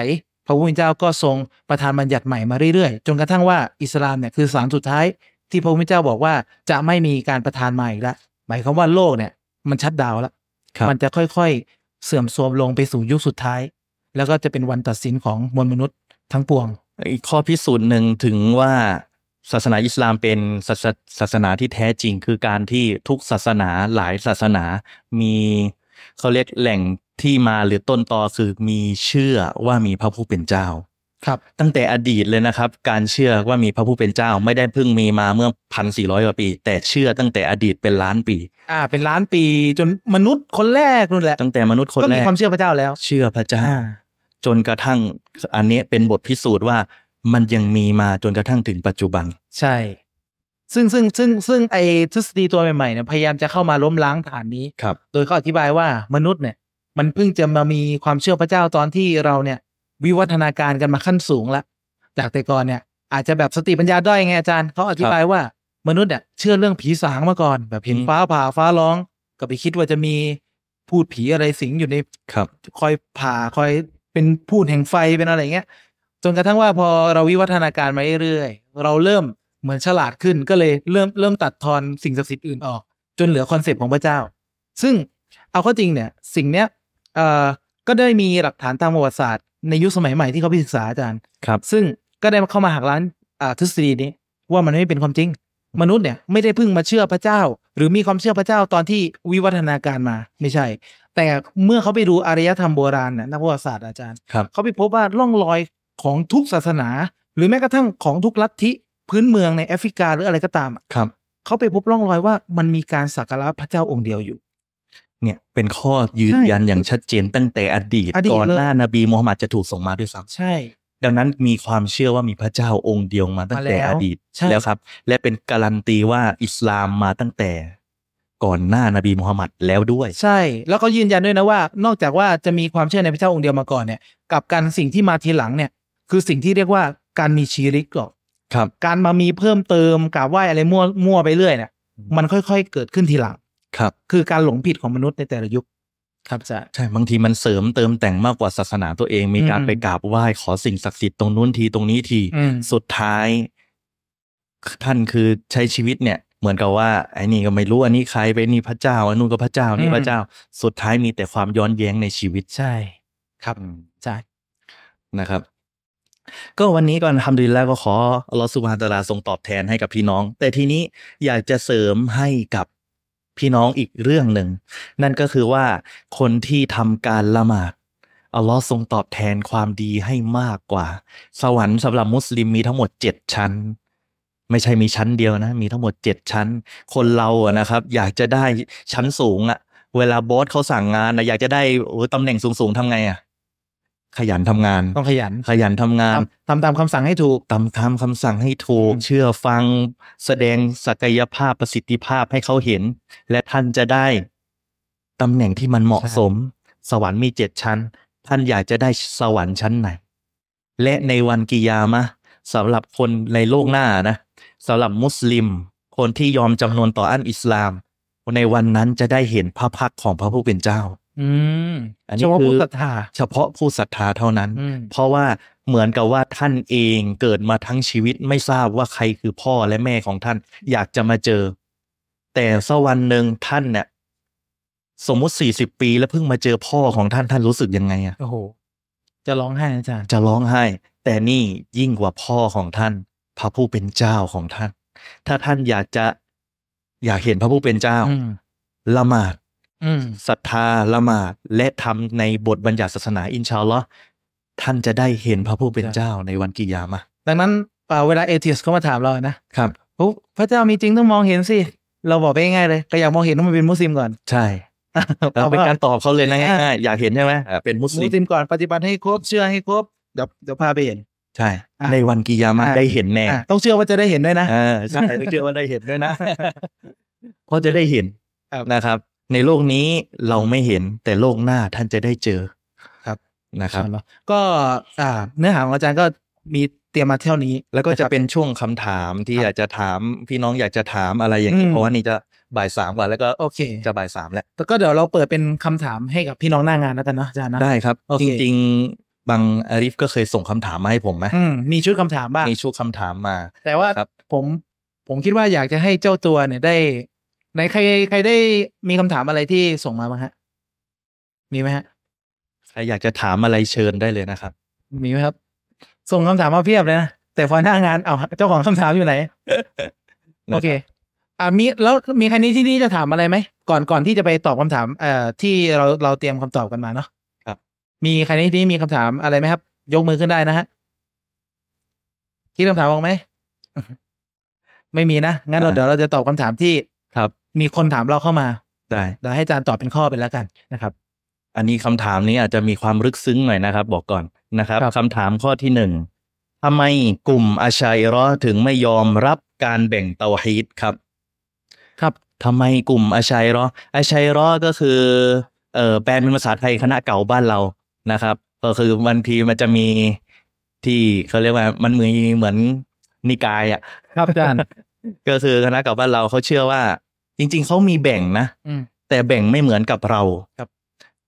S1: พระผู้เป็นเจ้าก็ทรงประทานบัญญัติใหม่มาเรื่อยๆ จนกระทั่งว่าอิสลามเนี่ยคือสารสุดท้าย ที่พระผู้เป็นเจ้าบอกว่าจะไม่มีการประทานใหม่ละหมายความว่าโลกเนี่ยมันชัดดาวน์ละ
S2: ครับ
S1: มันจะค่อยๆ เสื่อมโทรมลงไปสู่ยุคสุดท้าย แล้วก็จะเป็นวันตัดสินของมวลมนุษย์ทั้งปวง
S2: อีกข้อพิสูจน์หนึ่งถึงว่าศาสนาอิสลามเป็นศาสศาสนาที่แท้จริง คือการที่ทุกศาสนาหลายศาสนามีเขาเรียกแหล่งที่มาหรือต้นตอคือมีเชื่อว่ามีพระผู้เป็นเจ้า
S1: ครับ
S2: ตั้งแต่อดีตเลยนะครับ การเชื่อว่ามีพระผู้เป็นเจ้าไม่ได้เพิ่งมีมาเมื่อพันสี่ร้อยกว่าปี แต่เชื่อตั้งแต่อดีตเป็นล้านปี
S1: อ่า เป็นล้านปีจนมนุษย์คนแรกนู่นแหละ
S2: ตั้งแต่มนุษย์คน
S1: ก็
S2: แร
S1: มี
S2: ก
S1: ความเชื่อพระเจ้าแล้ว
S2: เชื่อพระเจ้า
S1: อ่า
S2: จนกระทั่งอันนี้เป็นบทพิสูจน์ว่ามันยังมีมาจนกระทั่งถึงปัจจุบัน
S1: ใช่ ซึ่งซึ่งซึ่งซึ่งไอทฤษฎีตัวใหม่ๆเนี่ยพยายามจะเข้ามาล้มล้างฐานนี้
S2: ครับ
S1: โดยเขาอธิบายว่ามนุษย์เนี่ย มันเพิ่งจะมามีความเชื่อพระเจ้าตอนที่เราเนี่ย วิวัฒนาการกันมาขั้นสูงละจากแต่ก่อนเนี่ย อาจจะแบบสติปัญญาด้อยไงอาจารย์เขาอธิบายว่ามนุษย์เนี่ยเชื่อเรื่องผีสางมาก่อน แบบเห็น
S2: อืม
S1: ฟ้าผ่าฟ้าร้อง ก็ไปคิดว่าจะมีพูดผีอะไรสิงอยู่ใน
S2: ครับ
S1: คอยผ่าคอยเป็นพูดแห่งไฟเป็นอะไรอย่างเงี้ยจนกระทั่งว่าพอเราวิวัฒนาการมาเรื่อยๆเราเริ่มเหมือนฉลาดขึ้นก็เลยเริ่มเริ่มตัดทอนสิ่งศักดิ์สิทธิ์อื่นออก จนเหลือคอนเซปต์ของพระเจ้า ซึ่งเอาเข้าจริงเนี่ยสิ่งเนี้ยเอ่อก็ได้มีหลักฐานทางประวัติศาสตร์ในยุคสมัยใหม่ที่เขาไปศึกษาอาจารย์
S2: ครับ
S1: ซึ่งก็ได้เข้ามาหักล้างอ่าทฤษฎีนี้ว่ามันไม่เป็นความจริง มนุษย์เนี่ยไม่ได้เพิ่งมาเชื่อพระเจ้า หรือมีความเชื่อพระเจ้าตอนที่วิวัฒนาการมาไม่ใช่ แต่เมื่อเขาไปดูอารยธรรมโบราณนะนักประวัติศาสตร์อาจารย์
S2: ครับ
S1: เขาไปพบว่าร่องรอยของทุกศาสนา หรือแม้กระทั่งของทุกลัทธิพื้นเมืองในแอฟริกาหรืออะไรก็ตามอะ
S2: ครับ
S1: เขาไปพบร่องรอยว่ามันมีการสักการะพระเจ้าองค์เดียวอยู่
S2: เนี่ยเป็นข้อยืนยันอย่างชัดเจนตั้งแต่อดีต
S1: อดีตเลย
S2: ก่อนหน้านบีมูฮัมหมัดจะถูกส่งมาด้วยซ้
S1: ใช่
S2: ำดังนั้นมีความเชื่อว่ามีพระเจ้าองค์เดียวมาตั้งแต่
S1: มาแล้ว
S2: อดีต
S1: ใช่
S2: แล้วครับ และเป็นการันตีว่าอิสลามมาตั้งแต่ ก่อนหน้านบีมูฮัมหมัดแล้วด้วย
S1: ใช่ แล้วก็ยืนยันด้วยนะว่า นอกจากว่าจะมีความเชื่อในพระเจ้าองค์เดียวมาก่อนเนี่ยกลับการสิ่งที่มาทีหลังเนี่ย คือสิ่งที่เรียกว่าการมีชีริกหรอก
S2: ครับ
S1: การมามีเพิ่มเติมกราบไหว้อะไรมั่วมั่วไปเรื่อยเนี่ยมันค่อยๆเกิดขึ้นทีหลัง
S2: ครับ
S1: คือการหลงผิดของมนุษย์ในแต่ละยุคครับจ้ะ
S2: ใช่บางทีมันเสริมเติมแต่งมากกว่าศาสนาตัวเองมีการ
S1: อืม
S2: ไปกราบไหว้ขอสิ่งศักดิ์สิทธิ์ตรงนู้นทีตรงนี้ที
S1: อืม
S2: สุดท้าย ท่านคือใช้ชีวิตเนี่ย เหมือนกับว่าไอ้นี่ก็ไม่รู้อันนี้ใครไปนี่พระเจ้าอันนู้นก็พระเจ้านี่
S1: อืม
S2: พระเจ้า สุดท้ายมีแต่ความย้อนแย้งในชีวิต
S1: ใช่ครับ
S2: อืม
S1: จ้ะ
S2: นะครับ ก็วันนี้ก่อนทำดีแล้วก็ขออัลลอฮฺสุบฮานตะอาลาทรงตอบแทนให้กับพี่น้อง แต่ทีนี้อยากจะเสริมให้กับพี่น้องอีกเรื่องหนึ่ง นั่นก็คือว่าคนที่ทำการละหมาดอัลลอฮ์ทรงตอบแทนความดีให้มากกว่า สวรรค์สำหรับมุสลิมมีทั้งหมดเจ็ดชั้น ไม่ใช่มีชั้นเดียวนะ มีทั้งหมดเจ็ดชั้น คนเราอะนะครับ อยากจะได้ชั้นสูงอะเวลาบอสเขาสั่งงานนะอยากจะได้โอ้ยตำแหน่งสูงๆทำไงอะขยันทำงาน
S1: ต้องขยัน
S2: ขยันทำงาน
S1: ทำทำตามคำสั่งให้ถูก
S2: ตามตามคำสั่งให้ถูก
S1: อืม
S2: เชื่อฟัง แสดงศักยภาพประสิทธิภาพให้เขาเห็น และท่านจะได้ตำแหน่งที่มันเหมาะสม สวรรค์มีเจ็ดชั้น ท่านอยากจะได้สวรรค์ชั้นไหน และในวันกิยามะห์สำหรับคนในโลกหน้านะสำหรับมุสลิม คนที่ยอมจำนวนต่ออันอิสลาม ในวันนั้นจะได้เห็นพระพักตร์ของพระผู้เป็นเจ้า
S1: อืม
S2: อัน
S1: เฉ
S2: นี้
S1: พาะ
S2: คื
S1: ผู้
S2: อ
S1: ศรัทธา
S2: เฉพาะผู้ศรัทธาเท่านั้น
S1: อืม
S2: เพราะว่าเหมือนกับว่าท่านเองเกิดมาทั้งชีวิตไม่ทราบว่าใครคือพ่อและแม่ของท่าน อยากจะมาเจอ แต่สักวันหนึ่งท่านเนี่ย สมมติ 40 ปีแล้วเพิ่งมาเจอพ่อของท่านท่านรู้สึกยังไงอะ
S1: โอ้โห จะร้องไห้นะอาจารย์
S2: จะร้องไห้ แต่นี่ยิ่งกว่าพ่อของท่าน พระผู้เป็นเจ้าของท่าน ถ้าท่านอยากจะอยากเห็นพระผู้เป็นเจ้า
S1: อืม
S2: ละหมาด
S1: อืม
S2: ศรัทธาละหมาดและทำในบทบัญญัติศาสนาอินชาอัลลอฮ์ท่านจะได้เห็นพระผู้เป็นเจ้าในวันกิยามะห์
S1: ดังนั้นเปล่าเวลาเอเทียสเขามาถามเรานะครับ โอ้พระเจ้ามีจริงต้องมองเห็นสิ เราบอกไปง่ายๆเลยใครอยากมองเห็นต้องมาเป็นมุสลิมก่อน (laughs)
S2: ใช่เราเป็นการตอบเขาเลยนะง่ายๆอยากเห็นใช่ไหมอ่ะเป็นมุส
S1: มุ
S2: ลิม
S1: สลิมก่อนปฏิบัติให้ครบเชื่อให้ครบเดี๋ยวเดี๋ยวพาไปเห็น
S2: ใช่
S1: อ่ะ
S2: ในวันกิยามะห์
S1: อ่ะ
S2: ได้เห็นแน่
S1: อ่ะต้องเชื่อว่าจะได้เห็นด้วยนะ
S2: เออใช่เชื่อว่าได้เห็นด้วยนะ เพราะจะได้เห็น
S1: ครับ
S2: นะครับ ในโลกนี้เราไม่เห็นแต่โลกหน้าท่านจะได้เจอ
S1: ครับ
S2: นะครับ
S1: เนาะก็อ่าเนื้อหาของอาจารย์ก็มีเตรียมมาเท่านี้
S2: แล้วก็จะเป็นช่วงคำถามที่
S1: ครับ
S2: อยากจะถามพี่น้องอยากจะถามอะไรอย่างนี้
S1: อืม
S2: เพราะว่านี่จะบ่ายสามกว่าแล้วก็
S1: โอเค
S2: จะบ่ายสามแล้ว
S1: แต่ก็เดี๋ยวเราเปิดเป็นคำถามให้กับพี่น้องหน้างานแล้วกันเนาะอาจารย์นะ
S2: ได้ครับ
S1: โอเค
S2: จริงๆ บางอาริฟก็เคยส่งคำถามมาให้ผมไหม
S1: อืมมีชุดคำถามบ้าง
S2: มีช่วงคำถามมา
S1: แต่ว่า
S2: ครับ
S1: ผมผมคิดว่าอยากจะให้เจ้าตัวเนี่ยได้ในใครใครได้มีคำถามอะไรที่ส่งมาบ้างฮะ มีไหมฮะ
S2: ใครอยากจะถามอะไรเชิญได้เลยนะครับ
S1: มีไหมครับ ส่งคำถามมาเพียบเลยนะแต่พอหน้างานเอาเจ้าของคำถามอยู่ไหน
S2: นะครับ
S1: โอเค อ่ามีแล้วมีใครนี้ที่นี่จะถามอะไรไหมก่อนก่อนที่จะไปตอบคำถามเอ่อที่เราเราเตรียมคำตอบกันมาเนาะ
S2: ครับ
S1: มีใครในที่นี้มีคำถามอะไรไหมครับ ยกมือขึ้นได้นะฮะคิดคำถามออกไหม (laughs) ไม่มีนะงั้นเราเดี๋ยวเราจะตอบคำถามที่
S2: ครับ
S1: มีคนถามเราเข้ามา
S2: ได้
S1: เดี๋ยวให้อาจารย์ตอบเป็นข้อไปแล้วกันนะครับ
S2: อันนี้คำถามนี้อาจจะมีความลึกซึ้งหน่อยนะครับ บอกก่อนนะครับ
S1: ครับ
S2: คำถามข้อที่หนึ่งทำไมกลุ่มอาชัยเรอถึงไม่ยอมรับการแบ่งเตาฮีดครับ
S1: ครับ
S2: ทำไมกลุ่มอาชัยเรออาชัยเรอก็คือเออแปลเป็นภาษาไทยคณะเก่าบ้านเรานะครับ ก็คือบางทีมันจะมีที่เขาเรียกว่ามันเหมือนเหมือนนิกายอ่ะ
S1: ครับอา
S2: (laughs)
S1: จารย์
S2: ก็คือคณะเก่าบ้านเราเขาเชื่อว่า จริง ๆเขามีแบ่งนะ
S1: อืม
S2: แต่แบ่งไม่เหมือนกับเรา
S1: ครับ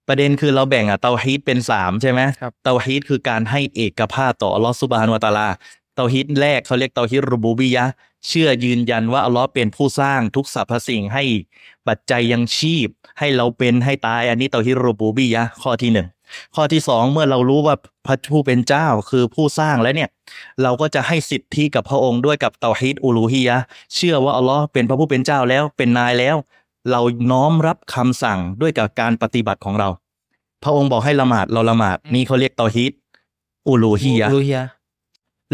S2: ประเด็นคือเราแบ่งอ่ะเตาฮีตเป็นสามใช่ไหม
S1: ครับ
S2: เตาฮีตคือการให้เอกภาพต่ออัลลอฮ์ซุบฮานะฮูวะตะอาลา เตาฮีตแรกเขาเรียกเตาฮีตรูบูบิยะห์เชื่อยืนยันว่าอัลลอฮ์เป็นผู้สร้างทุกสรรพสิ่งให้ปัจจัยยังชีพ ให้เราเป็นให้ตายอันนี้เตาฮีตรูบูบิยะห์ข้อที่หนึ่งข้อที่สองเมื่อเรารู้ว่าพระผู้เป็นเจ้าคือผู้สร้างแล้วเนี่ย เราก็จะให้สิทธิกับพระองค์ด้วยกับเตาฮีตอูลูฮียะห์เชื่อว่าอัลลอฮ์เป็นพระผู้เป็นเจ้าแล้วเป็นนายแล้ว เราน้อมรับคำสั่งด้วยกับการปฏิบัติของเรา พระองค์บอกให้ละหมาดเราละหมาด นี่เขาเรียกเตาฮีตอูลูฮียะห์
S1: ลูเฮีย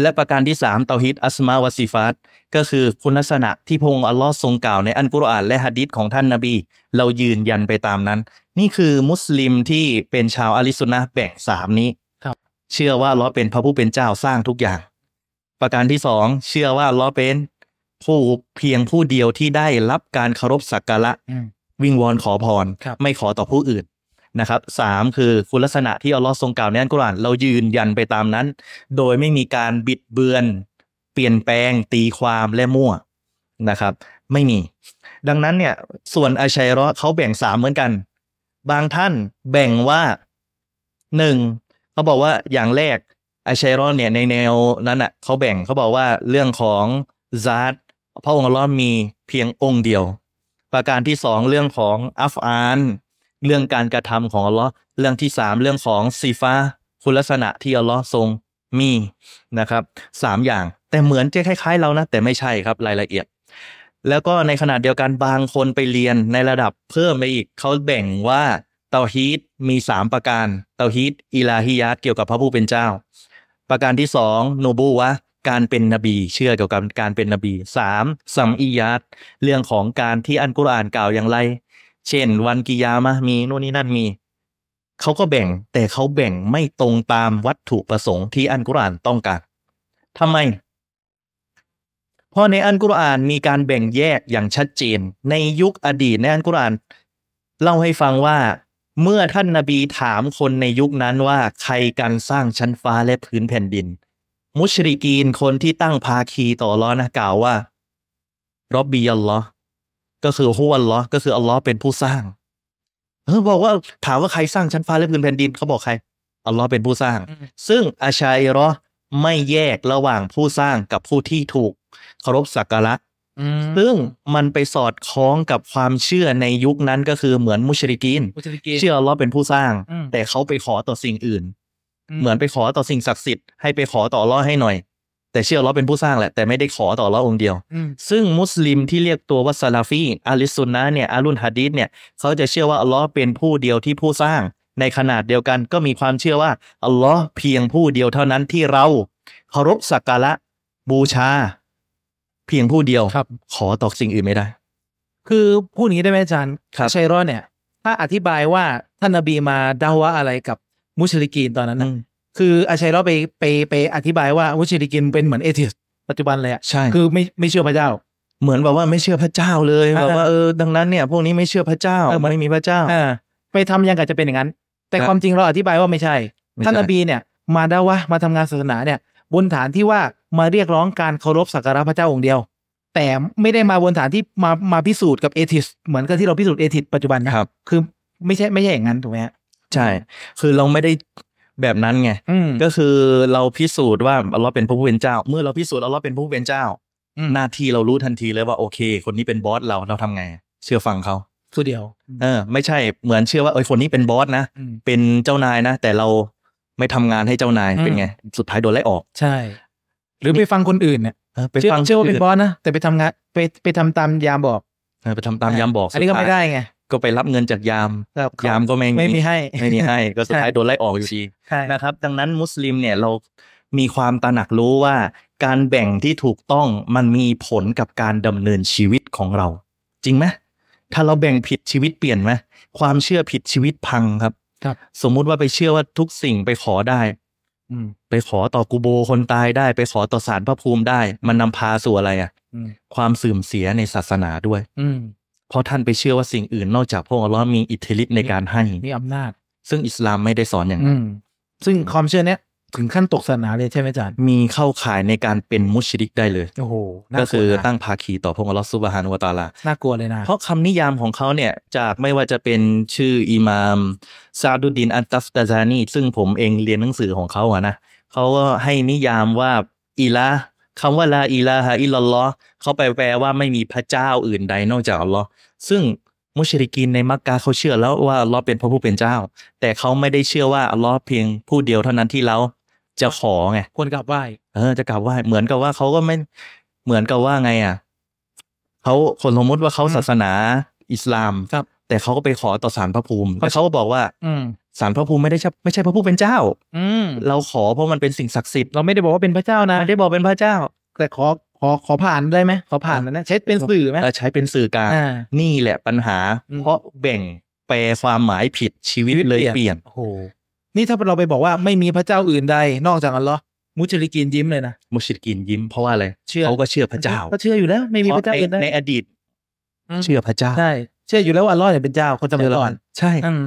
S2: และประการที่ 3 เตาฮิดอัสมาวาซิฟัตก็คือคุณลักษณะที่พระองค์อัลลอฮ์ทรงกล่าวในอันกุรอานและฮะดิษของท่านนาบี เรายืนยันไปตามนั้น นี่คือมุสลิมที่เป็นชาวอาลิสุนนะห์แบ่งสามนี้
S1: ครับ
S2: เชื่อว่าอัลลอฮ์เป็นพระผู้เป็นเจ้าสร้างทุกอย่าง ประการที่สองเชื่อว่าอัลลอฮ์เป็นผู้เพียงผู้เดียวที่ได้รับการเคารพสักการะ
S1: อืม
S2: วิงวอนขอพร
S1: ครับ
S2: ไม่ขอต่อผู้อื่นนะครับสามคือคุณลักษณะที่อัลลอฮ์ทรงกล่าวในอันกุรอานเรายืนยันไปตามนั้น โดยไม่มีการบิดเบือน เปลี่ยนแปลง ตีความและมั่วนะครับ ไม่มี ดังนั้นเนี่ย ส่วนอาชัยเราะห์เขาแบ่งสามเหมือนกัน บางท่านแบ่งว่าหนึ่งเขาบอกว่าอย่างแรกอาชัยเราะห์เนี่ยในแนวนั้นอ่ะเขาแบ่งเขาบอกว่าเรื่องของซาตพระองค์อัลลอฮ์มีเพียงองค์เดียว ประการที่สองเรื่องของอัฟอาน เรื่องการกระทำของอัลลอฮ์เรื่องที่สามเรื่องของซีฟ้าคุณลักษณะที่อัลลอฮ์ทรงมีนะครับสามอย่าง แต่เหมือนจะคล้ายๆเรานะ แต่ไม่ใช่ครับรายละเอียด แล้วก็ในขณะเดียวกันบางคนไปเรียนในระดับเพิ่มไปอีก เขาแบ่งว่าเตาฮีตมีสามประการ เตาฮีตอิลาฮิยาตเกี่ยวกับพระผู้เป็นเจ้า ประการที่สองโนบูวะการเป็นนบี เชื่อเกี่ยวกับการเป็นนบีสามสัมอียาต เรื่องของการที่อันกุรอานกล่าวอย่างไร เช่น วันกิยามะห์มีนู่นนี่นั่นมี เขาก็แบ่งแต่เขาแบ่งไม่ตรงตามวัตถุประสงค์ที่อันกุรอานต้องการทำไม เพราะในอันกุรอานมีการแบ่งแยกอย่างชัดเจน ในยุคอดีตในอันกุรอาน เล่าให้ฟังว่า เมื่อท่านนาบีถามคนในยุคนั้นว่าใครกันสร้างชั้นฟ้าและพื้นแผ่นดิน มุชริกีนคนที่ตั้งภาคีต่ออัลล้อฮ์นะกล่าวว่า รอบบีอัลลอฮ์ก็คือฮุวัลลอฮ์ก็คืออัลลอฮ์เป็นผู้สร้างเออบอกว่าถามว่าใครสร้างชั้นฟ้าและพื้นแผ่นดินเขาบอกใครอัลลอฮ์เป็นผู้สร้าง
S1: อืม
S2: ซึ่งอาชัยเรอไม่แยกระหว่างผู้สร้างกับผู้ที่ถูกเคารพสักการะ
S1: อืม
S2: ซึ่งมันไปสอดคล้องกับความเชื่อในยุคนั้นก็คือเหมือนมุชริกีน
S1: มุชริกีน
S2: เชื่ออัลเลอฮ์เป็นผู้สร้าง
S1: อืม
S2: แต่เขาไปขอต่อสิ่งอื่น เหมือนไปขอต่อสิ่งศักดิ์สิทธิ์ให้ไปขอต่ออัลเลอฮ์ให้หน่อย แต่เชื่ออัลเลอฮ์เป็นผู้สร้างแหละแต่ไม่ได้ขอต่ออัลเลอฮ์องค์เดียว
S1: อืม
S2: ซึ่งมุสลิมที่เรียกตัวว่าซาลาฟีอาลิสซุนนะห์เนี่ยอาลุนฮะดีษเนี่ยเขาจะเชื่อว่าอัลเลอฮ์เป็นผู้เดียวที่ผู้สร้าง ในขนาดเดียวกันก็มีความเชื่อว่าอัลเลอฮ์เพียงผู้เดียวเท่านั้นที่เราเคารพสักการะบูชา เพียงผู้เดียว
S1: ครับ
S2: ขอต่อสิ่งอื่นไม่ได้
S1: คือพูดอย่างนี้ได้ไหมอาจารย์
S2: ครับ
S1: ชัยรอดเนี่ย ถ้าอธิบายว่าท่านนบีมาดาว่าอะไรกับมุชริกีนตอนนั้นนะคืออาชัยรอดไปไปไปอธิบายว่ามุชริกีนเป็นเหมือนเอทิสปัจจุบันเลยอะ
S2: ใช่
S1: คือไม่ไม่เชื่อพระเจ้า
S2: เหมือนแบบว่าไม่เชื่อพระเจ้าเลย
S1: อ่า
S2: แบบว่าเออดังนั้นเนี่ย พวกนี้ไม่เชื่อพระเจ้า
S1: เออเหมือน
S2: ไม่มีพระเจ้า
S1: อ่าไปทำยังกับจะเป็นอย่างนั้น แต่
S2: ครับ
S1: ความจริงเราอธิบายว่าไม่ใช่
S2: ไม่ใช่
S1: ท่านนบีเนี่ย มาดาวะห์มาทำงานศาสนาเนี่ย บนฐานที่ว่ามาเรียกร้องการเคารพสักการะพระเจ้าองค์เดียว แต่ไม่ได้มาบนฐานที่มามาพิสูจน์กับเอทิสเหมือนกับที่เราพิสูจน์เอทิสปัจจุบันนะครับ คือไม่ใช่ไม่ใช่อย่างนั้นถูกไหมฮะ
S2: ใช่ คือเราไม่ได้แบบนั้นไง
S1: อืม
S2: ก็คือเราพิสูจน์ว่าอัลเลอฮ์เป็นผู้เป็นเจ้า เมื่อเราพิสูจน์อัลเลอฮ์เป็นผู้เป็นเจ้า
S1: อืม
S2: หน้าที่เรารู้ทันทีเลยว่าโอเค คนนี้เป็นบอสเราเราทำไง เชื่อฟังเขา
S1: ตัวเดียว
S2: เออ ไม่ใช่เหมือนเชื่อว่าเอยคนนี้เป็นบอสนะ
S1: อืม
S2: เป็นเจ้านายนะ แต่เราไม่ทำงานให้เจ้านาย
S1: อืม
S2: เป็นไง สุดท้ายโดนไล่ออก
S1: ใช่ หรือไปฟังคนอื่นเนี่ย
S2: เออไป
S1: เชื่อ
S2: ฟัง
S1: เชื่อว่าเป็น
S2: ค
S1: บ
S2: น
S1: อสนะแต่ไปทำงานไปไปทำตามยามบอก
S2: เออไปทำตามยามบอก
S1: อันนี้ก็
S2: สุท้าย
S1: ไม่ได้ไง
S2: ก็ไปรับเงินจากยาม
S1: ครับ
S2: ยามก็ไม่
S1: ไม่มีให้
S2: ไม่มีให้ ก็สุดท้าย
S1: ใช่
S2: โดนไล่ออกอยู่ดี
S1: ใช่
S2: นะครับดังนั้นมุสลิมเนี่ยเรามีความตระหนักรู้ว่า การแบ่งที่ถูกต้องมันมีผลกับการดำเนินชีวิตของเรา จริงไหมถ้าเราแบ่งผิดชีวิตเปลี่ยนไหมความเชื่อผิดชีวิตพังครับ
S1: ครับ
S2: สมมุติว่าไปเชื่อว่าทุกสิ่งไปขอได้
S1: อืม
S2: ไปขอต่อกูโบคนตายได้ ไปขอต่อสารพระภูมิได้ มันนำพาสู่อะไรอะ่ะ
S1: อืม
S2: ความเสื่อมเสียในศาสนาด้วย
S1: อืม
S2: เพราะท่านไปเชื่อว่าสิ่งอื่นนอกจากพระองค์อัลเลอฮ์มีอิทธิฤทธิ์ในการให้
S1: มีอำนาจ
S2: ซึ่งอิสลามไม่ได้สอนอย่างนั้น
S1: อืม ซึ่งความเชื่อเนี้ยถึงขั้นตกศาสนาเลยใช่ไหมอาจารย์
S2: มีเข้าข่ายในการเป็นมุชริกได้เลย
S1: โอ้โห
S2: ก็
S1: น่ากลั
S2: คื
S1: ว
S2: อ
S1: นะ
S2: ตั้งภาคีต่อพระองค์อัลลอฮ์ซุบฮานุวะตะอาลา
S1: น่ากลัวเลยนะ
S2: เพราะคำนิยามของเขาเนี่ย จากไม่ว่าจะเป็นชื่ออิหมามซาดุดดินอัตตัฟตาซานี ซึ่งผมเองเรียนหนังสือของเขาอะนะเขาก็ให้นิยามว่าอีละคำว่าลาอีลาฮะอิลลัลลอฮ์เขาไปแปลว่าไม่มีพระเจ้าอื่นใดนอกจากอัลลอฮ์ซึ่งมุชริกินในมักกะเขาเชื่อแล้วว่าอัลลอฮ์เป็นพระผู้เป็นเจ้า แต่เขาไม่ได้เชื่อว่าอัลลอฮ์เพียงผู้เดียวเท่านั้นที่เราจะขอไง
S1: ควรกลับไหว้
S2: เออจะกลับไหว้เหมือนกับว่าเขาก็ไม่เหมือนกับว่าไงอ่ะเขาคนสมมติว่าเขา
S1: อืม
S2: ศาสนาอิสลาม
S1: ครับ
S2: แต่เขาก็ไปขอต่อสารพระภูมิแต่เขาก็บอกว่า
S1: อืม
S2: สารพระภูมิไม่ได้ใช่ไม่ใช่พระผู้เป็นเจ้า
S1: อืม
S2: เราขอเพราะมันเป็นสิ่งศักดิ์สิทธิ์
S1: เราไม่ได้บอกว่าเป็นพระเจ้านะ
S2: ไม่ได้บอกเป็นพระเจ้า
S1: แต่ขอขอขอผ่านได้ไหมขอผ่านนะใช้เป็นสื่อไหม
S2: เออใช้เป็นสื่อกลาง
S1: อ่า
S2: นี่แหละปัญหา
S1: อืม
S2: เพราะแบ่งแปลความหมายผิดชีวิตเลยเปลี่ยน
S1: โอ้โหนี่ถ้าเราไปบอกว่าไม่มีพระเจ้าอื่นใดนอกจากอัลลอฮ์มุชริกีนยิ้มเลยนะ
S2: มุชริกินยิ้มเพราะว่าอะไร
S1: เชื่อ
S2: เขาก็เชื่อพระเจ้า
S1: ก็เชื่ออยู่แล้ว ไม่มีพระเจ้าอื่น
S2: ใน
S1: ได้
S2: ในอดีต
S1: ม
S2: เชื่อพระเจ้า
S1: ใช่เชื่ออยู่แล้วว่าอัลลอฮ์เนี่ยเป็นเจ้าคนสมัยก่อน
S2: ใช่
S1: อืม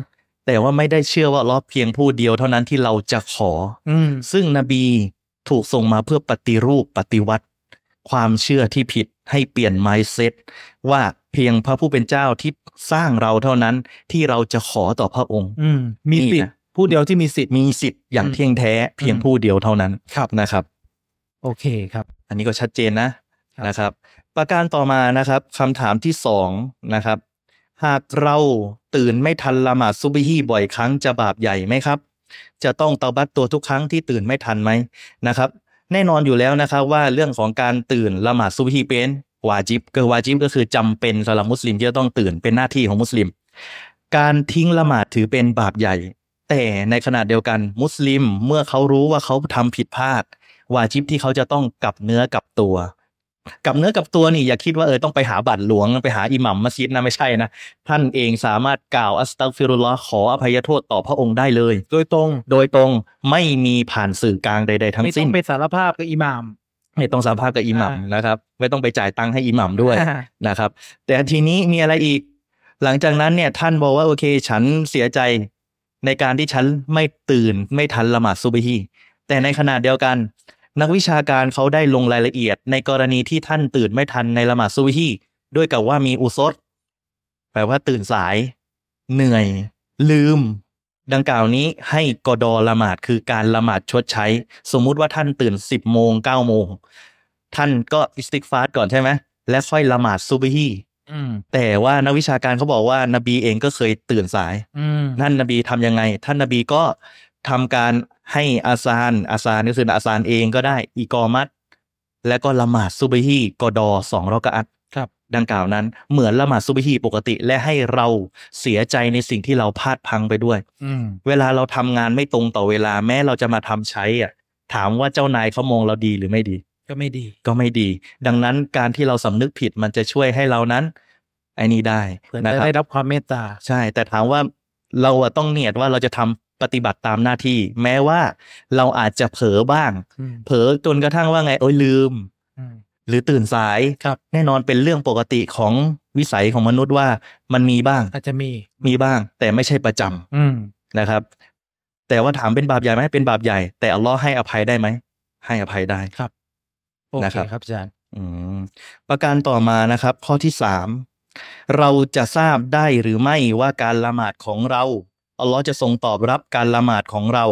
S2: แต่ว่าไม่ได้เชื่อว่าอัลเลอฮ์เพียงผู้เดียวเท่านั้นที่เราจะขอ
S1: อืม
S2: ซึ่งนบีถูกส่งมาเพื่อปฏิรูปปฏิวัติ ความเชื่อที่ผิดให้เปลี่ยน mindset ว่าเพียงพระผู้เป็นเจ้าที่สร้างเราเท่านั้นที่เราจะขอต่อพระองค์
S1: อืมมีสิทธิ์ผู้เดียวที่มีสิทธิ์
S2: มีสิทธิ์อย่าง
S1: อืม
S2: เที่ยงแท้เพียง
S1: อืม
S2: ผู้เดียวเท่านั้นนะครับ
S1: โอเคครับ
S2: อันนี้ก็ชัดเจนนะครับ นะครับ ประการต่อมานะครับคำถามที่สองนะครับ หากเราตื่นไม่ทันละหมาดซุบฮีบ่อยครั้งจะบาปใหญ่ไหมครับ จะต้องเตาบัตตัวทุกครั้งที่ตื่นไม่ทันไหมนะครับ แน่นอนอยู่แล้วนะครับว่าเรื่องของการตื่นละหมาดซุบฮีเป็นวาจิบก็วาจิบก็คือจำเป็นสำหรับมุสลิมที่จะต้องตื่นเป็นหน้าที่ของมุสลิม การทิ้งละหมาดถือเป็นบาปใหญ่ แต่ในขณะเดียวกันมุสลิมเมื่อเขารู้ว่าเขาทำผิดพลาด วาจิบที่เขาจะต้องกลับเนื้อกลับตัว กลับเนื้อกลับตัวนี่อย่าคิดว่าเออต้องไปหาบัตรหลวงไปหาอิหมัมมัสยิดนะไม่ใช่นะ ท่านเองสามารถกล่าวอัสตักฟิรุลลอฮ์ขออภัยโทษต่อพระองค์ได้เลย
S1: โดยตรง
S2: โดยตรงไม่มีผ่านสื่อกลางใด ๆ ทั้ง
S1: ไม่ต้
S2: สิ้
S1: อน งไปสารภาพกับอิหม่าม
S2: ไม่ต้องสัมภาษณ์กับอิหมัม
S1: อ่าน
S2: นะครับ ไม่ต้องไปจ่ายตังค์ให้อิหมัมด้วย
S1: อ่า
S2: นะครับแต่ทีนี้มีอะไรอีก หลังจากนั้นเนี่ยท่านบอกว่าโอเค ฉันเสียใจในการที่ฉันไม่ตื่นไม่ทันละหมาดซุบฮีแต่ในขณะเดียวกัน นักวิชาการเขาได้ลงรายละเอียด ในกรณีที่ท่านตื่นไม่ทันในละหมาดซุบฮีด้วยกับว่ามีอุซดแปลว่าตื่นสาย เหนื่อย ลืม ดังกล่าวนี้ให้กอดอละหมาดคือการละหมาดชดใช้ สมมุติว่าท่านตื่น 10บโมง9ก้าโมง ท่านก็อิสติกฟาสก่อนใช่ไหม และค่อยละหมาดซุบฮี
S1: อืม
S2: แต่ว่านักวิชาการเขาบอกว่า นบีเองก็เคยตื่นสาย
S1: อืม
S2: ท่านนบีทำยังไง ท่านนบีก็ทำการให้อาซาน อาซานก็คืออาซานเองก็ได้อีกอมัดและก็ละหมาดซุบฮีกอดอสองรอกะอัด
S1: ครับ
S2: ดังกล่าวนั้นเหมือนละหมาดซุบฮีปกติและให้เราเสียใจในสิ่งที่เราพลาดพลังไปด้วย
S1: อืม
S2: เวลาเราทำงานไม่ตรงต่อเวลาแม้เราจะมาทำใช้อ่ะถามว่าเจ้านายเขามองเราดีหรือไม่ดี
S1: ก็ไม่ดี
S2: ก็ไม่ดี ดังนั้นการที่เราสำนึกผิดมันจะช่วยให้เรานั้นไอ้นี่ได้
S1: เพื่อ
S2: นะ
S1: จะ
S2: ครับ
S1: ได้รับความเมตตา
S2: ใช่ แต่ถามว่าเราอะต้องเนียดว่าเราจะทำปฏิบัติตามหน้าที่ แม้ว่าเราอาจจะเผลอบ้าง
S1: อืม
S2: เผลอจนกระทั่งว่าไงโอ้ยลืม
S1: อืม
S2: หรือตื่นสาย
S1: ครับ
S2: แน่นอนเป็นเรื่องปกติของวิสัยของมนุษย์ว่ามันมีบ้าง
S1: อาจจะมี
S2: มีบ้าง แต่ไม่ใช่ประจำ
S1: อืม
S2: นะครับ แต่ว่าถามเป็นบาปใหญ่ไหมเป็นบาปใหญ่ แต่อัลเลอฮ์ให้อภัยได้ไหมให้อภัยได้
S1: โอเค
S2: นะครับ
S1: ครับอาจารย์
S2: อืมประการต่อมานะครับ ข้อที่สามเราจะทราบได้หรือไม่ว่าการละหมาดของเราอัลเลอฮ์จะทรงตอบรับการละหมาดของเรา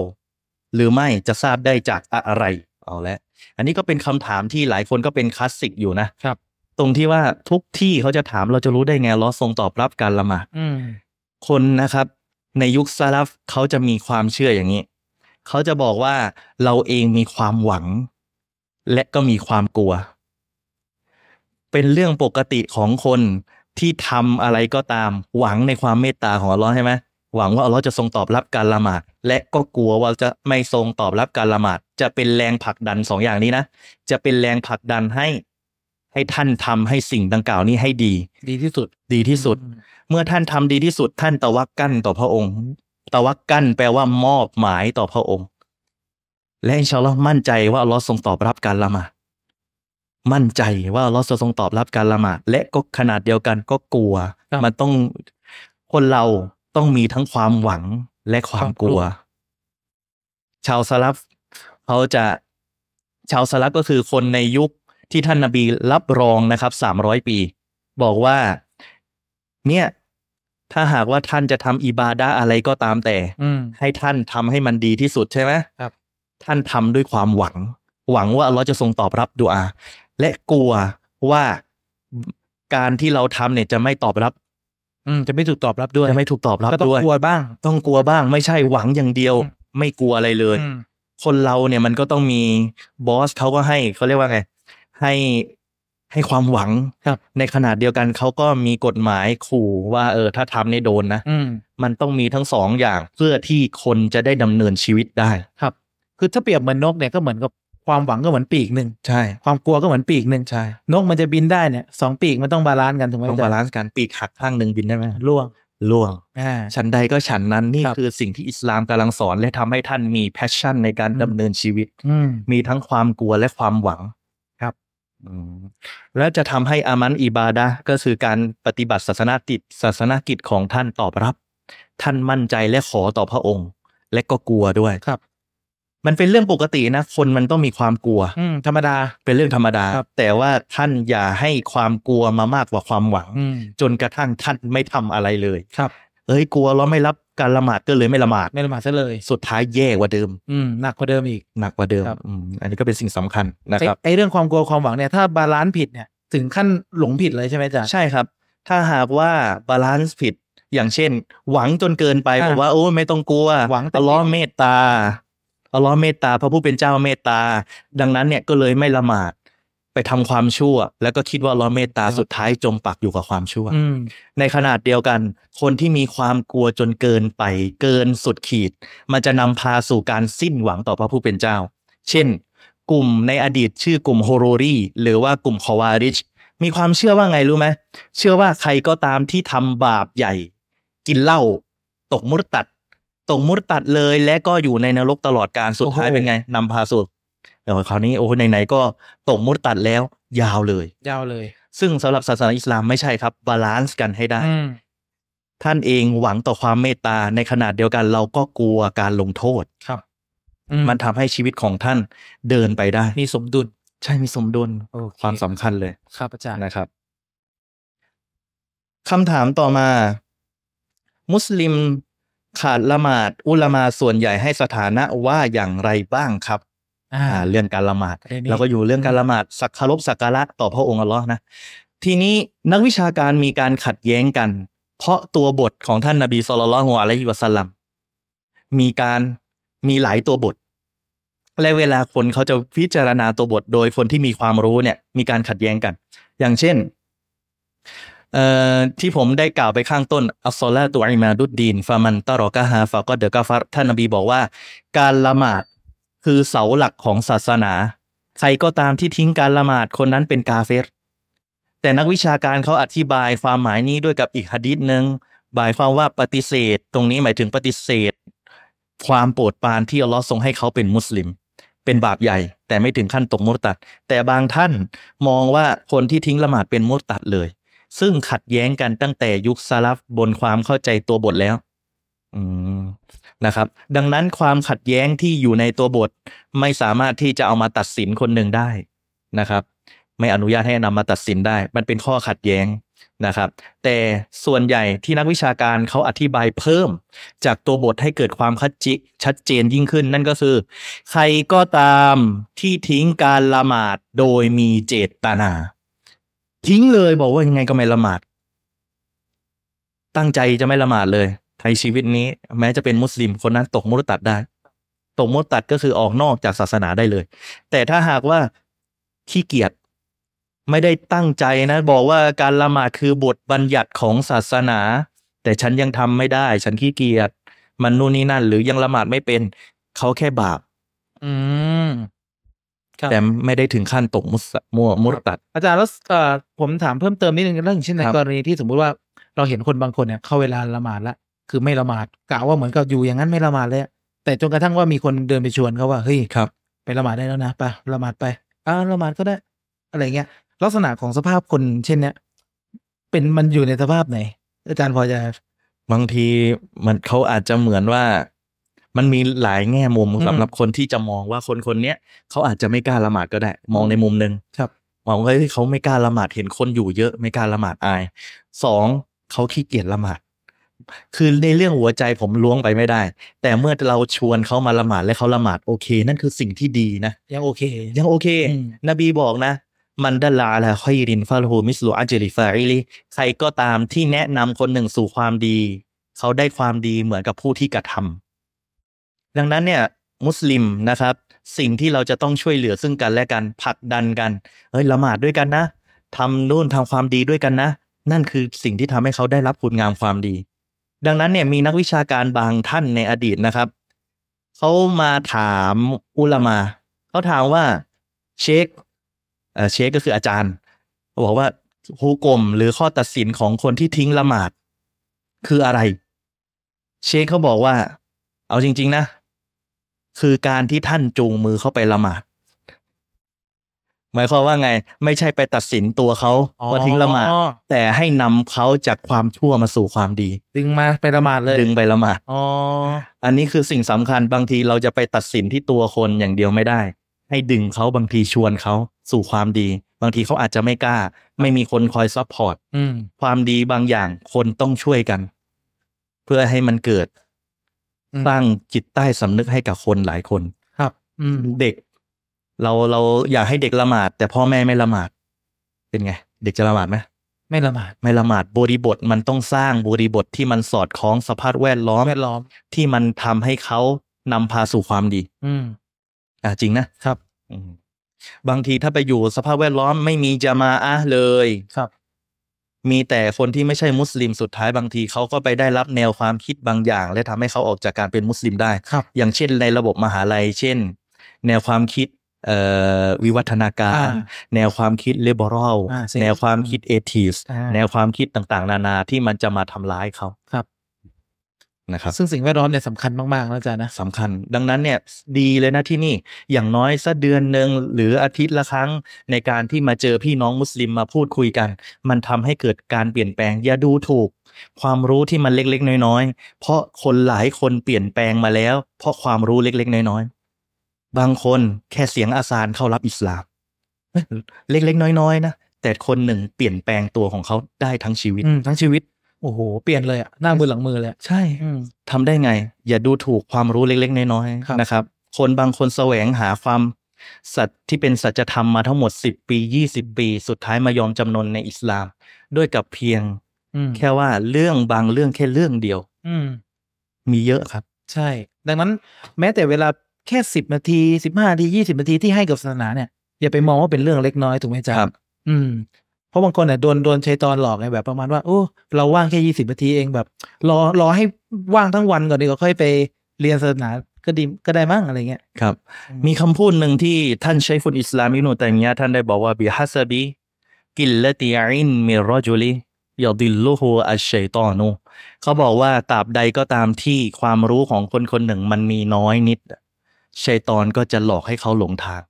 S2: หรือไม่จะทราบได้จากอะไรเอาละอันนี้ก็เป็นคำถามที่หลายคนก็เป็นคลาสสิกอยู่นะครับ ตรงที่ว่าทุกที่เขาจะถามเราจะรู้ได้ไงอัลเลอฮ์ทรงตอบรับการละหมาด
S1: อืม
S2: คนนะครับ ในยุคซาลฟเขาจะมีความเชื่ออย่างนี้ เขาจะบอกว่าเราเองมีความหวัง และก็มีความกลัว เป็นเรื่องปกติของคนที่ทำอะไรก็ตาม หวังในความเมตตาของอัลเลอฮ์ใช่ไหมหวังว่าอัลเลอฮ์จะทรงตอบรับการละหมาด และก็กลัวว่าจะไม่ทรงตอบรับการละหมาด จะเป็นแรงผลักดันสองอย่างนี้นะจะเป็นแรงผลักดันให้ ให้ท่านทำให้สิ่งดังกล่าวนี้ให้ดี
S1: ดีที่สุด
S2: ดีที่สุด
S1: อืม
S2: เมื่อท่านทำดีที่สุดท่านตะวักกั้นต่อพระองค์ ตะวักกั้นแปลว่ามอบหมายต่อพระองค์ และอินชาอัลลอฮ์มั่นใจว่าอัลลอฮ์ทรงตอบรับการละหมาดมั่นใจว่าอัลลอฮ์จะทรงตอบรับการละหมาดและก็ขนาดเดียวกันก็กลัว
S1: ครับ
S2: มันต้องคนเราต้องมีทั้งความหวังและความกลัว ชาวสลับเขาจะชาวสลับก็คือคนในยุคที่ท่านนบีรับรองนะครับสามร้อยปี บอกว่า เนี่ย ถ้าหากว่าท่านจะทำอิบาดะห์อะไรก็ตามแต่
S1: อืม
S2: ให้ท่านทำให้มันดีที่สุดใช่ไหม
S1: ครับ
S2: ท่านทำด้วยความหวัง หวังว่าอัลเลอฮ์จะทรงตอบรับดุอา และกลัวว่าการที่เราทำเนี่ยจะไม่ตอบรับ
S1: อืม จะไม่ถูกตอบรับด้วย
S2: จะไม่ถูกตอบรับ
S1: ก็ต้อง
S2: ด้วย
S1: กลัวบ้าง
S2: ต้องกลัวบ้างไม่ใช่หวังอย่างเดียว
S1: อืม
S2: ไม่กลัวอะไรเลย
S1: อืม
S2: คนเราเนี่ยมันก็ต้องมีบอสเขาก็ให้เขาเรียกว่าไง ให้ให้ความหวัง
S1: ครับ
S2: ในขนาดเดียวกันเขาก็มีกฎหมายขู่ว่าเออถ้าทำเนี่ยโดนนะ
S1: อืม
S2: มันต้องมีทั้งสองอย่างเพื่อที่คนจะได้ดำเนินชีวิตได้
S1: ครับ คือถ้าเปรียบเหมือนนกเนี่ยก็เหมือนกับความหวังก็เหมือนปีกหนึ่ง
S2: ใช่
S1: ความกลัวก็เหมือนปีกหนึ่ง
S2: ใช่
S1: นกมันจะบินได้เนี่ยสองปีกมันต้องบาลานซ์กันถูกไหม
S2: ต้องบาลานซ์กันปีกหักข้างหนึ่งบินได้ไหม
S1: ล่วง
S2: ล่วง
S1: อ่า
S2: ฉันใดก็ฉันนั้นนี่
S1: ครับ
S2: คือสิ่งที่อิสลามกำลังสอน และทำให้ท่านมีแพชชั่นในการ
S1: อืม
S2: ดำเนินชีวิต
S1: อืม
S2: มีทั้งความกลัวและความหวัง
S1: ครับ
S2: อืมและจะทำให้อามันอิบาดะห์ก็คือการปฏิบัติศาสนาติดศาสนกิจของท่านตอบรับ ท่านมั่นใจและขอต่อพระองค์ และก็กลัวด้วย
S1: ครับ
S2: มันเป็นเรื่องปกตินะ คนมันต้องมีความกลัว
S1: อืม ธรรมดา
S2: เป็นเรื่องธรรมดา
S1: ครับ
S2: แต่ว่าท่านอย่าให้ความกลัวมามากกว่าความหวัง
S1: อืม
S2: จนกระทั่งท่านไม่ทำอะไรเลย
S1: ครับ
S2: เอ้ยกลัวเราไม่รับการละหมาดก็เลยไม่ละหมาด
S1: ไม่ละหมาดซะเลย
S2: สุดท้ายแย่กว่าเดิม
S1: อืม หนักกว่าเดิมอีก
S2: หนักกว่าเดิม
S1: ครับ
S2: อืมอันนี้ก็เป็นสิ่งสำคัญนะครับ
S1: ไอไอ้เรื่องความกลัวความหวังเนี่ยถ้าบาลานซ์ผิดเนี่ยถึงขั้นหลงผิดเลยใช่ไหมอาจ๊ะ
S2: ใช่ครับ ถ้าหากว่าบาลานซ์ผิด อย่างเช่น หวังจนเกินไป
S1: อ่า
S2: บอกว่าโอ้ยไม่ต้องกลัว
S1: หวังแต่
S2: อัลลอฮ์เมตตาอัลลอฮ์เมตตาพระผู้เป็นเจ้าเมตตา ดังนั้นเนี่ยก็เลยไม่ละหมาด ไปทำความชั่ว แล้วก็คิดว่าอัลลอฮ์เมตตาสุดท้ายจมปักอยู่กับความชั่ว
S1: อืม
S2: ในขนาดเดียวกัน คนที่มีความกลัวจนเกินไป เกินสุดขีด มันจะนำพาสู่การสิ้นหวังต่อพระผู้เป็นเจ้า เช่น กลุ่มในอดีตชื่อกลุ่มโฮโรรีหรือว่ากลุ่มคอวาริช มีความเชื่อว่าไงรู้ไหมเชื่อว่าใครก็ตามที่ทำบาปใหญ่ กินเหล้าตกมุรตัด ตกมุรตัดเลยและก็อยู่ในนรกตลอดการสุดท้าย
S1: โอ้โห
S2: เป็นไงนำพาสู่เดี๋ยวคราวนี้โอ้โหไหนๆก็ตกมุรตัดแล้วยาวเลย
S1: ยาวเลย
S2: ซึ่งสำหรับศาสนาอิสลามไม่ใช่ครับบาลานซ์กันให้ได้
S1: อืม
S2: ท่านเองหวังต่อความเมตตาในขณะเดียวกันเราก็กลัวการลงโทษ
S1: ครับ
S2: มันทำให้ชีวิตของท่านเดินไปได้
S1: มีสมดุล
S2: ใช่มีสมดุล
S1: โอเ
S2: ความสำคัญเลย
S1: ครับอาจารย์
S2: นะครับคำถามต่อมา มุสลิมขาดละหมาดอุลามาส่วนใหญ่ให้สถานะว่าอย่างไรบ้างครับ
S1: อ่า
S2: อ่าเรื่องการละหมาด
S1: ประเด็นนี้
S2: เราก็อยู่เรื่องการละหมาดสักเคารพสักการะต่อพระองค์อัลเลอฮ์นะ ทีนี้นักวิชาการมีการขัดแย้งกัน เพราะตัวบทของท่านนบีสุลต่านละฮ์อะลัยฮิวะสัลลัมมีการมีหลายตัวบท และเวลาคนเขาจะพิจารณาตัวบทโดยคนที่มีความรู้เนี่ย มีการขัดแย้งกัน อย่างเช่นเอ่อที่ผมได้กล่าวไปข้างต้นอัสซอลาตุอิมาดุดดีนฟามันตารอกะฮาฟาก็เดกะฟัรท่านนบีบอกว่า การละหมาดคือเสาหลักของศาสนา ใครก็ตามที่ทิ้งการละหมาดคนนั้นเป็นกาเฟร แต่นักวิชาการเขาอธิบายความหมายนี้ด้วยกับอีกหะดีษหนึ่งหมายความว่าปฏิเสธ ตรงนี้หมายถึงปฏิเสธ ความโปรดปรานที่อัลลอฮ์ทรงให้เขาเป็นมุสลิม เป็นบาปใหญ่ แต่ไม่ถึงขั้นตกมุรตัด แต่บางท่านมองว่าคนที่ทิ้งละหมาดเป็นมุรตัดเลย ซึ่งขัดแย้งกันตั้งแต่ยุคซาลฟบนความเข้าใจตัวบทแล้ว อืมนะครับ ดังนั้นความขัดแย้งที่อยู่ในตัวบท ไม่สามารถที่จะเอามาตัดสินคนหนึ่งได้นะครับ ไม่อนุญาตให้นำมาตัดสินได้ มันเป็นข้อขัดแย้งนะครับ แต่ส่วนใหญ่ที่นักวิชาการเขาอธิบายเพิ่ม จากตัวบทให้เกิดความคัดจิชัดเจนยิ่งขึ้น นั่นก็คือ ใครก็ตามที่ทิ้งการละหมาดโดยมีเจตนา ทิ้งเลยบอกว่ายังไงก็ไม่ละหมาด ตั้งใจจะไม่ละหมาดเลยในชีวิตนี้ แม้จะเป็นมุสลิมคนนั้นตกมุรตัดได้ ตกมุรตัดก็คือออกนอกจากศาสนาได้เลย แต่ถ้าหากว่าขี้เกียจไม่ได้ตั้งใจนะ บอกว่าการละหมาดคือบทบัญญัติของศาสนา แต่ฉันยังทำไม่ได้ ฉันขี้เกียจมันนู่นนี่นั่น หรือยังละหมาดไม่เป็น เขาแค่บาป
S1: อืม ครับ
S2: แต่ไม่ได้ถึงขั้นตกมุสมัวมุรตัด
S1: อาจารย์แล้วเอ่อผมถามเพิ่มเติมนิดนึงเรื่องเช่นใน
S2: ครับ
S1: กรณีที่สมมุติว่าเราเห็นคนบางคนเนี่ยเข้าเวลาละหมาดละคือไม่ละหมาดกะว่าเหมือนกับอยู่อย่างนั้นไม่ละหมาดเลยอะแต่จนกระทั่งว่ามีคนเดินไปชวนเขาว่าเฮ้ย
S2: ครับ
S1: ไปละหมาดได้แล้วนะไปละหมาดไปอ่าละหมาดก็ได้ อะไรเงี้ย ลักษณะของสภาพคนเช่นเนี้ยเป็นมันอยู่ในสภาพไหน อาจารย์พอจะ
S2: บางทีมันเขาอาจจะเหมือนว่า มันมีหลายแง่มุม
S1: อืม
S2: สำหรับคนที่จะมองว่าคนคนเนี้ยเขาอาจจะไม่กล้าละหมาดก็ได้ มองในมุมหนึ่ง
S1: ครับ
S2: มองว่าเฮ้ยเขาไม่กล้าละหมาดเห็นคนอยู่เยอะไม่กล้าละหมาดอายสองเขาขี้เกียจละหมาด คือในเรื่องหัวใจผมล้วงไปไม่ได้ แต่เมื่อเราชวนเขามาละหมาดและเขาละหมาดโอเค นั่นคือสิ่งที่ดีนะ
S1: ยังโอเค
S2: ยังโอเค
S1: อืม
S2: นบีบอกนะ มันดัลลาอะลาคอยรินฟาลฮูมิสลูอัจริฟาอิลิใครก็ตามที่แนะนำคนหนึ่งสู่ความดี เขาได้ความดีเหมือนกับผู้ที่กระทำดังนั้นเนี่ย มุสลิมนะครับ สิ่งที่เราจะต้องช่วยเหลือซึ่งกันและกันผลักดันกันเอ้ยละหมาดด้วยกันนะทำนู่นทำความดีด้วยกันนะ นั่นคือสิ่งที่ทำให้เขาได้รับคุณงามความดี ดังนั้นเนี่ยมีนักวิชาการบางท่านในอดีตนะครับเขามาถามอุลามา เขาถามว่าเชคเอ่อเชคก็คืออาจารย์เขาบอกว่าฮุกกลมหรือข้อตัดสินของคนที่ทิ้งละหมาด คืออะไร เชคเขาบอกว่า เอาจริง ๆ นะ คือการที่ท่านจูงมือเข้าไปละหมาด หมายความว่าไง ไม่ใช่ไปตัดสินตัวเขาว่าทิ้งละหมาด
S1: อ๋อ
S2: แต่ให้นำเขาจากความชั่วมาสู่ความดี
S1: ดึงมาไปละหมาดเลย
S2: ดึงไปละหมาด
S1: อ๋อ
S2: อันนี้คือสิ่งสำคัญบางทีเราจะไปตัดสินที่ตัวคนอย่างเดียวไม่ได้ ให้ดึงเขาบางทีชวนเขาสู่ความดี บางทีเขาอาจจะไม่กล้า ไม่มีคนคอยซัพพอร์ต
S1: อืม
S2: ความดีบางอย่างคนต้องช่วยกัน เพื่อให้มันเกิด
S1: อืม
S2: สร้างจิตใต้สำนึกให้กับคนหลายคน
S1: ครับ อืม
S2: เด็ก เราเราอยากให้เด็กละหมาด แต่พ่อแม่ไม่ละหมาด เป็นไง เด็กจะละหมาดไหม
S1: ไม่ละหมาด
S2: ไม่ละหมาดบริบทมันต้องสร้างบริบทที่มันสอดคล้องสภาพแวดล้อม
S1: แวดล้อม
S2: ที่มันทำให้เขานำพาสู่ความดี
S1: อืม
S2: อ่ะจริงนะครับ อืมบางทีถ้าไปอยู่สภาพแวดล้อมไม่มีจะมาอะห์เลย
S1: ครับ
S2: มีแต่คนที่ไม่ใช่มุสลิมสุดท้ายบางทีเขาก็ไปได้รับแนวความคิดบางอย่าง และทำให้เขาออกจากการเป็นมุสลิมได้
S1: ครับ
S2: อย่างเช่นในระบบมหาลัย เช่น แนวความคิดเอ่อวิวัฒนาการ
S1: อ่า
S2: แนวความคิดเลเบอรัล
S1: อ่าเสรี
S2: แนวความคิดเอทิส
S1: อ่า
S2: แนวความคิดต่างๆ นานาที่มันจะมาทำร้ายเขา
S1: ครับ
S2: นะครับ
S1: ซึ่งสิ่งแวดล้อมเนี่ยสำคัญมาก ๆ นะอาจารย์นะ
S2: สำคัญ ดังนั้นเนี่ยดีเลยนะที่นี่อย่างน้อยสักเดือนหนึ่งหรืออาทิตย์ละครั้งในการที่มาเจอพี่น้องมุสลิมมาพูดคุยกัน มันทำให้เกิดการเปลี่ยนแปลง อย่าดูถูก ความรู้ที่มันเล็กๆ น้อยๆ เพราะคนหลายคนเปลี่ยนแปลงมาแล้ว เพราะความรู้เล็กๆ น้อยๆ บางคนแค่เสียงอาซานเข้ารับอิสลามเอ้ยเล็กๆ น้อยๆนะแต่คนหนึ่งเปลี่ยนแปลงตัวของเขาได้ทั้งชีวิต
S1: อืม ทั้งชีวิต โอ้โห เปลี่ยนเลยอะหน้ามือหลังมือเลยอะ
S2: ใช่
S1: อืม
S2: ทำได้ไง อย่าดูถูกความรู้เล็กๆ น้อย
S1: ครับ
S2: ๆนะครับ คนบางคนแสวงหาความ สัตว์ที่เป็นสัจธรรมมาทั้งหมดสิบปียี่สิบปี สุดท้ายมายอมจำนนในอิสลาม ด้วยกับเพียง
S1: อืม
S2: แค่ว่าเรื่องบางเรื่องแค่เรื่องเดียว
S1: อืม
S2: มีเยอะครับ
S1: ใช่ ดังนั้นแม้แต่เวลาแค่สิบนาทีสิบห้านาทียี่สิบนาทีที่ให้กับศาสนาเนี่ย อย่าไปมองว่าเป็นเรื่องเล็กน้อยถูกไหมจ๊ะ
S2: ครับ
S1: อืม เพราะบางคนเนี่ยโดนโดนชัยตอนหลอกไงแบบประมาณว่าโอ้เราว่างแค่ยี่สิบนาทีเองแบบ รอรอให้ว่างทั้งวันก่อนดีกว่าค่อยไปเรียนศาสนาก็ดีก็ได้มั้งอะไรเงี้ย
S2: ครับ มีคำพูดหนึ่งที่ท่านชัยฟุลอิสลามอิบนุตัยมียะห์ท่านได้บอกว่าบิฮัสบิกิลลติอินมิรจุลิยาดิลลุฮูอัชชัยตอนูเขาบอกว่าตราบใดก็ตามที่ความรู้ของคนคนหนึ่งมันมีน้อยนิดชัยตอนก็จะหลอกให้เขาหลงทาง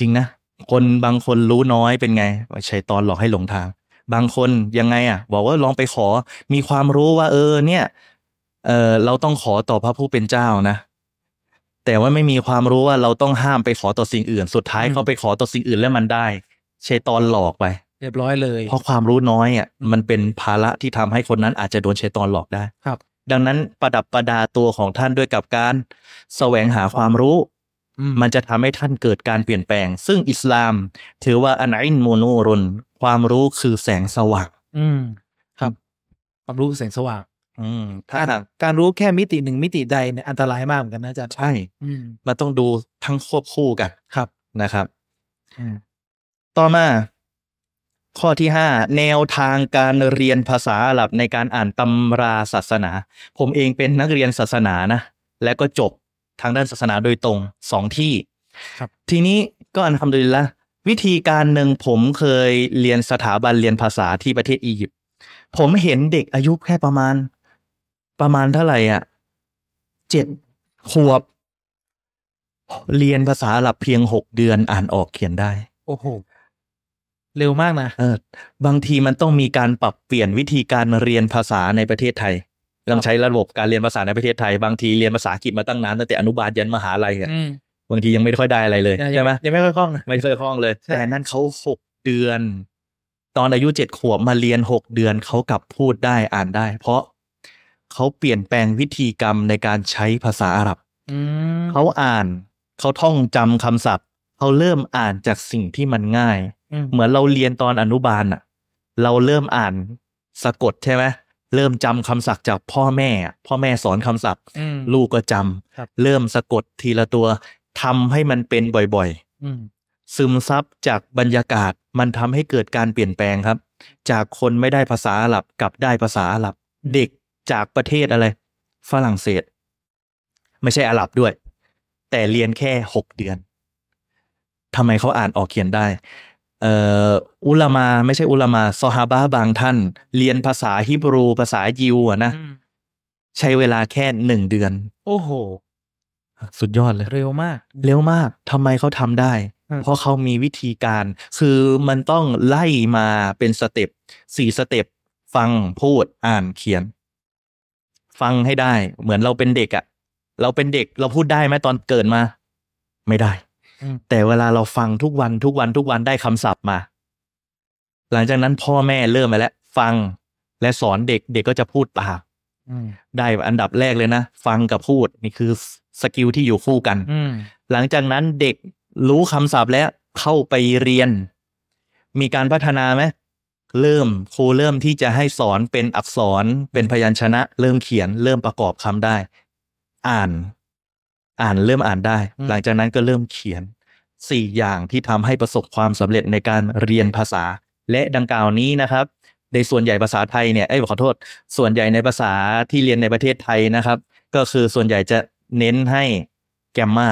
S2: จริงนะ คนบางคนรู้น้อยเป็นไงชัยตอนหลอกให้หลงทาง บางคนยังไงอ่ะ บอกว่าลองไปขอมีความรู้ว่า เออ เนี่ย เออเราต้องขอต่อพระผู้เป็นเจ้านะ แต่ว่าไม่มีความรู้ว่าเราต้องห้ามไปขอต่อสิ่งอื่น สุดท้าย
S1: อืม
S2: เขาไปขอต่อสิ่งอื่นแล้วมันได้ชัยตอนหลอกไป
S1: เรียบร้อยเลย
S2: เพราะความรู้น้อยอ่ะมันเป็นภาระที่ทำให้คนนั้นอาจจะโดนชัยตอนหลอกได้
S1: ครับ
S2: ดังนั้นประดับประดาตัวของท่านด้วยกับการแสวงหาความรู้
S1: อืม
S2: มันจะทำให้ท่านเกิดการเปลี่ยนแปลง ซึ่งอิสลามถือว่าอันอินโมโนรน ความรู้คือแสงสว่าง
S1: อืม ครับความรู้แสงสว่าง
S2: อืมถ้า
S1: การการรู้แค่มิติหนึ่งมิติใดเนี่ยอันตรายมากเหมือนกันนะอาจารย์
S2: ใช่
S1: อืม
S2: มันต้องดูทั้งควบคู่กัน
S1: ครับ
S2: นะครับ ต่อมา ข้อที่ห้าแนวทางการเรียนภาษาอาหรับในการอ่านตำราศาสนา ผมเองเป็นนักเรียนศาสนานะและก็จบทางด้านศาสนาโดยตรงสองที่
S1: ครับ
S2: ทีนี้ก็อันทำดุลิลละวิธีการหนึ่งผมเคยเรียนสถาบันเรียนภาษาที่ประเทศอียิปต์ผมเห็นเด็กอายุแค่ประมาณ ประมาณเท่าไหร่อ่ะเจ็ดขวบ เรียนภาษาอาหรับเพียงหกเดือนอ่านออกเขียนได้
S1: โอ้โหเร็วมากนะ
S2: เออบางทีมันต้องมีการปรับเปลี่ยนวิธีการเรียนภาษาในประเทศไทยต้องใช้ระบบการเรียนภาษาในประเทศไทย บางทีเรียนภาษาอังกฤษมาตั้งนานตั้งแต่อนุบาลยันมหาลัยอะ
S1: อืม
S2: บางทียังไม่ค่อยได้อะไรเลย
S1: ยัง
S2: ใช่ไหม
S1: ยังไม่ค่อยคล่องนะ
S2: ไม่เคยคล่องเลย
S1: ใช่
S2: แต่นั่นเขาหกเดือน ตอนอายุเจ็ดขวบมาเรียนหกเดือนเขากลับพูดได้อ่านได้ เพราะเขาเปลี่ยนแปลงวิธีกรรมในการใช้ภาษาอาหรับ
S1: อืม
S2: เขาอ่านเขาท่องจำคำศัพท์เขาเริ่มอ่านจากสิ่งที่มันง่าย
S1: อืม
S2: เหมือนเราเรียนตอนอนุบาลอะเราเริ่มอ่านสะกดใช่ไหมเริ่มจำคำศัพท์จากพ่อแม่อะพ่อแม่สอนคำศัพท์
S1: อืม
S2: ลูกก็จำ
S1: ครับ
S2: เริ่มสะกดทีละตัวทำให้มันเป็นบ่อย
S1: อืม
S2: ๆ ซึมซับจากบรรยากาศมันทำให้เกิดการเปลี่ยนแปลงครับ จากคนไม่ได้ภาษาอาหรับกลับได้ภาษาอาหรับ
S1: อืม
S2: เด็กจากประเทศอะไร ฝรั่งเศส ไม่ใช่อาหรับด้วย แต่เรียนแค่หกเดือนทำไมเขาอ่านออกเขียนได้ เอ่ออุลามาไม่ใช่อุลามาซอฮาบะห์บางท่าน เรียนภาษาฮิบรูภาษายิวอะนะ
S1: อืม
S2: ใช้เวลาแค่หนึ่งเดือน
S1: โอ้โห
S2: สุดยอดเลย
S1: เร็วมาก
S2: เร็วมากทำไมเขาทำได้
S1: อืม
S2: เพราะเขามีวิธีการ คือมันต้องไล่มาเป็นสเต็ปสี่สเต็ปฟังพูดอ่านเขียน ฟังให้ได้ เหมือนเราเป็นเด็กอะเราเป็นเด็กเราพูดได้ไหมตอนเกิดมา ไม่ได้
S1: อืม
S2: แต่เวลาเราฟังทุกวันทุกวันทุกวันได้คำศัพท์มา หลังจากนั้นพ่อแม่เริ่มมาแล้ว ฟังและสอนเด็ก เด็กก็จะพูดตาม
S1: อืม
S2: ได้อันดับแรกเลยนะ ฟังกับพูดนี่คือสกิลที่อยู่คู่กัน
S1: อืม
S2: หลังจากนั้นเด็กรู้คำศัพท์แล้วเข้าไปเรียน มีการพัฒนาไหมเริ่มครูเริ่มที่จะให้สอนเป็นอักษรเป็นพยัญชนะ เริ่มเขียน เริ่มประกอบคำได้ อ่าน อ่านเริ่มอ่านได้ หลังจากนั้นก็เริ่มเขียนสี่อย่างที่ทำให้ประสบความสำเร็จในการเรียนภาษา และดังกล่าวนี้นะครับ ในส่วนใหญ่ภาษาไทยเนี่ยเอ้ยขอโทษ ส่วนใหญ่ในภาษาที่เรียนในประเทศไทยนะครับ ก็คือส่วนใหญ่จะเน้นให้แกรมมา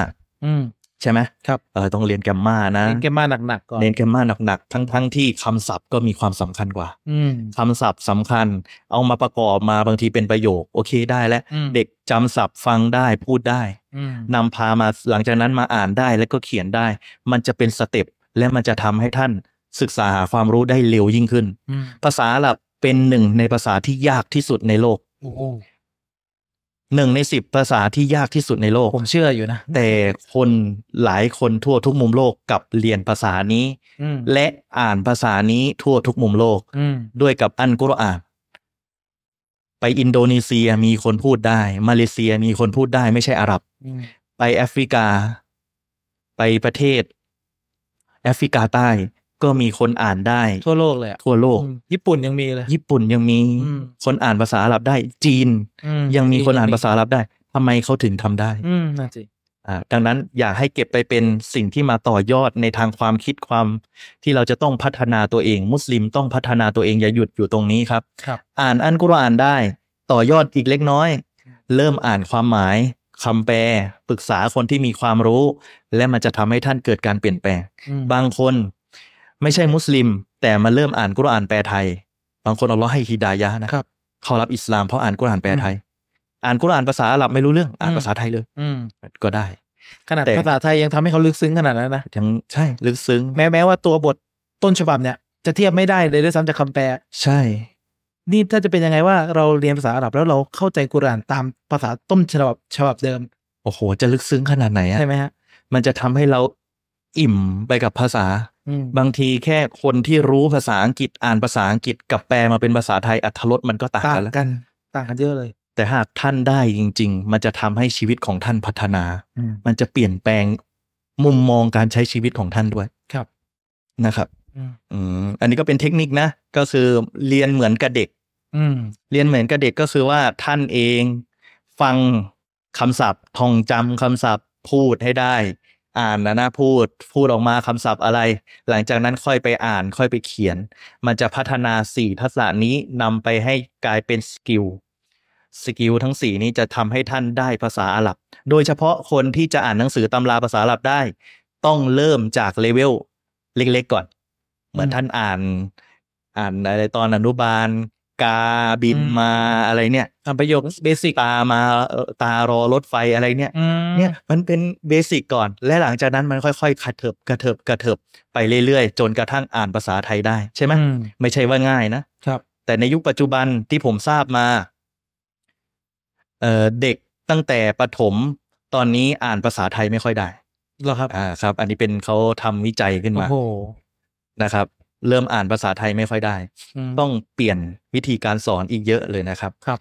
S1: อืม
S2: ใช่ไหม
S1: ครับ
S2: เออต้องเรียนแกรมมานะ
S1: เน้นแกมมาหนักๆก่อน
S2: เน้นแกรมมาหนักๆ ทั้งทั้งที่คำศัพท์ก็มีความสำคัญกว่า
S1: อืม
S2: คำศัพท์สำคัญ เอามาประกอบมาบางทีเป็นประโยค โอเคได้แล้ว
S1: อืม
S2: เด็กจำศัพท์ฟังได้พูดได้
S1: อืม
S2: นำพามาหลังจากนั้นมาอ่านได้แล้วก็เขียนได้ มันจะเป็นสเต็ปและมันจะทำให้ท่านศึกษาหาความรู้ได้เร็วยิ่งขึ้น
S1: อืม
S2: ภาษาหลับเป็นหนึ่งในภาษาที่ยากที่สุดในโลก
S1: โอ้โห
S2: หนึ่งในสิบภาษาที่ยากที่สุดในโลก
S1: ผมเชื่ออยู่นะ
S2: แต่คนหลายคนทั่วทุกมุมโลกกลับเรียนภาษานี้
S1: อืม
S2: และอ่านภาษานี้ทั่วทุกมุมโลก
S1: อืม
S2: ด้วยกับอันกุรอาน ไปอินโดนีเซียมีคนพูดได้ มาเลเซียมีคนพูดได้ไม่ใช่อาหรับ
S1: อืม
S2: ไปแอฟริกา ไปประเทศ แอฟริกาใต้ ก็มีคนอ่านได้
S1: ทั่วโลกเลยอะ
S2: ทั่วโลก
S1: อืมญี่ปุ่นยังมีเลย
S2: ญี่ปุ่นยังมี
S1: อืม
S2: คนอ่านภาษาอาหรับได้ จีน
S1: อื
S2: ยังมีคนอ่านภาษาอาหรับได้ทำไมเขาถึงทำได้
S1: อืมน่าสิ
S2: อ่าดังนั้นอยากให้เก็บไปเป็นสิ่งที่มาต่อยอดในทางความคิดความ ที่เราจะต้องพัฒนาตัวเอง มุสลิมต้องพัฒนาตัวเองอย่าหยุดอยู่ตรงนี้ครับ
S1: ครับ
S2: อ่านอันกุรอานได้ ต่อยอดอีกเล็กน้อย เริ่มอ่านความหมายคำแปลปรึกษาคนที่มีความรู้ และมันจะทำให้ท่านเกิดการเปลี่ยนแปลง บางคนไม่ใช่มุสลิม แต่มาเริ่มอ่านกุรอานแปลไทย บางคนเอาล้อให้ฮิดายะห์นะครับ เขารับอิสลามเพราะอ่านกุรอานแปลไทย อ่านกุรอานภาษาอาหรับไม่รู้เรื่องอ่าน
S1: อืม
S2: ภาษาไทยเลย
S1: อืม
S2: ก็ได้
S1: ขนาด
S2: แต่
S1: ภาษาไทยยังทำให้เขาลึกซึ้งขนาดนั้นนะ
S2: ทั้งใช่ลึกซึ้ง
S1: แม้แม้ว่าตัวบทต้นฉบับเนี่ย จะเทียบไม่ได้เลยด้วยซ้ำจากคำแปล
S2: ใช่
S1: นี่ถ้าจะเป็นยังไงว่าเราเรียนภาษาอาหรับแล้วเราเข้าใจกุรอานตามภาษาต้นฉบับฉบับเดิม
S2: โอ้โห จะลึกซึ้งขนาดไหนอะ
S1: ใช่ไหมฮะ
S2: มันจะทำให้เราอิ่มไปกับภาษา
S1: อืม
S2: บางทีแค่คนที่รู้ภาษาอังกฤษอ่านภาษาอังกฤษกับแปลมาเป็นภาษาไทยอัธรสมันก็ต่าง
S1: ต่าง
S2: กันแล้ว
S1: กันต่างกันเยอะเลย
S2: แต่หากท่านได้จริง ๆ มันจะทำให้ชีวิตของท่านพัฒนา
S1: อืม
S2: มันจะเปลี่ยนแปลงมุมมองการใช้ชีวิตของท่านด้วย
S1: ครับ
S2: นะครับ
S1: อืม
S2: อืมอันนี้ก็เป็นเทคนิคนะ ก็คือเรียนเหมือนกับเด็ก
S1: อืม
S2: เรียนเหมือนกับเด็กก็คือว่าท่านเอง ฟังคำศัพท์ ท่องจำคำศัพท์พูดให้ได้ อ่านนะนะพูด พูดออกมาคำศัพท์อะไร หลังจากนั้นค่อยไปอ่านค่อยไปเขียน มันจะพัฒนาสี่ทักษะนี้นำไปให้กลายเป็นสกิลสกิลทั้งสี่นี้จะทำให้ท่านได้ภาษาอาหรับ โดยเฉพาะคนที่จะอ่านหนังสือตำราภาษาอาหรับได้ ต้องเริ่มจากเลเวลเล็กๆก่อน เหมือน
S1: อืม
S2: ท่านอ่าน อ่านอะไรตอนอนุบาล กาบิน
S1: อืม
S2: มาอะไรเนี่ย
S1: อ่านประโยคเบสิก
S2: ตามาเอ่อตารอรถไฟอะไรเนี่ย
S1: อืม
S2: เนี่ยมันเป็นเบสิกก่อน และหลังจากนั้นมันค่อยๆกระเถิบกระเถิบกระเถิบไปเรื่อยๆ จนกระทั่งอ่านภาษาไทยได้ใช่ไหม
S1: อืม
S2: ไม่ใช่ว่าง่ายนะ
S1: ครับ
S2: แต่ในยุคปัจจุบันที่ผมทราบมาเอ่อเด็กตั้งแต่ประถมตอนนี้อ่านภาษาไทยไม่ค่อยได้
S1: เหรอครับ
S2: อ่าครับ อันนี้เป็นเขาทำวิจัยขึ้น
S1: โอ้
S2: มา
S1: โห
S2: นะครับ เริ่มอ่านภาษาไทยไม่ค่อยได้
S1: ม
S2: ต้องเปลี่ยนวิธีการสอนอีกเยอะเลยนะครับ
S1: ครับ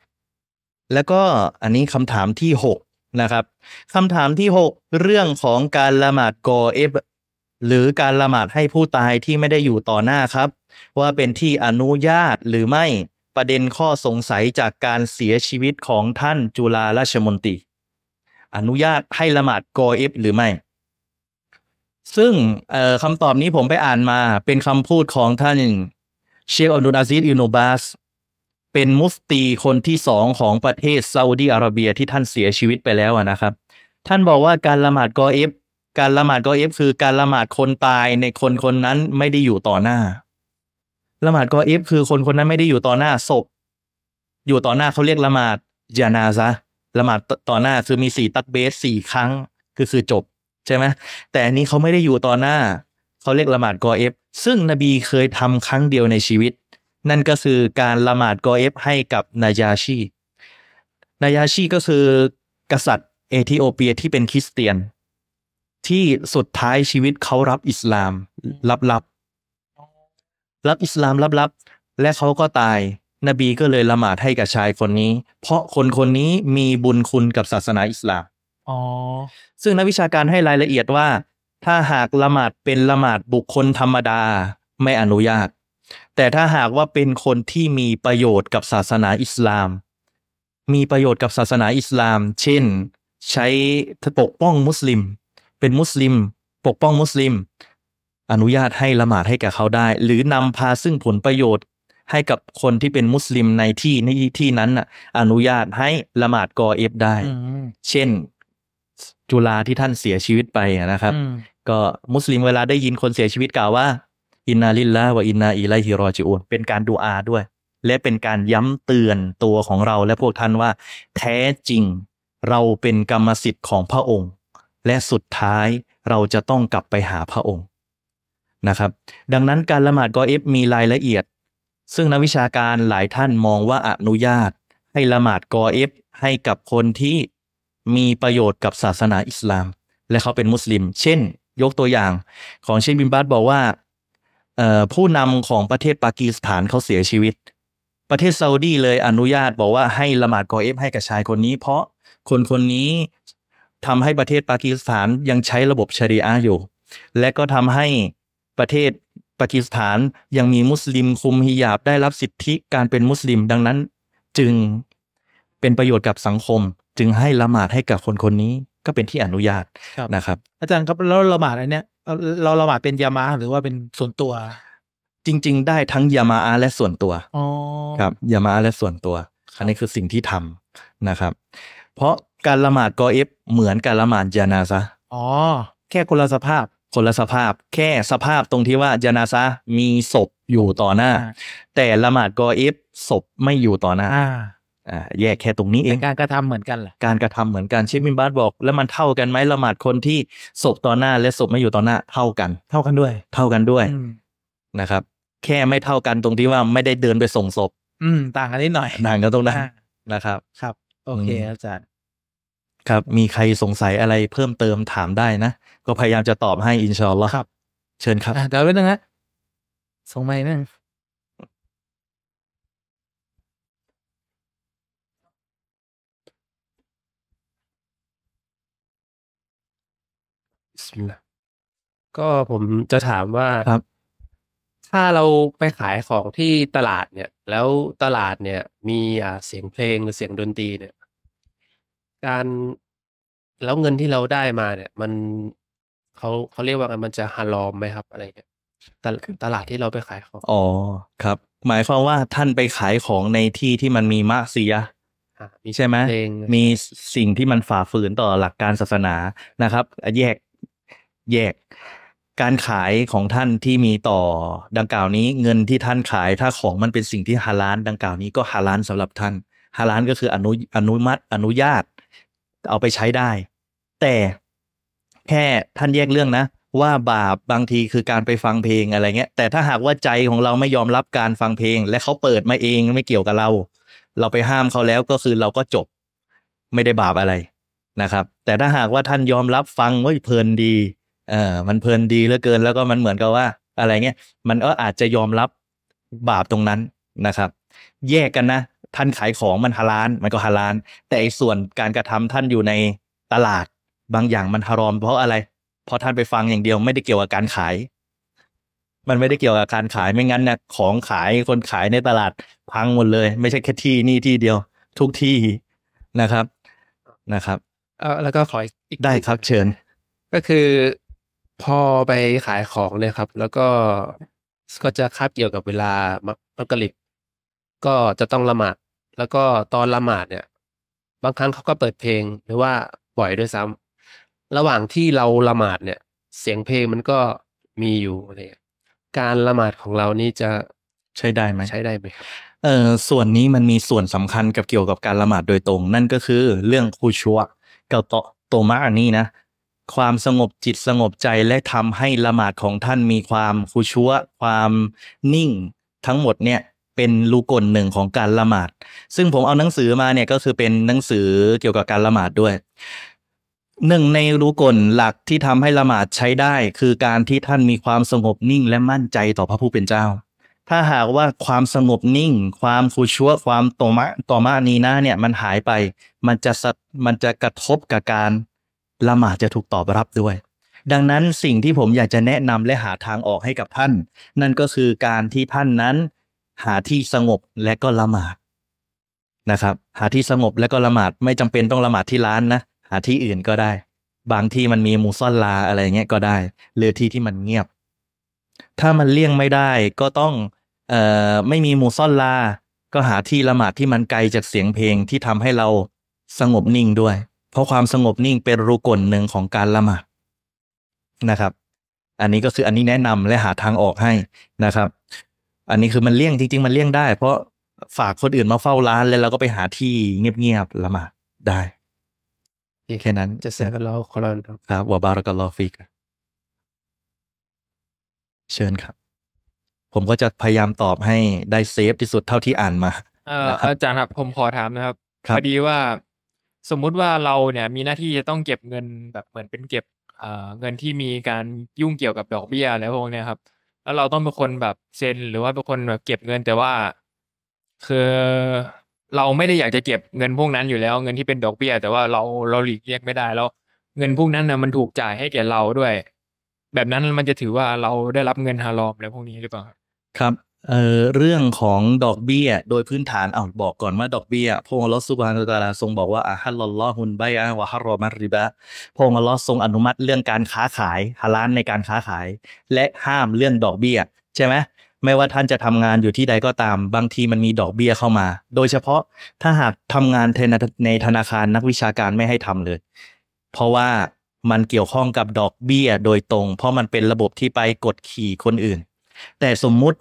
S2: แล้วก็อันนี้คำถามที่ 6 นะครับคำถามที่ 6 เรื่องของการละหมาดกอเอฟหรือการละหมาดให้ผู้ตายที่ไม่ได้อยู่ต่อหน้าครับ ว่าเป็นที่อนุญาตหรือไม่ประเด็นข้อสงสัยจากการเสียชีวิตของท่านจุฬาราชมนตรี อนุญาตให้ละหมาดกอเอฟหรือไม่ ซึ่งเอ่อคำตอบนี้ผมไปอ่านมา เป็นคำพูดของท่านเชคอับดุลอาซิสอิโนบาส เป็นมุฟตีคนที่สองของประเทศซาอุดีอาระเบียที่ท่านเสียชีวิตไปแล้วอะนะครับ ท่านบอกว่าการละหมาดกอเอฟ การละหมาดกอเอฟคือการละหมาดคนตายในคนคนนั้นไม่ได้อยู่ต่อหน้า ละหมาดกอเอฟคือคนคนนั้นไม่ได้อยู่ต่อหน้าศพ อยู่ต่อหน้าเขาเรียกละหมาดยานาซะละหมาดต่อหน้าคือมีสี่ตักเบสสี่ครั้งคือคือจบใช่ไหม แต่อันนี้เขาไม่ได้อยู่ต่อหน้า เขาเรียกละหมาดกอเอฟ ซึ่งนบีเคยทำครั้งเดียวในชีวิต นั่นก็คือการละหมาดกอเอฟให้กับนายาชีนายาชีก็คือกษัตริย์เอธิโอเปียที่เป็นคริสเตียน ที่สุดท้ายชีวิตเขารับอิสลามลับๆรับอิสลามลับๆและเขาก็ตาย นบีก็เลยละหมาดให้กับชายคนนี้ เพราะคนคนนี้มีบุญคุณกับศาสนาอิสลาม
S1: อ๋อ
S2: ซึ่งนักวิชาการให้รายละเอียดว่า ถ้าหากละหมาดเป็นละหมาดบุคคลธรรมดาไม่อนุญาต แต่ถ้าหากว่าเป็นคนที่มีประโยชน์กับศาสนาอิสลาม มีประโยชน์กับศาสนาอิสลาม เช่น ใช้ปกป้องมุสลิม เป็นมุสลิม ปกป้องมุสลิม อนุญาตให้ละหมาดให้กับเขาได้ หรือนำพาซึ่งผลประโยชน์ ให้กับคนที่เป็นมุสลิมในที่ในที่นั้นน่ะอนุญาตให้ละหมาดกอเอฟได้
S1: อืม
S2: เช่น จุฬาที่ท่านเสียชีวิตไปอะนะครับ
S1: อืม
S2: ก็มุสลิมเวลาได้ยินคนเสียชีวิตกล่าวว่า อินนาลิลลาฮ์วะอินนาอิลัยฮิรอจิอูนเป็นการดูอาด้วย และเป็นการย้ำเตือนตัวของเราและพวกท่านว่า แท้จริงเราเป็นกรรมสิทธิ์ของพระองค์ และสุดท้ายเราจะต้องกลับไปหาพระองค์นะครับ ดังนั้นการละหมาดกอเอฟมีรายละเอียด ซึ่งนักวิชาการหลายท่านมองว่าอนุญาต ให้ละหมาดกอเอฟให้กับคนที่มีประโยชน์กับศาสนาอิสลาม และเขาเป็นมุสลิม เช่น ยกตัวอย่างของเชคบินบัตบอกว่าเอ่อผู้นำของประเทศปากีสถานเขาเสียชีวิต ประเทศซาอุดีเลยอนุญาตบอกว่าให้ละหมาดกอเอฟให้กับชายคนนี้ เพราะคนคนนี้ ทำให้ประเทศปากีสถานยังใช้ระบบชะรีอะห์อยู่ และก็ทำให้ประเทศปากีสถานยังมีมุสลิมคุมฮิญาบได้รับสิทธิการเป็นมุสลิมดังนั้น จึงเป็นประโยชน์กับสังคม จึงให้ละหมาดให้กับคนคนนี้ก็เป็นที่อนุญาต
S3: ครับ
S2: นะครับ
S3: อาจารย์ครับแล้วละหมาดอันเนี้ยเราเราละหมาดเป็นยามาหรือว่าเป็นส่วนตัว
S2: จริง ๆ ได้ทั้งยามาอาและส่วนตัว
S3: อ๋อ
S2: ครับอย่ามาและส่วนตัว อันนี้คือสิ่งที่ทำนะครับ เพราะการละหมาดกอเอฟเหมือนการละหมาดยานาซะ
S3: อ๋อแค่คนละสภาพ
S2: คนละสภาพ แค่สภาพตรงที่ว่ายานาซะมีศพอยู่ต่อหน้า
S3: อ่า
S2: แต่ละหมาดกอเอฟศพไม่อยู่ต่อหน้า
S3: อ่า
S2: อ่าแยกแค่ตรงนี้เอ
S3: แต่
S2: ง
S3: การกระทำเหมือนกันแหละ
S2: การกระทำเหมือนกันเชฟมินบาสบอก แล้วมันเท่ากันไหมละหมาดคนที่ศพต่อหน้า และศพไม่อยู่ต่อหน้าเท่ากัน
S3: เท่ากันด้วย
S2: เท่ากันด้วย
S3: อืม
S2: นะครับ แค่ไม่เท่ากันตรงที่ว่าไม่ได้เดินไปส่งศพ
S3: อืมต่างกันนิดหน่อย
S2: นางก็ตรงนั้น
S3: อ่า
S2: นะครับ
S3: ครับโอเค
S2: อืม
S3: อาจารย์
S2: ครับ มีใครสงสัยอะไรเพิ่มเติมถามได้นะ ก็พยายามจะตอบให้อินชาอัลลอฮ์
S3: ครับ
S2: เชิญครับ
S1: อ่ะเดี๋ยวไว้นึงนะส่งมาอีกนึง
S4: บิสมิลลาห์ก็ผมจะถามว่า
S2: ครับ
S4: ถ้าเราไปขายของที่ตลาดเนี่ย แล้วตลาดเนี่ย มีอ่าเสียงเพลงหรือเสียงดนตรีเนี่ย การแล้วเงินที่เราได้มาเนี่ย มันเขาเขาเรียกว่าไงมันจะฮารอมไหมครับอะไรเงี้ยตลาดตลาดที่เราไปขายของ
S2: อ๋อครับ หมายความว่าท่านไปขายของในที่ที่มันมีมะซียะห์
S4: อ่ะ
S2: ใช่ไหม
S4: เพลง
S2: มีสิ่งที่มันฝ่าฝืนต่อหลักการศาสนานะครับ แยกแยก การขายของท่านที่มีต่อดังกล่าวนี้ เงินที่ท่านขายถ้าของมันเป็นสิ่งที่ฮาลานดังกล่าวนี้ก็ฮาลานสำหรับท่านฮาลานก็คืออนุอนุมัติอนุญาต เอาไปใช้ได้ แต่แค่ท่านแยกเรื่องนะ ว่าบาปบางทีคือการไปฟังเพลงอะไรเงี้ย แต่ถ้าหากว่าใจของเราไม่ยอมรับการฟังเพลง และเขาเปิดมาเองไม่เกี่ยวกับเรา เราไปห้ามเขาแล้วก็คือเราก็จบไม่ได้บาปอะไรนะครับ แต่ถ้าหากว่าท่านยอมรับฟังว่าเพลินดีเออมันเพลินดีเหลือเกินแล้วก็มันเหมือนกับว่า อะไรเงี้ยมันก็อาจจะยอมรับบาปตรงนั้นนะครับ แยกกันนะ ท่านขายของมันฮาลานมันก็ฮาลาน แต่ไอ้ส่วนการกระทำท่านอยู่ในตลาดบางอย่างมันฮารอม เพราะอะไร เพราะท่านไปฟังอย่างเดียวไม่ได้เกี่ยวกับการขาย มันไม่ได้เกี่ยวกับการขายไม่งั้นนะของขายคนขายในตลาดพังหมดเลย ไม่ใช่แค่ที่นี่ที่เดียว ทุกที่นะครับนะครับ
S4: เอ่อแล้วก็ขออีกอีก
S2: ได้ครับเชิญ
S4: ก็คือพอไปขายของเนี่ยครับ แล้วก็ก็จะคาบเกี่ยวกับเวลามักมักกะริบก็จะต้องละหมาด แล้วก็ตอนละหมาดเนี่ย บางครั้งเขาก็เปิดเพลงหรือว่าปล่อยด้วยซ้ำระหว่างที่เราละหมาดเนี่ย เสียงเพลงมันก็มีอยู่อะไรอย่างเงี้ยการละหมาดของเรานี่จะ
S2: ใช้ได้ไหม
S4: ใช้ได้ไหมครับ
S2: เอ่อส่วนนี้มันมีส่วนสำคัญกับเกี่ยวกับการละหมาดโดยตรง นั่นก็คือเรื่องคูชัวกับโตโตมะอันนี้นะ ความสงบจิตสงบใจและทำให้ละหมาดของท่านมีความคูชัวความนิ่ง ทั้งหมดเนี่ยเป็นลูกลหนึ่งของการละหมาด ซึ่งผมเอาหนังสือมาเนี่ยก็คือเป็นหนังสือเกี่ยวกับการละหมาดด้วยหนึ่งในรูกลหลักที่ทำให้ละหมาดใช้ได้ คือการที่ท่านมีความสงบนิ่งและมั่นใจต่อพระผู้เป็นเจ้า ถ้าหากว่าความสงบนิ่ง ความคูชัวความโตมะตอมานีนาเนี่ยมันหายไป มันจะสะมันจะกระทบกับการละหมาดจะถูกตอบรับด้วย ดังนั้นสิ่งที่ผมอยากจะแนะนำและหาทางออกให้กับท่าน นั่นก็คือการที่ท่านนั้น หาที่สงบและก็ละหมาดนะครับ หาที่สงบและก็ละหมาดไม่จำเป็นต้องละหมาดที่ร้านนะหาที่อื่นก็ได้ บางที่มันมีมูซอลลาอะไรเงี้ยก็ได้หรือที่ที่มันเงียบ ถ้ามันเลี่ยงไม่ได้ก็ต้อง เอ่อไม่มีหมูซ่อนลา ก็หาที่ละหมาดที่มันไกลจากเสียงเพลงที่ทำให้เราสงบนิ่งด้วย เพราะความสงบนิ่งเป็นรูกลหนึ่งของการละหมาดนะครับ อันนี้ก็คืออันนี้แนะนำและหาทางออกให้นะครับ อันนี้คือมันเลี่ยงจริง ๆ มันเลี่ยงได้ เพราะฝากคนอื่นมาเฝ้าร้านแล้วเราก็ไปหาที่เงียบๆละหมาดได้แค่นั้น
S4: จะเสียกันเราขอเราครับ
S2: ครับวะบารักัลลอฮฟิกเชิญครับ ผมก็จะพยายามตอบให้ได้เซฟที่สุดเท่าที่อ่านมา
S5: เอ่อ
S2: นะครับ
S5: อาจารย์ครับผมขอถามนะครับ
S2: ครับ
S5: พอดีว่าสมมุติว่าเราเนี่ยมีหน้าที่จะต้องเก็บเงินแบบเหมือนเป็นเก็บเอ่อเงินที่มีการยุ่งเกี่ยวกับดอกเบี้ยอะไรพวกเนี้ยครับ แล้วเราต้องเป็นคนแบบเซ็นหรือว่าเป็นคนแบบเก็บเงินแต่ว่า คือเราไม่ได้อยากจะเก็บเงินพวกนั้นอยู่แล้ว เงินที่เป็นดอกเบี้ย แต่ว่าเราเราหลีกเลี่ยงไม่ได้แล้ว เงินพวกนั้นนะมันถูกจ่ายให้แก่เราด้วย แบบนั้นมันจะถือว่าเราได้รับเงินฮารอมอะไรพวกนี้หรือเปล่า
S2: ครับเอ่อเรื่องของดอกเบี้ย โดยพื้นฐานเอาบอกก่อนว่าดอกเบี้ยพระองค์อัลลอฮ์ซุบฮานะฮูวะตะอาลาทรงบอกว่าอาฮัลลอลลอฮุนไบอะฮ์วะฮารอมัรริบะพระองค์อัลลอฮ์ทรงอนุมัติเรื่องการค้าขายฮาลานในการค้าขาย และห้ามเรื่องดอกเบี้ย ใช่ไหมไม่ว่าท่านจะทำงานอยู่ที่ใดก็ตามบางทีมันมีดอกเบี้ยเข้ามา โดยเฉพาะถ้าหากทำงานในธนาคารนักวิชาการไม่ให้ทำเลย เพราะว่ามันเกี่ยวข้องกับดอกเบี้ยโดยตรง เพราะมันเป็นระบบที่ไปกดขี่คนอื่น แต่สมมุติ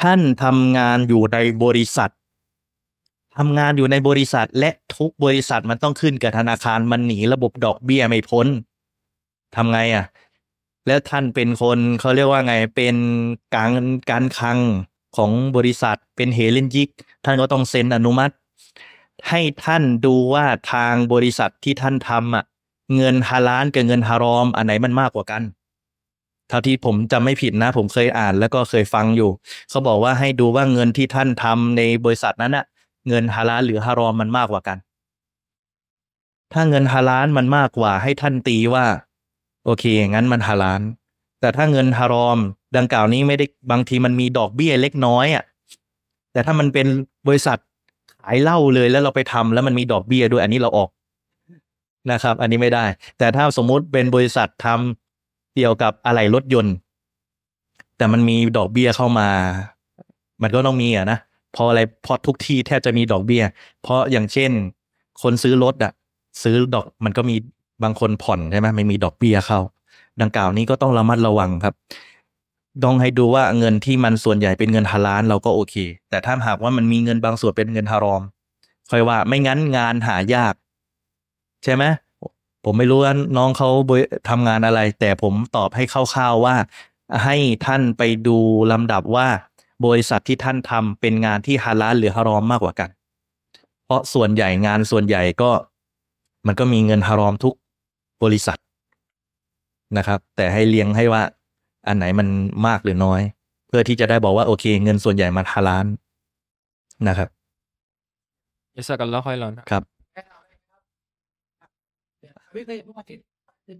S2: ท่านทำงานอยู่ในบริษัททำงานอยู่ในบริษัท และทุกบริษัทมันต้องขึ้นกับธนาคารมันหนีระบบดอกเบี้ยไม่พ้นทำไงอ่ะ แล้วท่านเป็นคนเขาเรียกว่าไงเป็นการการคลังของบริษัทเป็นเฮเลนยิก ท่านก็ต้องเซ็นอนุมัติ ให้ท่านดูว่าทางบริษัทที่ท่านทำอ่ะ เงินฮาลานกับเงินฮารอม อันไหนมันมากกว่ากัน เท่าที่ผมจำไม่ผิดนะ ผมเคยอ่านแล้วก็เคยฟังอยู่ เขาบอกว่าให้ดูว่าเงินที่ท่านทำในบริษัทนั้นอะเงินฮาลาลหรือฮารอมมันมากกว่ากัน ถ้าเงินฮาลาลมันมากกว่าให้ท่านตีว่า โอเคงั้นมันฮาลาลแต่ถ้าเงินฮารอม ดังกล่าวนี้ไม่ได้บางทีมันมีดอกเบี้ยเล็กน้อยอะแต่ถ้ามันเป็นบริษัทขายเหล้าเลยแล้วเราไปทำแล้วมันมีดอกเบี้ยด้วยอันนี้เราออกนะครับ อันนี้ไม่ได้ แต่ถ้าสมมุติเป็นบริษัททำเกี่ยวกับอะไหล่รถยนต์ แต่มันมีดอกเบี้ยเข้ามา มันก็ต้องมีอะนะเพออะไรเพอทุกที่แทบจะมีดอกเบี้ย เพราะอย่างเช่น คนซื้อรถอะซื้อดอกมันก็มีบางคนผ่อนใช่ไหมไม่มีดอกเบี้ยเข้า ดังกล่าวนี้ก็ต้องระมัดระวังครับต้องให้ดูว่าเงินที่มันส่วนใหญ่เป็นเงินฮาลานเราก็โอเค แต่ถ้าหากว่ามันมีเงินบางส่วนเป็นเงินฮารอม ค่อยว่าไม่งั้นงานหายาก ใช่ไหมผมไม่รู้ว่าน้องเขาบริทำงานอะไร แต่ผมตอบให้คร่าวๆว่า ให้ท่านไปดูลำดับว่า บริษัทที่ท่านทำเป็นงานที่ฮาลาลหรือฮารอมมากกว่ากัน เพราะส่วนใหญ่งานส่วนใหญ่ก็ มันก็มีเงินฮารอมทุกบริษัทนะครับ แต่ให้เลี้ยงให้ว่า อันไหนมันมากหรือน้อย เพื่อที่จะได้บอกว่าโอเค เงินส่วนใหญ่มันฮาลาลนะครับ
S5: อิสกันแล้วค่อยร้อน
S2: ครับ
S1: ไม่เคยพูดมาถึง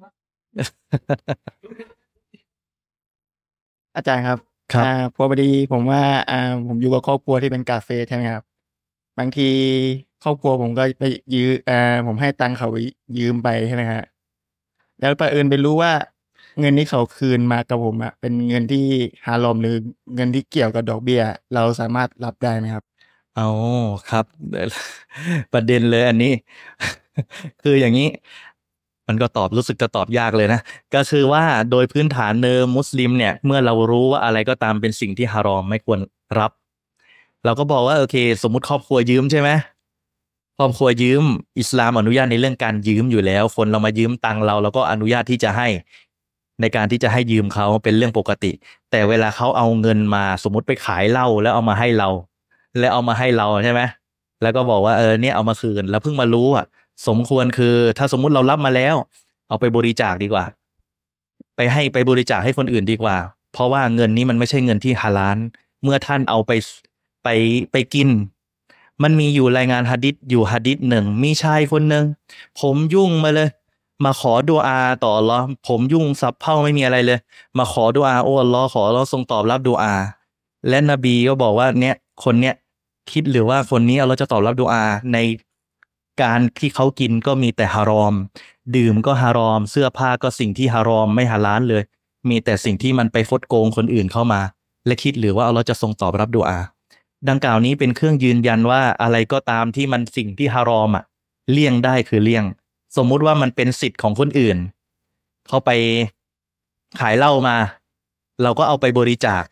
S6: อาจารย์ครับ
S2: ครับ
S6: อ่าพอดีผมว่าอ่าผมอยู่กับครอบครัวที่เป็นกาเฟ่ใช่ไหมครับ บางทีครอบครัวผมก็ไปยืมอ่าผมให้ตังค์เขาไปยืมไปใช่ไหมฮะแล้วประเอิญไปรู้ว่า เงินที่เขาคืนมากับผมอะเป็นเงินที่ฮาลอมหรือเงินที่เกี่ยวกับดอกเบี้ย เราสามารถรับได้ไหมครับ
S2: เอาครับ (laughs) ประเด็นเลยอันนี้ (laughs) คืออย่างนี้ มันก็ตอบรู้สึกจะตอบยากเลยนะ ก็คือว่าโดยพื้นฐานเนิมมุสลิมเนี่ย เมื่อเรารู้ว่าอะไรก็ตามเป็นสิ่งที่ฮารอมไม่ควรรับ เราก็บอกว่าโอเค สมมุติครอบครัวยืมใช่ไหมครอบครัวยืม อิสลามอนุญาตในเรื่องการยืมอยู่แล้ว คนเรามายืมตังค์เราเราก็อนุญาตที่จะให้ ในการที่จะให้ยืมเขาเป็นเรื่องปกติ แต่เวลาเขาเอาเงินมาสมมติไปขายเหล้าแล้วเอามาให้เรา แล้วเอามาให้เราใช่ไหม แล้วก็บอกว่าเออเนี่ยเอามาคืน แล้วเพิ่งมารู้อ่ะ สมควรคือ ถ้าสมมุติเรารับมาแล้ว เอาไปบริจาคดีกว่า ไปให้ไปบริจาคให้คนอื่นดีกว่า เพราะว่าเงินนี้มันไม่ใช่เงินที่ฮาลาลเมื่อท่านเอาไปไปไปกิน มันมีอยู่รายงานฮะดิษอยู่ฮะดิษหนึ่งมีชายคนหนึ่งผมยุ่งมาเลย มาขอดุอาต่ออัลลอฮ์ผมยุ่งสับเพร่าไม่มีอะไรเลย มาขอดุอาโอ้อัลลอฮ์ขออัลลอฮ์ทรงตอบรับดุอา และนบีก็บอกว่าเนี่ยคนเนี่ยคิดหรือว่าคนนี้เราจะตอบรับดูอาในการที่เขากินก็มีแต่ฮารอม ดื่มก็ฮารอม เสื้อผ้าก็สิ่งที่ฮารอมไม่ฮาลาลเลย มีแต่สิ่งที่มันไปฟดโกงคนอื่นเข้ามา และคิดหรือว่าเราจะทรงตอบรับดูอา ดังกล่าวนี้เป็นเครื่องยืนยันว่าอะไรก็ตามที่มันสิ่งที่ฮารอมอ่ะ เลี่ยงได้คือเลี่ยง สมมุติว่ามันเป็นสิทธิ์ของคนอื่น เขาไปขายเหล้ามา เราก็เอาไปบริจาค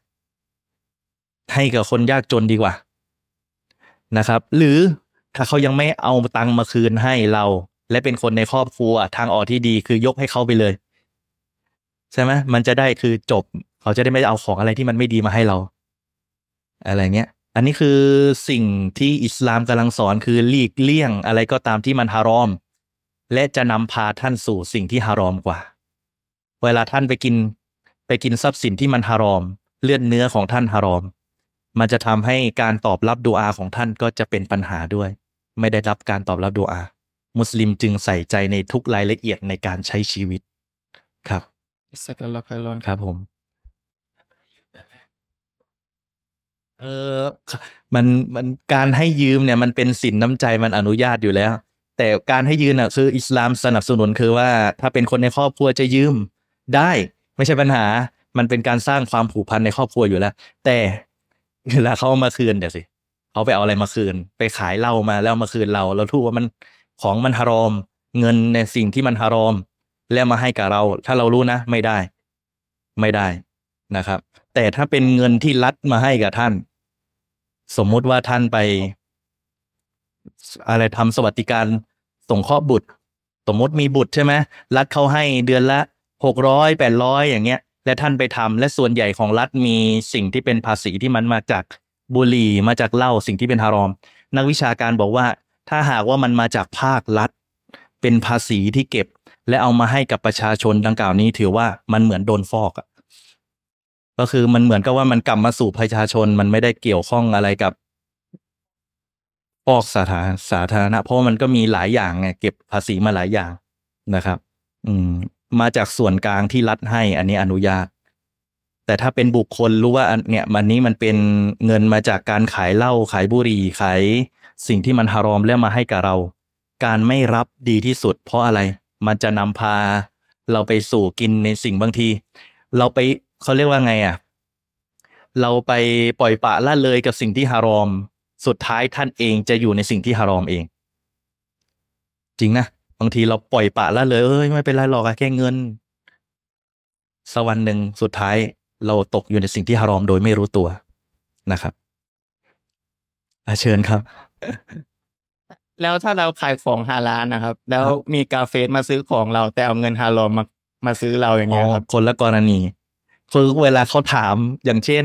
S2: ให้กับคนยากจนดีกว่านะครับ หรือถ้าเขายังไม่เอาตังค์มาคืนให้เรา และเป็นคนในครอบครัวทางออกที่ดีคือยกให้เขาไปเลย ใช่ไหมมันจะได้คือจบ เขาจะได้ไม่เอาของอะไรที่มันไม่ดีมาให้เรา อะไรเงี้ย อันนี้คือสิ่งที่อิสลามกำลังสอนคือหลีกเลี่ยงอะไรก็ตามที่มันฮารอม และจะนำพาท่านสู่สิ่งที่ฮารอมกว่า เวลาท่านไปกิน ไปกินทรัพย์สินที่มันฮารอม เลือดเนื้อของท่านฮารอม มันจะทำให้การตอบรับดูอาของท่านก็จะเป็นปัญหาด้วย ไม่ได้รับการตอบรับดูอา มุสลิมจึงใส่ใจในทุกรายละเอียดในการใช้ชีวิตครับ
S6: สักละครลอน
S2: ครับผม เออ มันมันการให้ยืมเนี่ยมันเป็นสินน้ำใจมันอนุญาตอยู่แล้ว แต่การให้ยืมอ่ะคืออิสลามสนับสนุนคือว่า ถ้าเป็นคนในครอบครัวจะยืมได้ไม่ใช่ปัญหา มันเป็นการสร้างความผูกพันในครอบครัวอยู่แล้ว แต่เวลาเขาเอามาคืนเดี๋ยวสิเขาไปเอาอะไรมาคืน ไปขายเหล้ามาแล้วเอามาคืนเรา เราทูกว่ามันของมันฮารอม เงินในสิ่งที่มันฮารอม แล้วมาให้กับเรา ถ้าเรารู้นะ ไม่ได้ ไม่ได้นะครับ แต่ถ้าเป็นเงินที่รัฐมาให้กับท่าน สมมุติว่าท่านไป อะไรทำสวัสดิการสงเคราะห์บุตร สมมติมีบุตรใช่ไหมรัฐเขาให้เดือนละหกร้อยแปดร้อยอย่างเงี้ย และท่านไปทำและส่วนใหญ่ของรัฐมีสิ่งที่เป็นภาษีที่มันมาจากบุหรี่มาจากเหล้าสิ่งที่เป็นฮารอม นักวิชาการบอกว่า ถ้าหากว่ามันมาจากภาครัฐ เป็นภาษีที่เก็บ และเอามาให้กับประชาชนดังกล่าวนี้ ถือว่ามันเหมือนโดนฟอกอะก็คือมันเหมือนกับว่ามันกลับมาสู่ประชาชนมันไม่ได้เกี่ยวข้องอะไรกับฟอกสาธารสาธารณะเพราะว่ามันก็มีหลายอย่างไงเก็บภาษีมาหลายอย่างนะครับ อืม มาจากส่วนกลางที่รัฐให้ อันนี้อนุญาต แต่ถ้าเป็นบุคคลรู้ว่าอันเนี่ยมันนี้มันเป็นเงินมาจากการขายเหล้าขายบุหรี่ขายสิ่งที่มันฮารอมแล้วมาให้กับเรา การไม่รับดีที่สุด เพราะอะไร มันจะนำพา เราไปสู่กินในสิ่งบางที เราไปเขาเรียกว่าไงอ่ะ เราไปปล่อยปละละเลยกับสิ่งที่ฮารอม สุดท้ายท่านเองจะอยู่ในสิ่งที่ฮารอมเอง จริงนะบางทีเราปล่อยปละละเลยเอ้ยไม่เป็นไรหรอกอะแค่เงินสักวันหนึ่งสุดท้ายเราตกอยู่ในสิ่งที่ฮารอมโดยไม่รู้ตัวนะครับอ่ะเชิญครับ
S6: แล้วถ้าเราขายของฮาลาลนะครับ แล้วมีกาเฟสมาซื้อของเรา แต่เอาเงินฮารอมมามาซื้อเราอย่างเงี้ยครับ
S2: อ๋อคนละกรณีคือเวลาเขาถามอย่างเช่น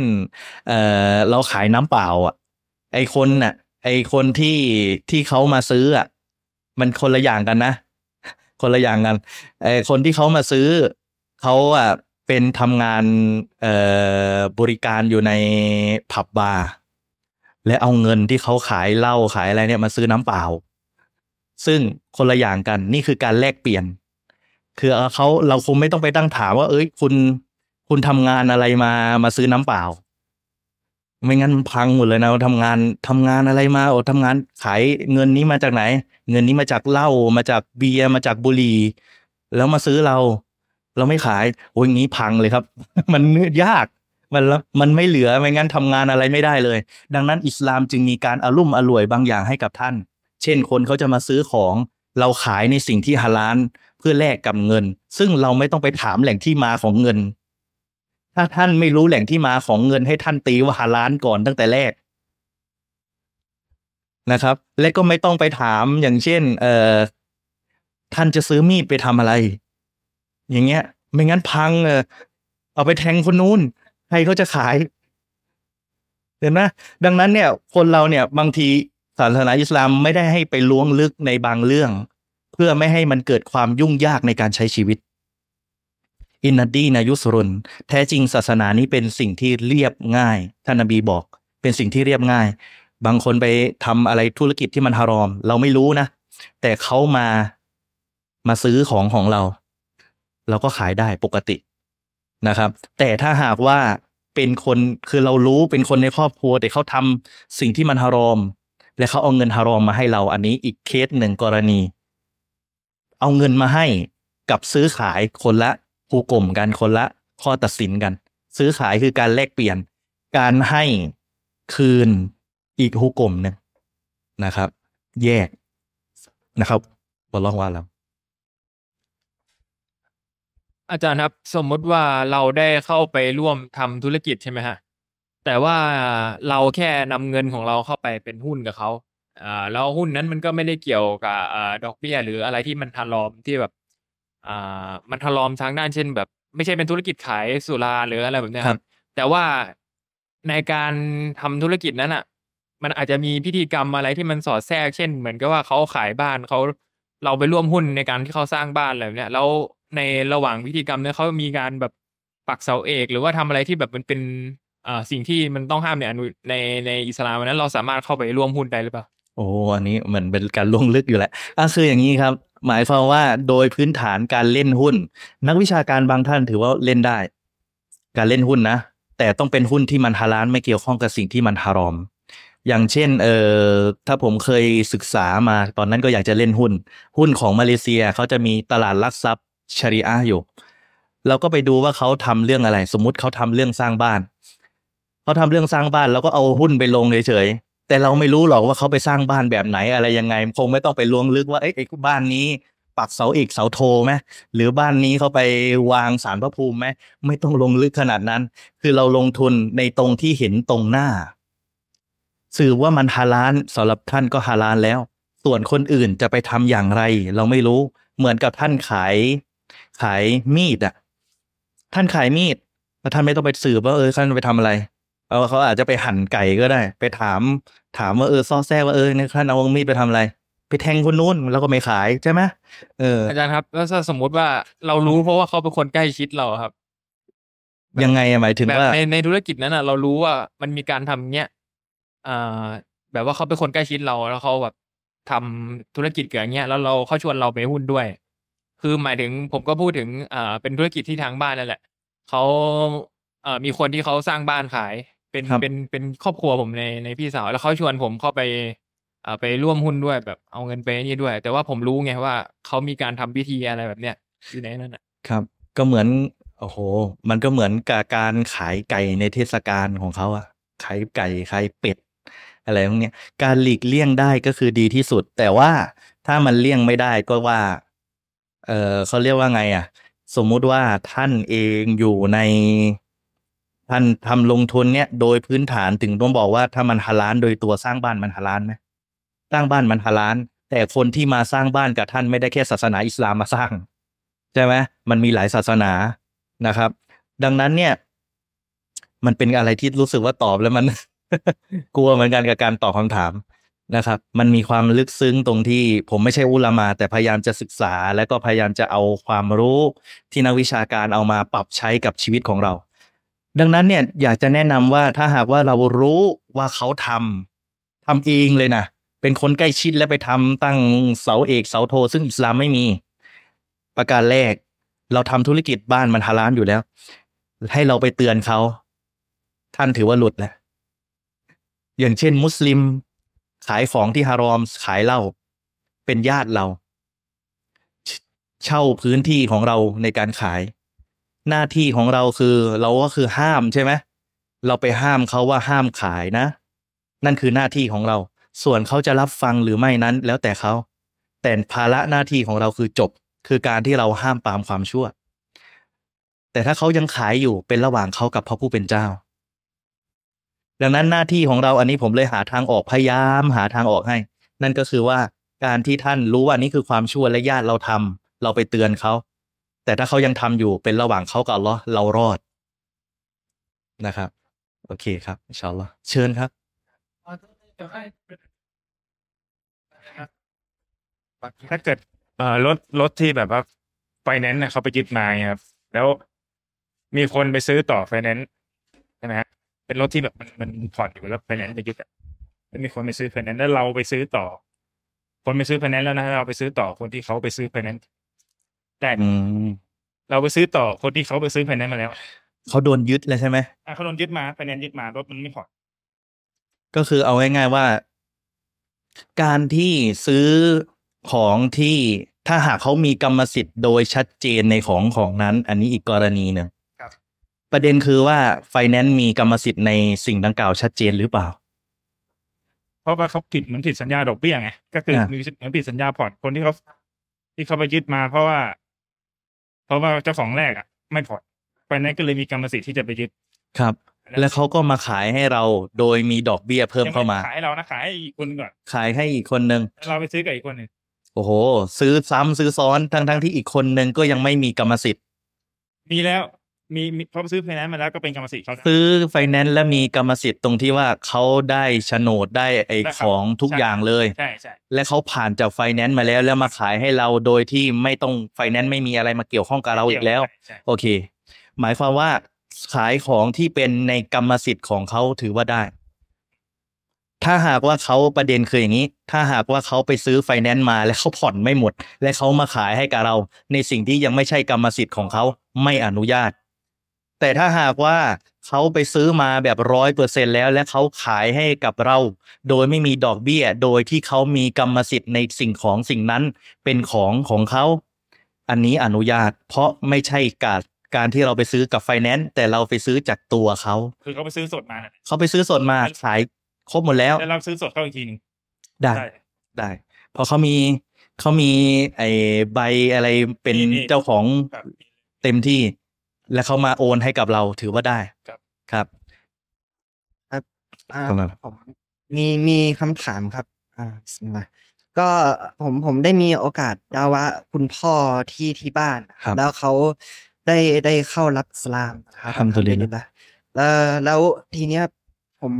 S2: เออเราขายน้ำเปล่า อ่ะ ไอคนน่ะ ไอคนที่ที่เขามาซื้ออ่ะมันคนละอย่างกันนะ (laughs) คนละอย่างกันไอคนที่เขามาซื้อเขาอ่ะเป็นทำงานเอ่อบริการอยู่ในผับบาร์และเอาเงินที่เขาขายเหล้าขายอะไรเนี่ยมาซื้อน้ำเปล่า ซึ่งคนละอย่างกันนี่คือการแลกเปลี่ยน คือเอาเขาเราคงไม่ต้องไปตั้งถามว่า เอ้ย คุณคุณทำงานอะไรมามาซื้อน้ำเปล่า ไม่งั้นมันพังหมดเลยนะว่าทำงานทำงานอะไรมาโอ้ทำงานขายเงินนี้มาจากไหน เงินนี้มาจากเหล้ามาจากเบียร์มาจากบุหรี่แล้วมาซื้อเรา เราไม่ขายโอ้ยอย่างนี้พังเลยครับ (laughs) มันยาก มันละมันไม่เหลือไม่งั้นทำงานอะไรไม่ได้เลย ดังนั้นอิสลามจึงมีการอารุ่มอร่วยบางอย่างให้กับท่าน เช่นคนเขาจะมาซื้อของเราขายในสิ่งที่ฮาลาล เพื่อแลกกับเงิน ซึ่งเราไม่ต้องไปถามแหล่งที่มาของเงิน ถ้าท่านไม่รู้แหล่งที่มาของเงินให้ท่านตีว่าฮาลานก่อนตั้งแต่แรกนะครับ และก็ไม่ต้องไปถามอย่างเช่น เอ่อท่านจะซื้อมีดไปทำอะไร อย่างเงี้ย ไม่งั้นพังเออเอาไปแทงคนนู้นใครเขาจะขาย เห็นไหมดังนั้นเนี่ย คนเราเนี่ย บางทีศาสนาอิสลามไม่ได้ให้ไปล้วงลึกในบางเรื่อง เพื่อไม่ให้มันเกิดความยุ่งยากในการใช้ชีวิต อินนัดดีนายุสรุน แท้จริงศาสนานี้เป็นสิ่งที่เรียบง่าย ท่านนบีบอก เป็นสิ่งที่เรียบง่าย บางคนไปทำอะไรธุรกิจที่มันฮารอม เราไม่รู้นะ แต่เขามามาซื้อของของเรา เราก็ขายได้ปกตินะครับ แต่ถ้าหากว่าเป็นคนคือเรารู้เป็นคนในครอบครัว แต่เขาทำสิ่งที่มันฮารอม และเขาเอาเงินฮารอมมาให้เราอันนี้อีกเคสหนึ่งกรณี เอาเงินมาให้กับซื้อขายคนละผู้กลมกันคนละข้อตัดสินกัน ซื้อขายคือการแลกเปลี่ยน การให้คืนอีกผู้กลมหนึ่งนะครับ แยกนะครับบอลลองว่าแล้ว
S5: อาจารย์ครับ สมมติว่าเราได้เข้าไปร่วมทำธุรกิจใช่ไหมฮะแต่ว่าเราแค่นำเงินของเราเข้าไปเป็นหุ้นกับเขาอ่าแล้วหุ้นนั้นมันก็ไม่ได้เกี่ยวกับอ่าดอกเบี้ยหรืออะไรที่มันทารอมที่แบบอ่ามันทารอมทางด้านเช่น แบบ ไม่ใช่เป็นธุรกิจขายสุราหรืออะไรแบบเนี้ยค
S2: ครั
S5: รับ บ แต่ว่าในการทำธุรกิจนั้นอ่ะ มันอาจจะมีพิธีกรรมอะไรที่มันสอดแทรก เช่น เหมือนกับว่าเขาขายบ้านเขาเราไปร่วมหุ้นในการที่เขาสร้างบ้านอะไรแบบเนี้ยแล้วในระหว่างพิธีกรรมเนี่ยเขามีการแบบปักเสาเอก หรือว่าทำอะไรที่แบบมันเป็นอ่าสิ่งที่มันต้องห้ามในอนุในในอิสลามอันนั้นเราสามารถเข้าไปร่วมหุ้นได้หรือเปล่า
S2: โอ้อันนี้เหมือนเป็นการลวงลึกอยู่แหละอ่ะคืออย่างนี้ครับ หมายความว่าโดยพื้นฐานการเล่นหุ้น นักวิชาการบางท่านถือว่าเล่นได้ การเล่นหุ้นนะ แต่ต้องเป็นหุ้นที่มันฮาลานไม่เกี่ยวข้องกับสิ่งที่มันฮารอม อย่างเช่นเอ่อถ้าผมเคยศึกษามาตอนนั้นก็อยากจะเล่นหุ้น หุ้นของมาเลเซียเขาจะมีตลาดหลักทรัพย์ชริอะห์อยู่ เราก็ไปดูว่าเขาทำเรื่องอะไร สมมุติเขาทำเรื่องสร้างบ้าน เขาทำเรื่องสร้างบ้านแล้วก็เอาหุ้นไปลงเฉยๆแต่เราไม่รู้หรอกว่าเขาไปสร้างบ้านแบบไหนอะไรยังไง คงไม่ต้องไปล้วงลึกว่าเอ้ยไอ้บ้านนี้ ปักเสาเอกเสาโทไหมหรือบ้านนี้เขาไปวางสารพระภูมิไหมไม่ต้องลงลึกขนาดนั้น คือเราลงทุนในตรงที่เห็นตรงหน้า สื่อว่ามันฮาลานสำหรับท่านก็ฮาลานแล้ว ส่วนคนอื่นจะไปทำอย่างไร เราไม่รู้เหมือนกับท่านขาย ขายมีดอ่ะ ท่านขายมีดแล้วท่านไม่ต้องไปสืบว่าเออท่านไปทำอะไร เออเขาอาจจะไปหั่นไก่ก็ได้ ไปถาม ถามว่าเออซอแซกว่าเออเนี่ยท่านเอามีดไปทำอะไร ไปแทงคนนู้นแล้วก็ไม่ขายใช่ไหมเออ
S5: อาจารย์ครับ แล้วถ้าสมมุติว่าเรารู้เพราะว่าเขาเป็นคนใกล้ชิดเราครับ
S2: ยังไงอะหมายถึง
S5: แบบ
S2: ว่า
S5: ในในธุรกิจนั้นอ่ะ เรารู้ว่ามันมีการทำเนี้ยอ่าแบบว่าเขาเป็นคนใกล้ชิดเราแล้วเขาแบบทำธุรกิจเกี่ยวกับเนี้ยแล้วเราเขาชวนเราไปหุ้นด้วย คือหมายถึงผมก็พูดถึงอ่าเป็นธุรกิจที่ทางบ้านนั่นแหละเขาเอ่อมีคนที่เขาสร้างบ้านขาย เป็น
S2: ครับ
S5: เป็นเป็นครอบครัวผมในในพี่สาว แล้วเขาชวนผมเข้าไปอ่าไปร่วมหุ้นด้วยแบบเอาเงินไปนี่ด้วย แต่ว่าผมรู้ไงว่าเขามีการทำพิธีอะไรแบบเนี้ยอยู่ในนั้นอ่ะ
S2: ครับ ก็เหมือนโอ้โห มันก็เหมือนกับการขายไก่ในเทศกาลของเขาอะขายไก่ขายเป็ด อะไรพวกเนี้ยการหลีกเลี่ยงได้ก็คือดีที่สุด แต่ว่าถ้ามันเลี่ยงไม่ได้ก็ว่า เออเขาเรียกว่าไงอะสมมุติว่าท่านเองอยู่ใน ท่านทำลงทุนเนี่ย โดยพื้นฐานถึงต้องบอกว่าถ้ามันฮาลานโดยตัวสร้างบ้านมันฮาลานไหมสร้างบ้านมันฮาลาน แต่คนที่มาสร้างบ้านกับท่านไม่ได้แค่ศาสนาอิสลามมาสร้าง ใช่ไหมมันมีหลายศาสนานะครับ ดังนั้นเนี่ย มันเป็นอะไรที่รู้สึกว่าตอบแล้วมัน (laughs) กลัวเหมือนกันกับการตอบคำถามนะครับ มันมีความลึกซึ้งตรงที่ผมไม่ใช่อุลามา แต่พยายามจะศึกษา และก็พยายามจะเอาความรู้ที่นักวิชาการเอามาปรับใช้กับชีวิตของเรา ดังนั้นเนี่ย อยากจะแนะนำว่าถ้าหากว่าเรารู้ว่าเขาทำทำเองเลยนะเป็นคนใกล้ชิดและไปทำตั้งเสาเอกเสาโท ซึ่งอิสลามไม่มี ประการแรก เราทำธุรกิจบ้านมันฮาลานอยู่แล้ว ให้เราไปเตือนเขา ท่านถือว่าหลุดแล้ว อย่างเช่น มุสลิม ขายของที่ฮารอมขายเหล้าเป็นญาติเราเชเช่าพื้นที่ของเราในการขาย หน้าที่ของเราคือ เราก็คือห้ามใช่ไหมเราไปห้ามเขาว่าห้ามขายนะ นั่นคือหน้าที่ของเรา ส่วนเขาจะรับฟังหรือไม่นั้น แล้วแต่เขา แต่ภาระหน้าที่ของเราคือจบ คือการที่เราห้ามปรามความชั่ว แต่ถ้าเขายังขายอยู่เป็นระหว่างเขากับพระผู้เป็นเจ้า ดังนั้นหน้าที่ของเราอันนี้ผมเลยหาทางออกพยายามหาทางออกให้ นั่นก็คือว่าการที่ท่านรู้ว่านี่คือความชั่วและญาติเราทำเราไปเตือนเขา แต่ถ้าเขายังทำอยู่เป็นระหว่างเขากับอัลเราะห์เรารอดนะครับ โอเคครับอินชาอัลลอฮ์เชิญครับ
S7: ถ้าเกิดเอ่อรถรถที่แบบว่าไฟแนนซ์เนี่ยเขาไปยึดมาไงครับ แล้วมีคนไปซื้อต่อไฟแนนซ์ใช่ไหมฮะเป็นรถที่แบบมันมันผ่อนอยู่แล้วไฟแนนซ์ไปยึดอะแล้วมีคนไปซื้อไฟแนนซ์แล้วเราไปซื้อต่อ คนไปซื้อไฟแนนซ์แล้วนะเราไปซื้อต่อคนที่เขาไปซื้อไฟแนนซ์แต่
S2: อืม
S7: เราไปซื้อต่อคนที่เขาไปซื้อไฟแนนซ์มาแล้ว
S2: เขาโดนยึดแล้วใช่ไหม
S7: อ่ะเขาโดนยึดมาไฟแนนซ์ยึดมารถมันไม่ผ่อน
S2: ก็คือเอาง่ายๆว่า การที่ซื้อของที่ถ้าหากเขามีกรรมสิทธิ์โดยชัดเจนในของของนั้น อันนี้อีกกรณีหนึ่ง
S7: ครับ
S2: ประเด็นคือว่าไฟแนนซ์มีกรรมสิทธิ์ในสิ่งดังกล่าวชัดเจนหรือเปล่า
S7: เพราะว่าเขาผิดเหมือนผิดสัญญาดอกเบี้ยไงก็คือ
S2: อ่ะ
S7: มีเหมือนผิดสัญญาผ่อนคนที่เขาที่เขาไปยึดมา เพราะว่า เพราะว่าเจ้าของแรกอ่ะ ไม่ผ่อนไปนั้นก็เลยมีกรรมสิทธิ์ที่จะไปยึด
S2: ครับ และเขาก็มาขายให้เราโดยมีดอกเบี้ยเพิ่มเข้ามา
S7: ยังไได้ขายให้เรานะขายให้อีกคนก่อน
S2: ขายให้อีกคนนึง
S7: แล้วเราไปซื้อกับอีกคนหนึ่ง
S2: โอ้โห ซื้อซ้ำซื้อซ้อนทั้งทั้งๆที่อีกคนนึงก็ยังไม่มีกรรมสิทธิ์
S7: มีแล้วมีมีเพราะซื้อไฟแนนซ์มาแล้วก็เป็นกรรมสิทธิ์เขานะ
S2: ซื้อไฟแนนซ์และมีกรรมสิทธิ์ตรงที่ว่าเขาได้โฉนดได้ไอ
S7: นะครับ
S2: ของทุกอย่างเลย
S7: ใช่ใช่
S2: และเขาผ่านจากไฟแนนซ์มาแล้วแล้วมาขายให้เราโดยที่ไม่ต้องไฟแนนซ์ไม่มีอะไรมาเกี่ยวข้องกับเราอีกแล้ว
S7: ใช่
S2: โอเค หมายความว่าขายของที่เป็นในกรรมสิทธิ์ของเขาถือว่าได้ ถ้าหากว่าเขาประเด็นคืออย่างนี้ ถ้าหากว่าเขาไปซื้อไฟแนนซ์มาแล้วเขาผ่อนไม่หมด และเขามาขายให้กับเรา ในสิ่งที่ยังไม่ใช่กรรมสิทธิ์ของเขาไม่อนุญาต แต่ถ้าหากว่าเขาไปซื้อมาแบบร้อยเปอร์เซ็นแล้วและเขาขายให้กับเรา โดยไม่มีดอกเบี้ย โดยที่เขามีกรรมสิทธิ์ในสิ่งของสิ่งนั้นเป็นของของเขา อันนี้อนุญาต เพราะไม่ใช่การการที่เราไปซื้อกับไฟแนนซ์แต่เราไปซื้อจากตัวเขา
S7: คือเขาไปซื้อสดมา
S2: เขาไปซื้อสดมาขายครบหมดแล้ว
S7: แล้วเราซื้อสดเข้าอีกทีหนึง
S2: ได้
S7: ได้
S2: ได้เพอเขามีเขามีไอ้ใบอะไรเป็น
S7: นี่
S2: เจ้าของ
S7: ครับ
S2: เต็มที่ และเขามาโอนให้กับเราถือว่าได้
S7: ครับ
S2: ครับ
S8: อ่า
S2: ครับ
S8: ผมมีมีคำถามครับ อ่าสมมาก็ผมผมได้มีโอกาสดาวะคุณพ่อที่ที่บ้าน
S2: ครับ
S8: แล้วเขาได้ได้เข้ารับอิสลาม
S2: อัลฮัมดุลิลลาห์
S8: นะแล้วแล้วทีเนี้ยผม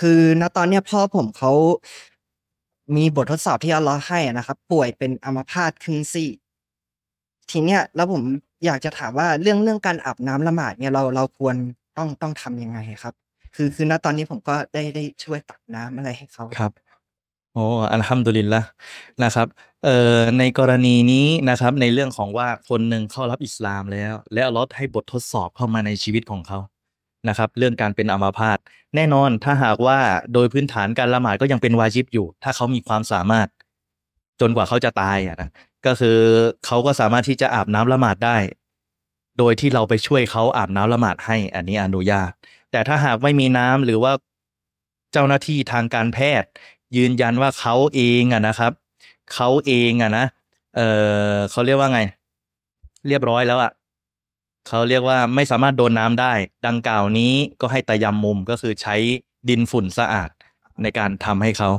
S8: คือณตอนเนี้ยพ่อผมเขามีบททดสอบที่อัลเลอฮ์ให้อะนะครับ ป่วยเป็นอัมพาตครึ่งซี่ ทีเนี้ยแล้วผมอยากจะถามว่าเรื่องเรื่องการอาบน้ำละหมาดเนี่ยเราเราควรต้องต้องทำยังไงครับ คือคือณตอนนี้ผมก็ได้ได้ช่วยตักน้ำอะไรให้เขา
S2: ครับโอ้อัลฮัมดุลิลละนะครับเอ่อในกรณีนี้นะครับในเรื่องของว่าคนหนึ่งเข้ารับอิสลามแล้ว แล้วอัลเลอดให้บททดสอบเข้ามาในชีวิตของเขานะครับ เรื่องการเป็นอัมาพาตแน่นอนถ้าหากว่าโดยพื้นฐานการละหมาดก็ยังเป็นวาจิบอยู่ ถ้าเขามีความสามารถ จนกว่าเขาจะตายอ่ะนะก็คือเขาก็สามารถที่จะอาบน้ำละหมาดได้ โดยที่เราไปช่วยเขาอาบน้ำละหมาดให้ อันนี้อนุญาต แต่ถ้าหากไม่มีน้ำหรือว่าเจ้าหน้าที่ทางการแพทย์ ยืนยันว่าเขาเองอะนะครับเขาเองอะนะเออเขาเรียกว่าไง เรียบร้อยแล้วอะเขาเรียกว่าไม่สามารถโดนน้ำได้ ดังกล่าวนี้ก็ให้ตะยำมุมก็คือใช้ดินฝุ่นสะอาดในการทำให้เขา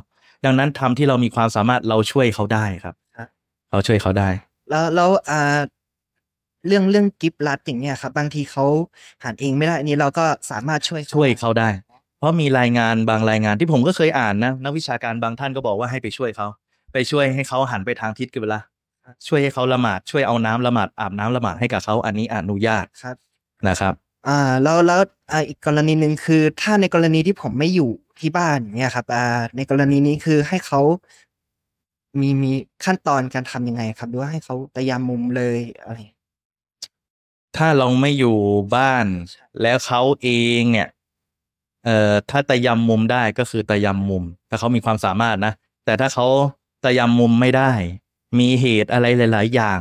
S2: ดังนั้นทำที่เรามีความสามารถเราช่วยเขาได้ครับ
S8: ฮะ
S2: เราช่วยเขาได้
S8: แล้วแล้วอ่าเรื่องเรื่องกิฟต์รัดอย่างเงี้ยครับ บางทีเขาหารเองไม่ได้อันนี้เราก็สามารถช่วย
S2: ช่วยเขา
S8: ได้
S2: ได้ เพราะมีรายงานบางรายงานที่ผมก็เคยอ่านนะนักวิชาการบางท่านก็บอกว่าให้ไปช่วยเขาไปช่วยให้เขาหันไปทางทิศกิบลาช่วยให้เขาละหมาดช่วยเอาน้ำละหมาดอาบน้ำละหมาดให้กับเขาอันนี้อนุญาต
S8: ครับ
S2: นะครับ
S8: อ่าแล้วแล้วอ่าอีกกรณีหนึ่งคือถ้าในกรณีที่ผมไม่อยู่ที่บ้านอย่างเงี้ยครับอ่าในกรณีนี้คือให้เขามีมีขั้นตอนการทำยังไงครับหรือว่าให้เขาตะยามมุมเลยอะไร
S2: ถ้าเราไม่อยู่บ้าน แล้วเขาเองเนี่ยเอ่อถ้าตะยำมุมได้ก็คือตะยำมุม ถ้าเขามีความสามารถนะ แต่ถ้าเขาตะยำมุมไม่ได้ มีเหตุอะไรหลาย ๆ อย่าง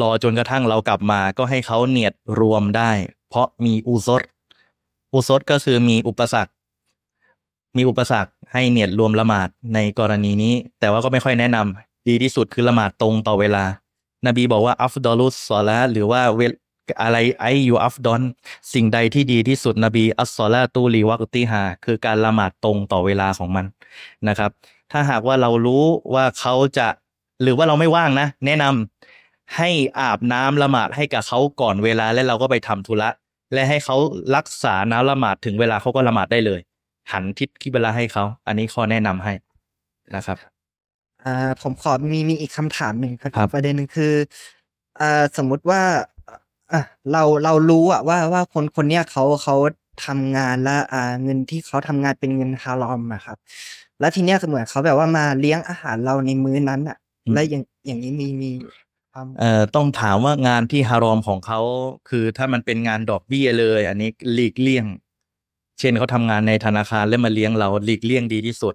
S2: รอจนกระทั่งเรากลับมา ก็ให้เขาเนียดรวมได้ เพราะมีอุซดอุซดก็คือมีอุปสรรค มีอุปสรรคให้เนียดรวมละหมาดในกรณีนี้ แต่ว่าก็ไม่ค่อยแนะนำดีที่สุดคือละหมาดตรงต่อเวลา นบีบอกว่าอัฟดอลุสซอละหรือว่าเวลอะไรไอยูอัฟดอนสิ่งใดที่ดีที่สุดนบีอัสซอลาตูลีวักติฮาคือการละหมาดตรงต่อเวลาของมันนะครับ ถ้าหากว่าเรารู้ว่าเขาจะหรือว่าเราไม่ว่างนะ แนะนำให้อาบน้ำละหมาดให้กับเขาก่อนเวลาและเราก็ไปทำธุระและให้เขารักษาน้ำละหมาดถึงเวลาเขาก็ละหมาดได้เลย หันทิศคิบลาให้เขาอันนี้ข้อแนะนำให้นะครับ
S8: อ่าผมขอมีมีอีกคำถามหนึ่งครับ
S2: ครับ
S8: ประเด็นหนึ่งคืออ่าสมมุติว่าอ่ะเราเรารู้อะว่าว่าคนคนเนี้ยเขาเขาทำงานและอ่าเงินที่เขาทำงานเป็นเงินฮารอมอะครับ แล้วทีเนี้ยเหมือนเขาแบบว่ามาเลี้ยงอาหารเราในมื้อนั้นอะและอย่างอย่างนี้มีมีความ
S2: เอ่อต้องถามว่างานที่ฮารอมของเขาคือถ้ามันเป็นงานดอกเบี้ยเลย อันนี้หลีกเลี่ยง เช่นเขาทำงานในธนาคารแล้วมาเลี้ยงเราหลีกเลี่ยงดีที่สุด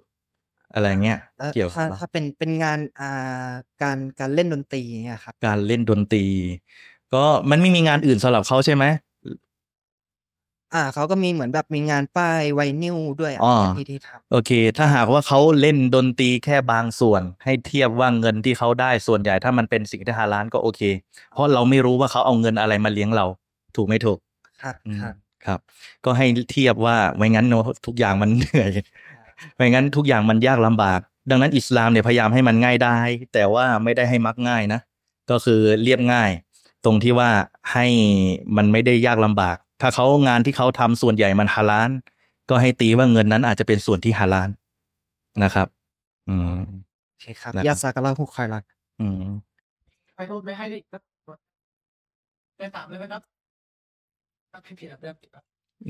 S2: อะไรเงี้ย
S8: แล้ว
S2: เกี่ยวกับ
S8: ถ้า
S2: เรา
S8: ถ้าเป็นเป็นงานอ่าการการเล่นดนตรีเนี่ยครับ
S2: การเล่นดนตรี ก็มันไม่มีงานอื่นสำหรับเขาใช่ไหม
S8: อ่าเขาก็มีเหมือนแบบมีงานป้ายไวนิลด้วยอะ
S2: อ๋อ
S8: ที่ที่ทำ
S2: โอเค ถ้าหากว่าเขาเล่นดนตรีแค่บางส่วน ให้เทียบว่าเงินที่เขาได้ส่วนใหญ่ ถ้ามันเป็นสิ่งที่ฮาลานก็โอเค เพราะเราไม่รู้ว่าเขาเอาเงินอะไรมาเลี้ยงเรา ถูกไม่ถูก
S8: ครับ
S2: อืม
S8: ครับ
S2: ครับ ก็ให้เทียบว่าไม่งั้นเนอะทุกอย่างมันเหนื่อย ไม่งั้นทุกอย่างมันยากลำบาก ดังนั้นอิสลามเนี่ยพยายามให้มันง่ายได้ แต่ว่าไม่ได้ให้มักง่ายนะ ก็คือเรียบง่าย ตรงที่ว่าให้มันไม่ได้ยากลำบาก ถ้าเขางานที่เขาทำส่วนใหญ่มันฮาลานก็ให้ตีว่าเงินนั้นอาจจะเป็นส่วนที่ฮาลานนะครับ อืม
S8: โอเคครับ
S2: นะครับ
S8: ยาซากะลาฮุกคอยรัก
S2: อืม
S1: ไปโทษไม่ให้ได้ได้สามเลยไหมครับถ้าผิดผิดแบบเดิม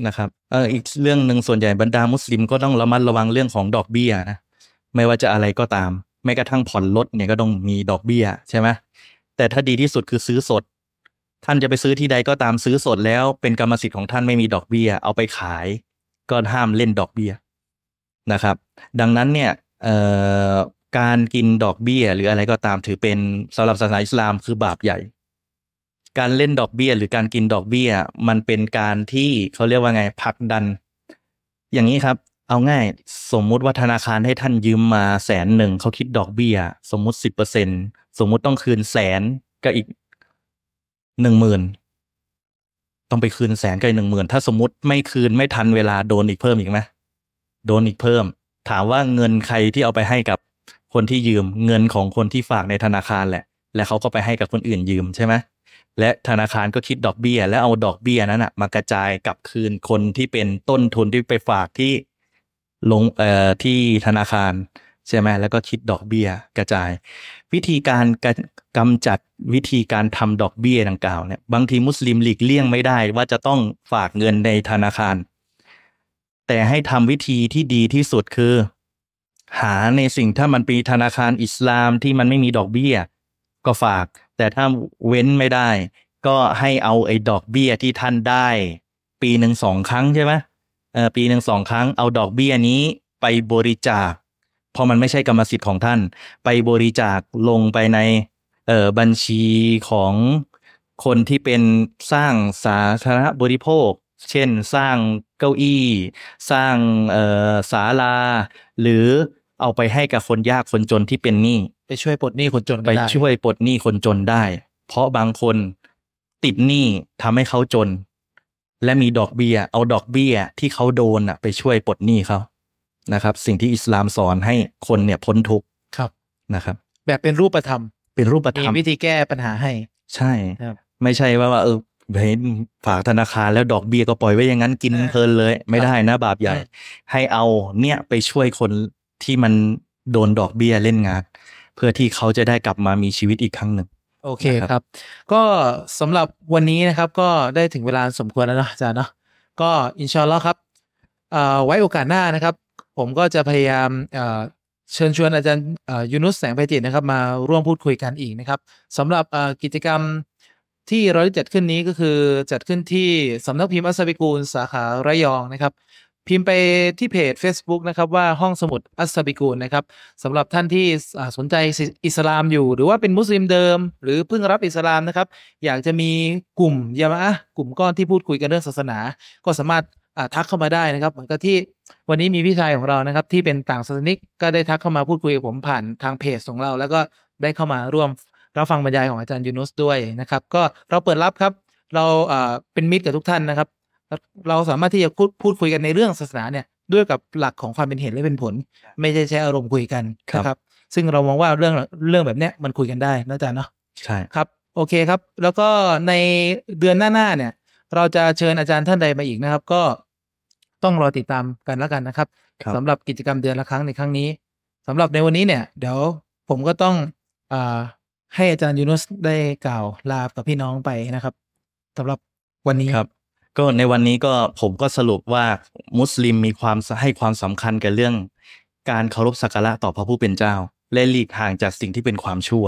S2: นะครับเอออีกเรื่องหนึ่งส่วนใหญ่บรรดามุสลิมก็ต้องระมัดระวังเรื่องของดอกเบี้ยนะไม่ว่าจะอะไรก็ตามแม้กระทั่งผ่อนรถเนี่ยก็ต้องมีดอกเบี้ยใช่ไหมแต่ถ้าดีที่สุดคือซื้อสด ท่านจะไปซื้อที่ใดก็ตามซื้อสดแล้วเป็นกรรมสิทธิ์ของท่านไม่มีดอกเบี้ย เอาไปขาย ก็ห้ามเล่นดอกเบี้ยนะครับ ดังนั้นเนี่ยเอ่อการกินดอกเบี้ย หรืออะไรก็ตามถือเป็นสำหรับศาสนาอิสลามคือบาปใหญ่ การเล่นดอกเบี้ย หรือการกินดอกเบี้ย มันเป็นการที่เขาเรียกว่าไงผลักดัน อย่างนี้ครับ เอาง่ายสมมุติว่าธนาคารให้ท่านยืมมาแสนหนึ่งเขาคิดดอกเบี้ย สมมุติสิบเปอร์เซ็นสมมุติต้องคืนแสนกับอีกหนึ่งหมื่นต้องไปคืนแสนกับอีกหนึ่งหมื่นถ้าสมมติไม่คืนไม่ทันเวลาโดนอีกเพิ่มอีกไหมโดนอีกเพิ่ม ถามว่าเงินใครที่เอาไปให้กับคนที่ยืมเงินของคนที่ฝากในธนาคารแหละ และเขาก็ไปให้กับคนอื่นยืมใช่ไหม และธนาคารก็คิดดอกเบี้ย และเอาดอกเบี้ยนั้นนะมากระจายกลับคืนคนที่เป็นต้นทุนที่ไปฝากที่ลงเอ่อที่ธนาคารใช่ไหมแล้วก็คิดดอกเบี้ยกระจาย วิธีการกะกำจัดวิธีการทำดอกเบี้ยดังกล่าวเนี่ยบางทีมุสลิมหลีกเลี่ยงไม่ได้ว่าจะต้องฝากเงินในธนาคาร แต่ให้ทำวิธีที่ดีที่สุดคือ หาในสิ่งถ้ามันเป็นธนาคารอิสลามที่มันไม่มีดอกเบี้ย ก็ฝาก แต่ถ้าเว้นไม่ได้ ก็ให้เอาไอ้ดอกเบี้ยที่ท่านได้ ปีหนึ่งสองครั้งใช่ไหมเออปีหนึ่งสองครั้งเอาดอกเบี้ยนี้ไปบริจาคเพราะมันไม่ใช่กรรมสิทธิ์ของท่าน ไปบริจาคลงไปในเอ่อบัญชีของคนที่เป็นสร้างสาธารณบริโภค เช่นสร้างเก้าอี้ สร้างเอ่อศาลา หรือเอาไปให้กับคนยากคนจนที่เป็นหนี้
S1: ไปช่วยปลดหนี้คนจนก็
S2: ไป
S1: ด้
S2: ช่วยปลดหนี้คนจนได้ เพราะบางคนติดหนี้ทำให้เขาจน และมีดอกเบี้ย เอาดอกเบี้ยที่เขาโดนน่ะไปช่วยปลดหนี้เขานะครับ สิ่งที่อิสลามสอนให้คนเนี่ยพ้นทุกข์
S1: ครับ
S2: นะครับ
S1: แบบเป็นรูปธรรม
S2: เป็นรูปธร
S1: มี
S2: รม
S1: วิธีแก้ปัญหาให้
S2: ใช่
S1: ครับ
S2: ไม่ใช่ว่าว่าเออเห็นฝากธนาคารแล้วดอกเบี้ยก็ปล่อยไว้อย่างนั้นกิน
S1: เออ
S2: เพลินเลย ไม่ได้นะบาปใหญ่
S1: เออ
S2: ให้เอาเนี่ยไปช่วยคนที่มันโดนดอกเบี้ยเล่นงาน เพื่อที่เขาจะได้กลับมามีชีวิตอีกครั้งหนึ่ง
S1: โอเค
S2: นะครับ
S1: ครับ ก็สำหรับวันนี้นะครับก็ได้ถึงเวลาสมควรแล้วเนาะอาจารย์เนาะก็อินชาอัลลอฮ์ครับเอ่อไว้โอกาสหน้านะครับ ผมก็จะพยายามเอ่อเชิญชวนอาจารย์เอ่อยูนุสแสงไพจิตรนะครับ มาร่วมพูดคุยกันอีกนะครับสำหรับเอ่อกิจกรรมที่เราได้จัดขึ้นนี้ก็คือจัดขึ้นที่สำนักพิมพ์อัสบิกูล สาขาระยองนะครับ พิมพ์ไปที่เพจ Facebook นะครับว่าห้องสมุดอัสบิกูลนะครับ สำหรับท่านที่อ่าสนใจอิสลามอยู่ หรือว่าเป็นมุสลิมเดิม หรือเพิ่งรับอิสลามนะครับ อยากจะมีกลุ่มยามะอะห์กลุ่มก้อนที่พูดคุยกันเรื่องศาสนา ก็สามารถอ่าทักเข้ามาได้นะครับเหมือนกับที่วันนี้มีพี่ชายของเรานะครับ ที่เป็นต่างศาสนิกก็ได้ทักเข้ามาพูดคุยกับผมผ่านทางเพจของเรา แล้วก็ได้เข้ามาร่วมรับฟังบรรยายของอาจารย์ยูนุสด้วยนะครับ ก็เราเปิดรับครับ เราอ่าเป็นมิตรกับทุกท่านนะครับ เราสามารถที่จะพูดพูดคุยกันในเรื่องศาสนาเนี่ยด้วยกับหลักของความเป็นเหตุและเป็นผล ไม่ใช่ใช้อารมณ์คุยกัน
S2: ครับ
S1: นะครับ ซึ่งเรามองว่าเรื่องเรื่องแบบเนี้ยมันคุยกันได้นะอาจารย์เนาะ
S2: ใช่
S1: ครับโอเคครับ แล้วก็ในเดือนหน้าๆเนี่ย เราจะเชิญอาจารย์ท่านใดมาอีกนะครับ ก็ต้องรอติดตามกันแล้วกันนะครับ
S2: ครับ
S1: สำหรับกิจกรรมเดือนละครั้งในครั้งนี้สำหรับในวันนี้เนี่ย เดี๋ยวผมก็ต้องอาให้อาจารย์ยูนุสได้กล่าวลากับพี่น้องไปนะครับสำหรับวันนี้
S2: ครับก็ในวันนี้ก็ผมก็สรุปว่ามุสลิมมีความให้ความสำคัญกับเรื่อง การเคารพสักการะต่อพระผู้เป็นเจ้า และหลีกห่างจากสิ่งที่เป็นความชั่ว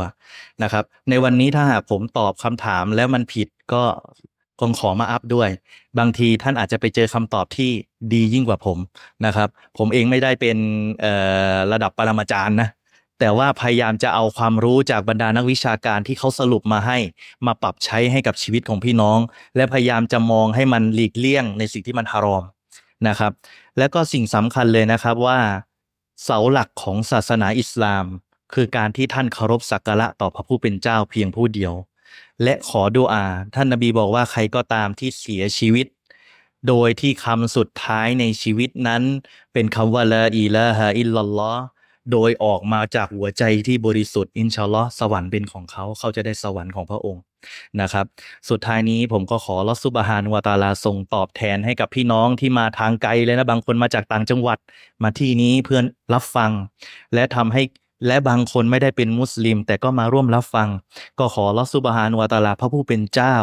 S2: นะครับ ในวันนี้ถ้าหากผมตอบคำถามแล้วมันผิดก็คงขอมาอัพด้วย บางทีท่านอาจจะไปเจอคำตอบที่ดียิ่งกว่าผมนะครับ ผมเองไม่ได้เป็นเอ่อระดับปรมาจารย์นะแต่ว่าพยายามจะเอาความรู้จากบรรดานักวิชาการที่เขาสรุปมาให้ มาปรับใช้ให้กับชีวิตของพี่น้อง และพยายามจะมองให้มันหลีกเลี่ยงในสิ่งที่มันฮารอมนะครับ และก็สิ่งสำคัญเลยนะครับว่าเสาหลักของศาสนาอิสลาม คือการที่ท่านเคารพสักการะต่อพระผู้เป็นเจ้าเพียงผู้เดียว และขอดุอา ท่านนบีบอกว่าใครก็ตามที่เสียชีวิต โดยที่คำสุดท้ายในชีวิตนั้น เป็นคำว่าละอีละฮะอิลลัลลอฮ์ โดยออกมาจากหัวใจที่บริสุทธิ์อินชาอัลลอฮ์สวรรค์เป็นของเขาเขาจะได้สวรรค์ของพระองค์นะครับ สุดท้ายนี้ผมก็ขอลอสุบฮานวะตะอาลาส่งตอบแทนให้กับพี่น้องที่มาทางไกลเลยนะบางคนมาจากต่างจังหวัด มาที่นี้เพื่อนรับฟัง และทำให้และบางคนไม่ได้เป็นมุสลิม แต่ก็มาร่วมรับฟัง ก็ขอลอสุบฮานวะตะอาลาพระผู้เป็นเจ้า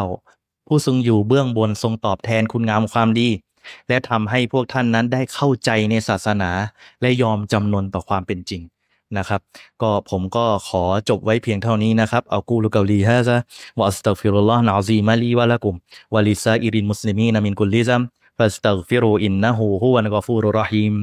S2: ผู้ทรงอยู่เบื้องบนทรงตอบแทนคุณงามความดี และทำให้พวกท่านนั้นได้เข้าใจในศาสนา และยอมจำนนต่อความเป็นจริงนะครับ ก็ผมก็ขอจบไว้เพียงเท่านี้นะครับเอากูลูกาลีฮะซะวะอัสตัฆฟิรุลลอฮ์นะอซีมาลีวะละกุมวะลิซาอิรินมุสลิมีนมินกุลลิซัมฟัสตัฆฟิรูอินนะฮูฮุวัลกอฟูรุรรอฮีม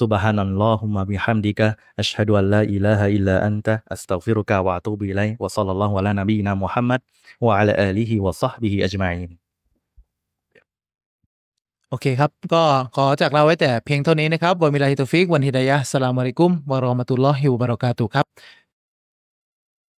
S2: سبحان اللهم بحمدك أشهد أن لا إله إلا أنت أستغفرك وأتوب إليه وصلى الله على نبينا محمد وعلى آله وصحبه أجمعين
S1: โอเคครับ ก็ขอจากเราไว้แต่เพียงเท่านี้นะครับวันมิลาฮิตฟิก วันฮิดายะสลามอะลัยกุมวะเราะห์มะตุลลอฮิวะบะเราะกาตุฮ์ครับ